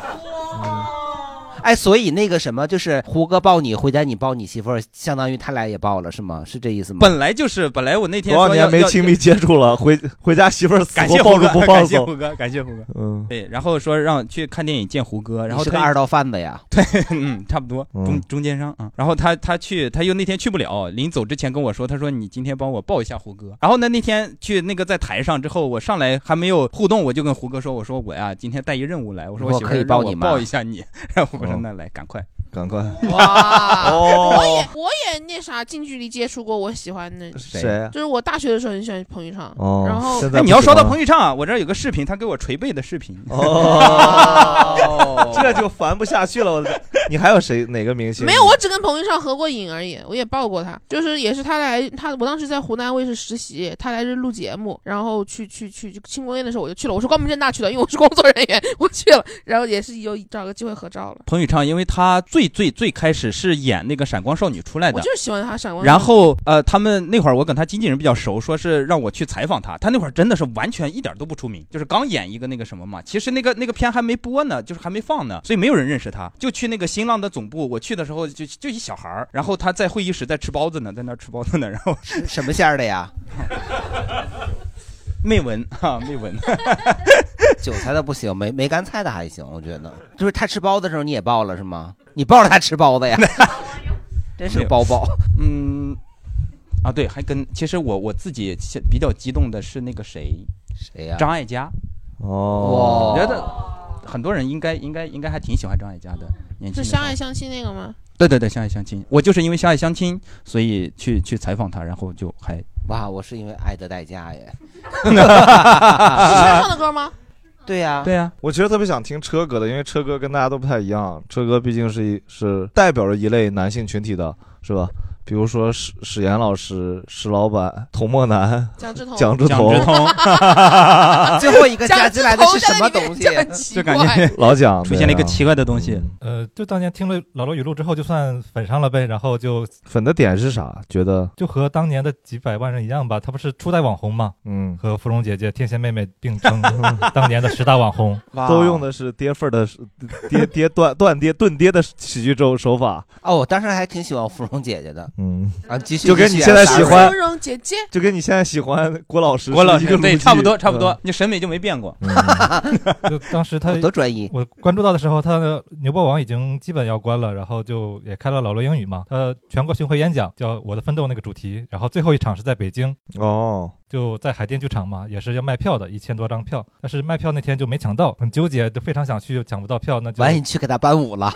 Speaker 3: 哎，所以那个什么，就是胡歌抱你，回家你抱你媳妇儿，相当于他俩也抱了，是吗？是这意思吗？
Speaker 5: 本来就是，本来我那天
Speaker 2: 多少
Speaker 5: 说要
Speaker 2: 年没
Speaker 5: 要
Speaker 2: 亲密接触了，回回家媳妇儿死
Speaker 5: 感
Speaker 2: 活
Speaker 5: 谢
Speaker 2: 抱
Speaker 5: 胡
Speaker 2: 住
Speaker 5: 歌，
Speaker 2: 不放
Speaker 5: 感谢胡
Speaker 2: 手。
Speaker 5: 歌，感谢胡歌。
Speaker 2: 嗯，
Speaker 5: 对，然后说让去看电影见胡歌，然后
Speaker 3: 你是
Speaker 5: 他
Speaker 3: 个二道贩子呀。
Speaker 5: 对，嗯，差不多中中间商啊。然后他他去，他又那天去不了，临走之前跟我说，他说你今天帮我抱一下胡歌。然后呢，那天去那个在台上之后，我上来还没有互动，我就跟胡歌说，我说我呀今天带一任务来，我说
Speaker 3: 我
Speaker 5: 媳妇
Speaker 3: 可以
Speaker 5: 儿
Speaker 3: 抱
Speaker 5: 让我
Speaker 3: 你吗
Speaker 5: 抱一下你。然后我说那来，赶快。
Speaker 2: 赶快！
Speaker 5: 啊
Speaker 4: 哇啊我
Speaker 2: 哦
Speaker 4: 也，我也那啥近距离接触过我喜欢的
Speaker 2: 谁谁
Speaker 4: 就是我大学的时候很喜欢彭昱畅，
Speaker 2: 哦
Speaker 4: 然后
Speaker 5: 哎，你要说到彭昱畅啊，我这儿有个视频，他给我捶背的视频。
Speaker 2: 哦， 这就烦不下去了。我的，你还有谁哪个明星？
Speaker 4: 没有，我只跟彭昱畅合过影而已，我也抱过他，就是也是他来，他我当时在湖南卫视实习，他来这录节目，然后去去去去庆功宴的时候我就去了，我是光明正大去的，因为我是工作人员，我去了，然后也是有找个机会合照了，
Speaker 5: 彭昱畅，因为他最最最开始是演哎那个《闪光少女》出来
Speaker 4: 我
Speaker 5: 的，
Speaker 4: 就是喜欢他闪光。
Speaker 5: 然后呃，他们那会儿我跟他经纪人比较熟，说是让我去采访他。他那会儿真的是完全一点都不出名，就是刚演一个那个什么嘛。其实那个那个片还没播呢，就是还没放呢，所以没有人认识他。就去那个新浪的总部，我去的时候就就一小孩儿，然后他在会议室在吃包子呢，在那儿吃包子呢，然后
Speaker 3: 什么馅儿的呀？
Speaker 5: 没闻哈，没闻。
Speaker 3: 韭菜的不行，梅梅干菜的还行，我觉得。就是他吃包子的时候你也抱了是吗？你抱着他吃包 子呀？真是包 包。
Speaker 5: 嗯，啊对，还跟其实我我自己现比较激动的是那个谁，
Speaker 3: 谁呀
Speaker 5: 张艾嘉。
Speaker 2: 哦
Speaker 5: 我觉得很多人应该应该应该还挺喜欢张艾嘉的。年
Speaker 4: 是
Speaker 5: 轻的时
Speaker 4: 相
Speaker 5: 候
Speaker 4: 爱相亲那个 吗？
Speaker 5: 对对对，相爱相亲，我就是因为相爱相亲，所以去去采访他，然后就还
Speaker 3: 哇，我是因为爱的代价 耶。
Speaker 4: 唱的歌吗？
Speaker 3: 对呀、
Speaker 5: 对呀、
Speaker 2: 我其实特别想听车哥的，因为车哥跟大家都不太一样，车哥毕竟是一是代表着一类男性群体的，是吧？比如说史史岩老师、史老板、童 漠男、
Speaker 4: 蒋 志彤
Speaker 2: 蒋志
Speaker 5: 蒋志彤
Speaker 3: 最后一个加进来的是什么东西？
Speaker 5: 就感觉
Speaker 2: 老蒋
Speaker 5: 出现了一个
Speaker 2: 对啊
Speaker 5: 奇怪的东西。
Speaker 13: 呃，就当年听了老罗语录之后，就算粉上了呗，然后就
Speaker 2: 粉的点是啥？觉得
Speaker 13: 就和当年的几百万人一样吧，他不是初代网红嘛，
Speaker 2: 嗯，
Speaker 13: 和芙蓉姐姐、天仙妹妹并称当年的十大网红，
Speaker 2: 都用的是跌份儿的 跌跌断断跌钝跌的喜剧手手法，
Speaker 3: 哦，我当时还挺喜欢芙蓉姐姐的。
Speaker 2: 嗯
Speaker 3: 啊，继续
Speaker 2: 就跟你现在喜欢
Speaker 4: 芙蓉姐姐，
Speaker 2: 就跟你现在喜欢郭老师
Speaker 5: 郭老师
Speaker 2: 是一个
Speaker 5: 对，
Speaker 2: 逻辑
Speaker 5: 差不多差不多
Speaker 2: 嗯，
Speaker 5: 你审美就没变 过。
Speaker 13: 就 当时他
Speaker 3: 多专一。
Speaker 13: 我关注到的时候，他的牛魔王已经基本要关了，然后就也开了老罗英语嘛，他全国巡回演讲叫《我的奋斗》那个主题，然后最后一场是在北京，
Speaker 2: 哦，，
Speaker 13: 就在海淀剧场嘛，也是要卖票的，一千多张票，但是卖票那天就没抢到，很纠结，就非常想去，又抢不到票，那就
Speaker 3: 完，你去给他搬舞了。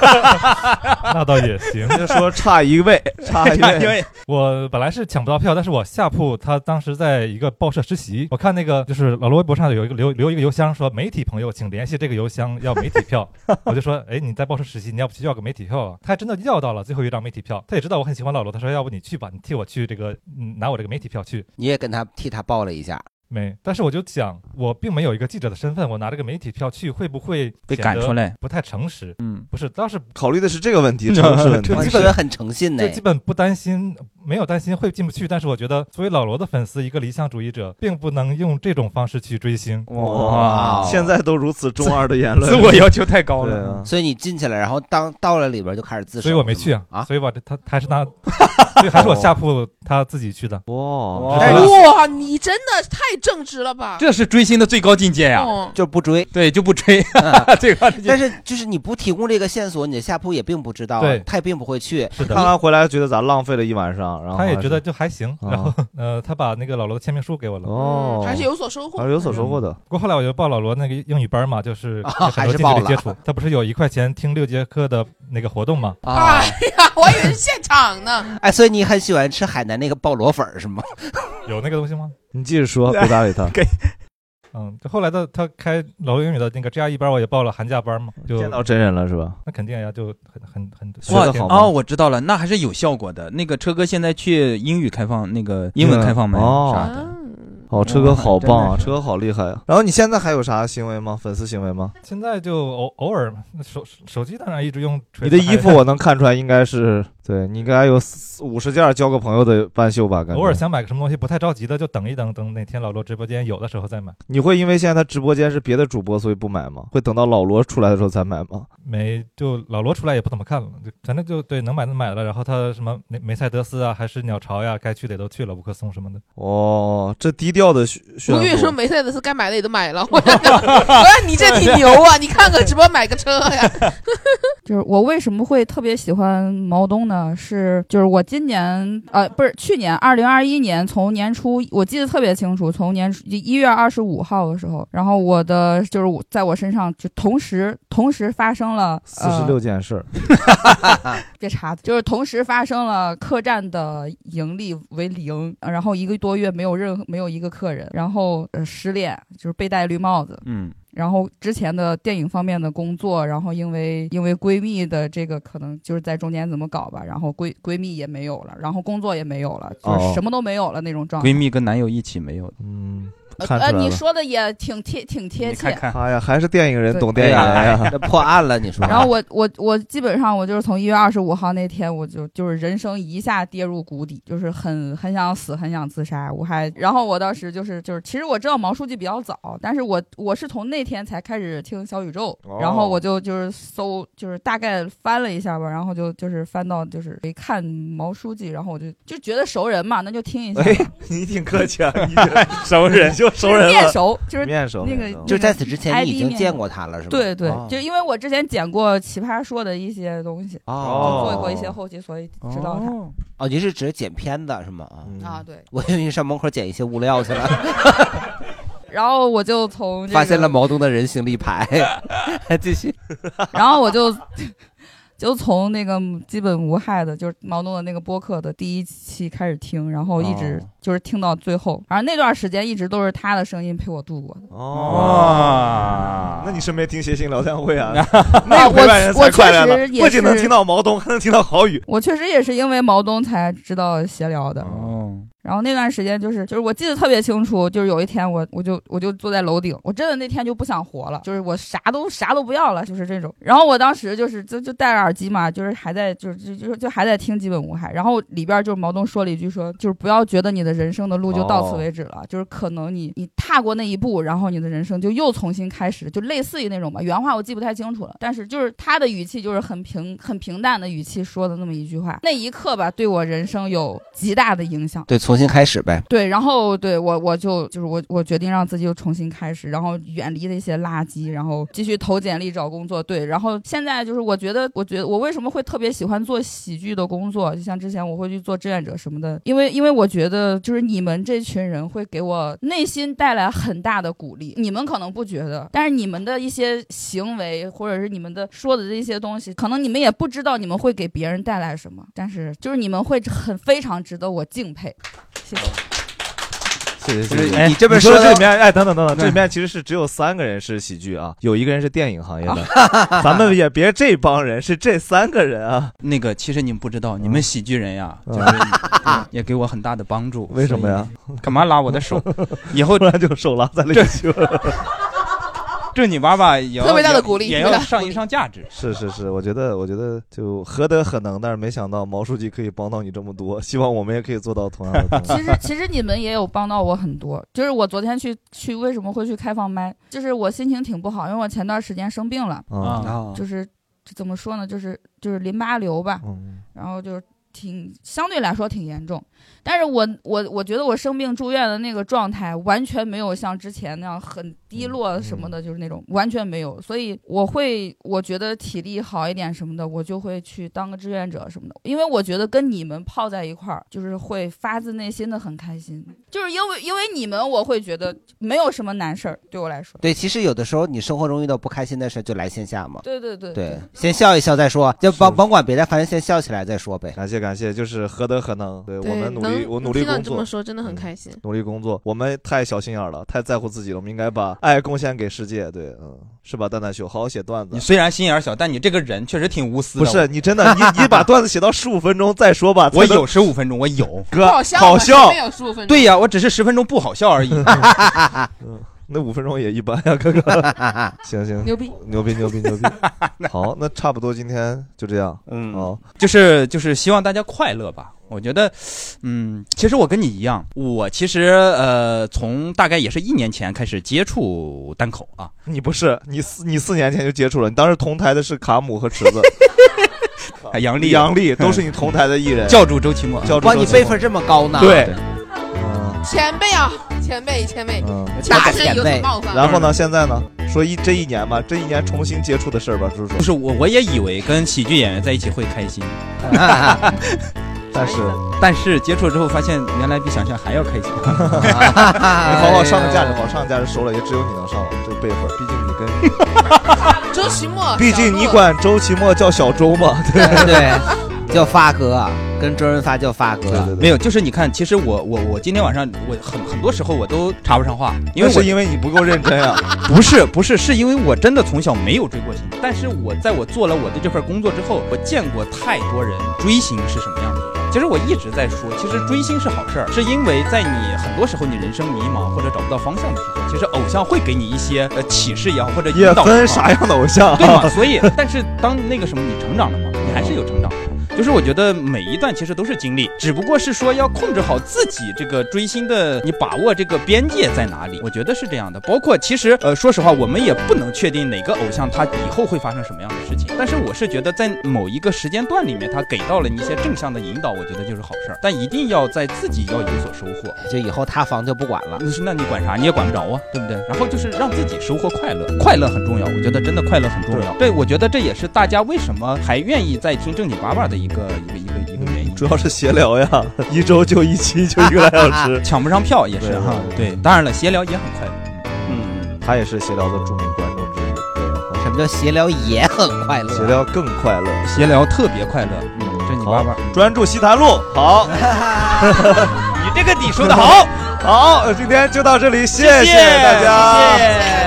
Speaker 13: 那倒也行
Speaker 2: 就说差 一位，差一位。
Speaker 13: 我本来是抢不到票，但是我下铺他当时在一个报社实习，我看那个就是老罗微博上有一个留留一个邮箱说媒体朋友请联系这个邮箱要媒体 票，我就说哎你在报社实习你要不去要个媒体票啊？他还真的要到了最后一张媒体票，他也知道我很喜欢老罗，他说哎要不你去吧，你替我去这个嗯拿我这个媒体票去，
Speaker 3: 你也跟他替他抱了一下。
Speaker 13: 没，但是我就想，我并没有一个记者的身份，我拿这个媒体票去，会不会
Speaker 5: 被赶
Speaker 13: 显得
Speaker 5: 出来
Speaker 13: 不太诚实。
Speaker 5: 嗯，
Speaker 13: 不是，当时
Speaker 2: 考虑的是这个问题诚 实问题
Speaker 13: 就
Speaker 2: 基本
Speaker 3: 很诚信呢
Speaker 2: 哎
Speaker 13: 就基本不担心，没有担心会进不去。但是我觉得，作为老罗的粉丝，一个理想主义者，并不能用这种方式去追星。
Speaker 2: 哇现在都如此中二的言论，
Speaker 13: 自我要求太高了
Speaker 2: 对啊
Speaker 3: 所以你进去了，然后当到了里边就开始自首。
Speaker 13: 所以我没去
Speaker 3: 是吗
Speaker 13: 啊，所以我这他他还是拿， 所以还是我下铺他自己去的。
Speaker 2: 哇
Speaker 13: 是吧
Speaker 4: 哇，你真的太正直了吧？
Speaker 5: 这是追星的最高境界呀、
Speaker 14: 哦
Speaker 4: 嗯
Speaker 3: 就不追，嗯
Speaker 5: 对，就不追， 最高境界。
Speaker 3: 但是就是你不提供这个线索，你的下铺也并不知道啊，
Speaker 2: 对
Speaker 3: 他也并不会去。
Speaker 13: 是
Speaker 2: 看完回来觉得咱浪费了一晚上，然后
Speaker 13: 他也
Speaker 2: 还
Speaker 13: 觉
Speaker 2: 是
Speaker 13: 得就还行，然后
Speaker 2: 啊
Speaker 13: 呃，他把那个老罗的签名书给我了，嗯
Speaker 2: 哦嗯还是有所收获还是有所收获的
Speaker 13: 不过后来我就报老罗那个英语班嘛，就是
Speaker 3: 啊
Speaker 13: 有很
Speaker 3: 还
Speaker 13: 多近
Speaker 3: 是
Speaker 13: 距
Speaker 3: 报
Speaker 13: 离
Speaker 3: 了
Speaker 13: 接触。他不是有一块钱听六节课的那个活动嘛？
Speaker 3: 啊，
Speaker 4: 哎呀，我以为是现场呢。
Speaker 3: 哎，所以你很喜欢吃海南那个爆螺粉儿是吗？
Speaker 13: 有那个东西吗？
Speaker 2: 你继续 说，别搭理他。
Speaker 13: 嗯，就后来的他开老罗英语的那个 GRE 班，我也报了寒假班嘛，就
Speaker 2: 见到真人了是吧？
Speaker 13: 那肯定呀，就很很很
Speaker 5: 哇哦，
Speaker 13: 哦，
Speaker 5: 我知道了，那还是有效果的。那个车哥现在去英语开放，那个英文开放
Speaker 13: 嗯
Speaker 5: 麦
Speaker 2: 哦
Speaker 5: 啥的。
Speaker 2: 哦，车哥好棒
Speaker 5: 哇
Speaker 2: 啊，
Speaker 5: 真的是
Speaker 2: 车哥好厉害啊！然后你现在还有啥行为吗？粉丝行为 吗？
Speaker 13: 现在就偶偶尔手手机当然一直用
Speaker 2: 你
Speaker 13: 锤子
Speaker 2: 的
Speaker 13: 拍，
Speaker 2: 衣服我能看出来，应该是对你应该有五十件交个朋友的半袖吧？感觉
Speaker 13: 偶尔想买个什么东西不太着急的，就等一等，等哪天老罗直播间有的时候再买。
Speaker 2: 你会因为现在他直播间是别的主播，所以不买吗？会等到老罗出来的时候才买吗？
Speaker 13: 没，就老罗出来也不怎么看了，就反正就对能买的买了，然后他什么梅梅赛德斯啊，还是鸟巢呀，该去的也都去了，五棵松什么的。
Speaker 2: 哦，这低调的宣宣
Speaker 4: 我跟你说，
Speaker 2: 布，
Speaker 4: 梅赛德斯该 哎 买的也都买了，我我让你这挺牛啊！你看看直播买个车呀，
Speaker 14: 就是我为什么会特别喜欢毛东呢？是就是我今年呃不是去年二零二一年从年初我记得特别清楚，从年初一月二十五号的时候，然后我的就是我在我身上就同时同时发生了呃
Speaker 2: 四十六件事儿，
Speaker 14: 别插嘴，就是同时发生了客栈的盈利为零，呃然后一个多月没有任何没有一个客人，然后呃失恋，就是被戴绿帽子，
Speaker 5: 嗯。
Speaker 14: 然后之前的电影方面的工作，然后因为因为闺蜜的这个可能就是在中间怎么搞吧，然后闺闺蜜也没有了，然后工作也没有了，就是
Speaker 5: 哦
Speaker 14: 什么都没有了那种状态。
Speaker 5: 闺蜜跟男友一起没有，
Speaker 2: 嗯，
Speaker 14: 呃，你说的也挺贴挺贴切。
Speaker 2: 哎呀，还是电影人
Speaker 14: 对
Speaker 2: 懂电影呀
Speaker 3: 哎，这破案了，你说
Speaker 14: 然后我我我基本上我就是从一月二十五号那天，我就就是人生一下跌入谷底，就是很很想死，很想自杀。我还然后我当时就是就是，其实我知道毛书记比较早，但是我我是从那天才开始听小宇宙，
Speaker 15: 哦
Speaker 14: 然后我就就是搜就是大概翻了一下吧，然后就就是翻到就是一看毛书记，然后我就就觉得熟人嘛，那就听一下吧。
Speaker 2: 哎， 你挺客气 啊，你这熟人就熟人了，
Speaker 14: 面熟就是
Speaker 2: 面熟，
Speaker 14: 那个
Speaker 2: 面熟
Speaker 14: 就是在此之前你 ID 已经面见熟过
Speaker 3: 他了
Speaker 14: 对对，
Speaker 2: 哦
Speaker 14: 就因为我之前剪过《奇葩说》的一些东西，
Speaker 3: 哦
Speaker 14: 就做过一些后期，所以知道他。
Speaker 3: 哦，你是指剪片子是吗？啊
Speaker 5: 嗯
Speaker 14: 啊对
Speaker 3: 我以为你上门口捡一些物料去了，
Speaker 14: 然后我就从、这个、
Speaker 3: 发现了毛东的人形立 牌， 继续。
Speaker 14: 然后我就就从那个基本无害的，就是毛东的那个播客的第一期开始听，然后一直
Speaker 5: 哦
Speaker 14: 就是听到最后，而那段时间一直都是他的声音陪我度过的。
Speaker 2: 哦，那你是没听谐星聊天会 啊？
Speaker 14: 啊
Speaker 2: 那个陪伴人
Speaker 14: 我
Speaker 2: 才快乐
Speaker 14: 我确实也
Speaker 2: 呢，不仅能
Speaker 14: 是
Speaker 2: 听到毛东，还能听到郝宇。
Speaker 14: 我确实也是因为毛东才知道闲聊的。
Speaker 5: 哦。
Speaker 14: 然后那段时间就是就是我记得特别清楚，就是有一天我我就我就坐在楼顶，我真的那天就不想活了，就是我啥都啥都不要了，就是这种。然后我当时就是就就戴着耳机嘛，就是还在就是就就就还在听基本无害。然后里边就是毛东说了一句说，就是不要觉得你的人生的路就到此为止了，就是可能你你踏过那一步，然后你的人生就又重新开始，就类似于那种吧。原话我记不太清楚了，但是就是他的语气就是很平很平淡的语气说的那么一句话，那一刻吧，对我人生有极大的影响。
Speaker 3: 对，重新开始呗。
Speaker 14: 对，然后对我我就就是我我决定让自己又重新开始，然后远离那些垃圾，然后继续投简历找工作。对，然后现在就是我觉得，我觉得我为什么会特别喜欢做喜剧的工作，就像之前我会去做志愿者什么的，因为因为我觉得就是你们这群人会给我内心带来很大的鼓励，你们可能不觉得，但是你们的一些行为或者是你们的说的这些东西，可能你们也不知道你们会给别人带来什么，但是就是你们会很非常值得我敬佩，谢谢。
Speaker 2: 谢谢
Speaker 3: 就是
Speaker 2: 谢谢。
Speaker 3: 你这么
Speaker 2: 你说
Speaker 3: 说
Speaker 2: 的
Speaker 3: 的
Speaker 2: 这里面，哎，等等等等，
Speaker 3: 对
Speaker 2: 这里面其实是只有三个人是喜剧啊，有一个人是电影行 业的，咱们也别这帮人，是这三个人啊。
Speaker 5: 那个，其实你们不知道，你们喜剧人呀，
Speaker 2: 嗯
Speaker 5: 就是 也给我很大的帮助。
Speaker 2: 为什么呀
Speaker 5: 所以？干嘛拉我 的手？以后
Speaker 2: 突然就手拉在了一起。
Speaker 5: 对你玩吧，也要
Speaker 4: 特别大的鼓励
Speaker 5: 也
Speaker 4: 特别大
Speaker 5: 要
Speaker 4: 的
Speaker 5: 上一上价值。
Speaker 2: 是是是，我觉得我觉得就何德何能，但是没想到毛书记可以帮到你这么多，希望我们也可以做到同样 的东西。
Speaker 14: 其实其实你们也有帮到我很多，就是我昨天去去为什么会去开放麦，就是我心情挺不好，因为我前段时间生病了，
Speaker 2: 啊
Speaker 14: 就是这怎么说呢，就是就是淋巴瘤吧，
Speaker 2: 嗯
Speaker 14: 然后就是挺相对来说挺严重，但是我我我觉得我生病住院的那个状态完全没有像之前那样很低落什么的，就是那种完全没有，所以我会我觉得体力好一点什么的，我就会去当个志愿者什么的，因为我觉得跟你们泡在一块儿，就是会发自内心的很开心，就是因为因为你们，我会觉得没有什么难事儿对我来说。
Speaker 3: 对，其实有的时候你生活中遇到不开心的事，就来线下嘛。
Speaker 14: 对对对
Speaker 3: 对，先笑一笑再说，就甭甭管别的，反正先笑起来再说呗。
Speaker 2: 感谢感谢，就是何德何能， 对
Speaker 4: 对
Speaker 2: 我们努
Speaker 4: 能
Speaker 2: 力，我努力
Speaker 4: 听到
Speaker 2: 工
Speaker 4: 你这么
Speaker 2: 作。
Speaker 4: 说，真的很开心。
Speaker 2: 努力工作，我们太小心眼儿了，太在乎自己了。我们应该把爱贡献给世界，对，嗯，是吧？蛋蛋秀，好好写段子
Speaker 5: 你。虽然心眼儿小，但你这个人确实挺无私的。
Speaker 2: 不是你真的，你 你把段子写到十五分钟再说吧。
Speaker 5: 我
Speaker 2: 才能
Speaker 5: 有十五分钟，我有
Speaker 2: 哥不好笑吗好笑谁没有
Speaker 4: 15分钟
Speaker 5: 对呀，我只是十分钟不好笑而已。
Speaker 2: 嗯那五分钟也一般呀，哥哥。行行，
Speaker 5: 牛逼
Speaker 2: 牛逼，牛逼， 牛逼。好，那差不多今天就这样。嗯，好，
Speaker 5: 就是就是希望大家快乐吧。我觉得，嗯，其实我跟你一样，我其实呃，从大概也是一年前开始接触单口啊，
Speaker 2: 你不是你四你四年前就接触了，你当时同台的是卡姆和池 子，
Speaker 5: 啊杨笠
Speaker 2: 杨笠都是你同台的艺人。
Speaker 5: 教主周奇墨，
Speaker 2: 教主
Speaker 3: 哇，
Speaker 2: 周
Speaker 3: 你
Speaker 2: 奇
Speaker 3: 辈
Speaker 2: 墨
Speaker 3: 分这么高呢？
Speaker 2: 对，
Speaker 4: 前辈啊，前辈，前辈，
Speaker 2: 嗯
Speaker 4: 前辈冒犯。
Speaker 5: 嗯
Speaker 2: 然后呢？现在呢？说一这一年吧，这一年重新接触的事儿吧，叔叔。
Speaker 5: 就是我我也以为跟喜剧演员在一起会开心，
Speaker 2: 但是
Speaker 5: 但是接触之后发现原来比想象还要开心。
Speaker 2: 你好好上个价值，好好上个价值，收了也只有你能上了这个辈分，毕竟你跟，
Speaker 4: 周奇墨，
Speaker 2: 毕竟你管周奇墨叫小周嘛，对不
Speaker 3: 对对，叫发哥，啊跟周润发叫发哥。
Speaker 5: 没有，就是你看，其实我我我今天晚上我很很多时候我都插不上话，因为
Speaker 2: 那
Speaker 5: 我
Speaker 2: 是因为你不够认真啊。
Speaker 5: 不是不是，是因为我真的从小没有追过星，但是我在我做了我的这份工作之后，我见过太多人追星是什么样子的。其实我一直在说，其实追星是好事儿，是因为在你很多时候你人生迷茫或者找不到方向的时候，其实偶像会给你一些呃启示也好，或者引
Speaker 2: 也
Speaker 5: 导也
Speaker 2: 分
Speaker 5: 好
Speaker 2: 啥样的偶像啊
Speaker 5: 对嘛？所以，但是当那个什么你成长了嘛，你还是有成长的。就是我觉得每一段其实都是经历，只不过是说要控制好自己这个追星的，你把握这个边界在哪里，我觉得是这样的。包括其实呃，说实话，我们也不能确定哪个偶像他以后会发生什么样的事情，但是我是觉得在某一个时间段里面，他给到了你一些正向的引导，我觉得就是好事儿。但一定要在自己要有所收获，
Speaker 3: 就以后塌房就不管了。
Speaker 5: 那你管啥？你也管不着啊，对不对？然后就是让自己收获快乐，快乐很重要，我觉得真的快乐很重要。对，我觉得这也是大家为什么还愿意在听正经八百的一个一个一个一个原因。，
Speaker 2: 嗯主要是闲聊呀，一周就一期，就一个来小时
Speaker 5: 抢不上票也是哈。对，当然了，闲聊也很快乐。嗯，
Speaker 2: 他也是闲聊的著名 观众之一。对，
Speaker 3: 什么叫闲聊也很快乐？啊
Speaker 2: 闲聊更快乐，
Speaker 5: 闲聊特别快乐。嗯，正经八百，
Speaker 2: 专注西坛路，好。
Speaker 5: 你这个底说的好，
Speaker 2: 好，今天就到这里，谢
Speaker 5: 谢
Speaker 2: 大家，
Speaker 5: 谢谢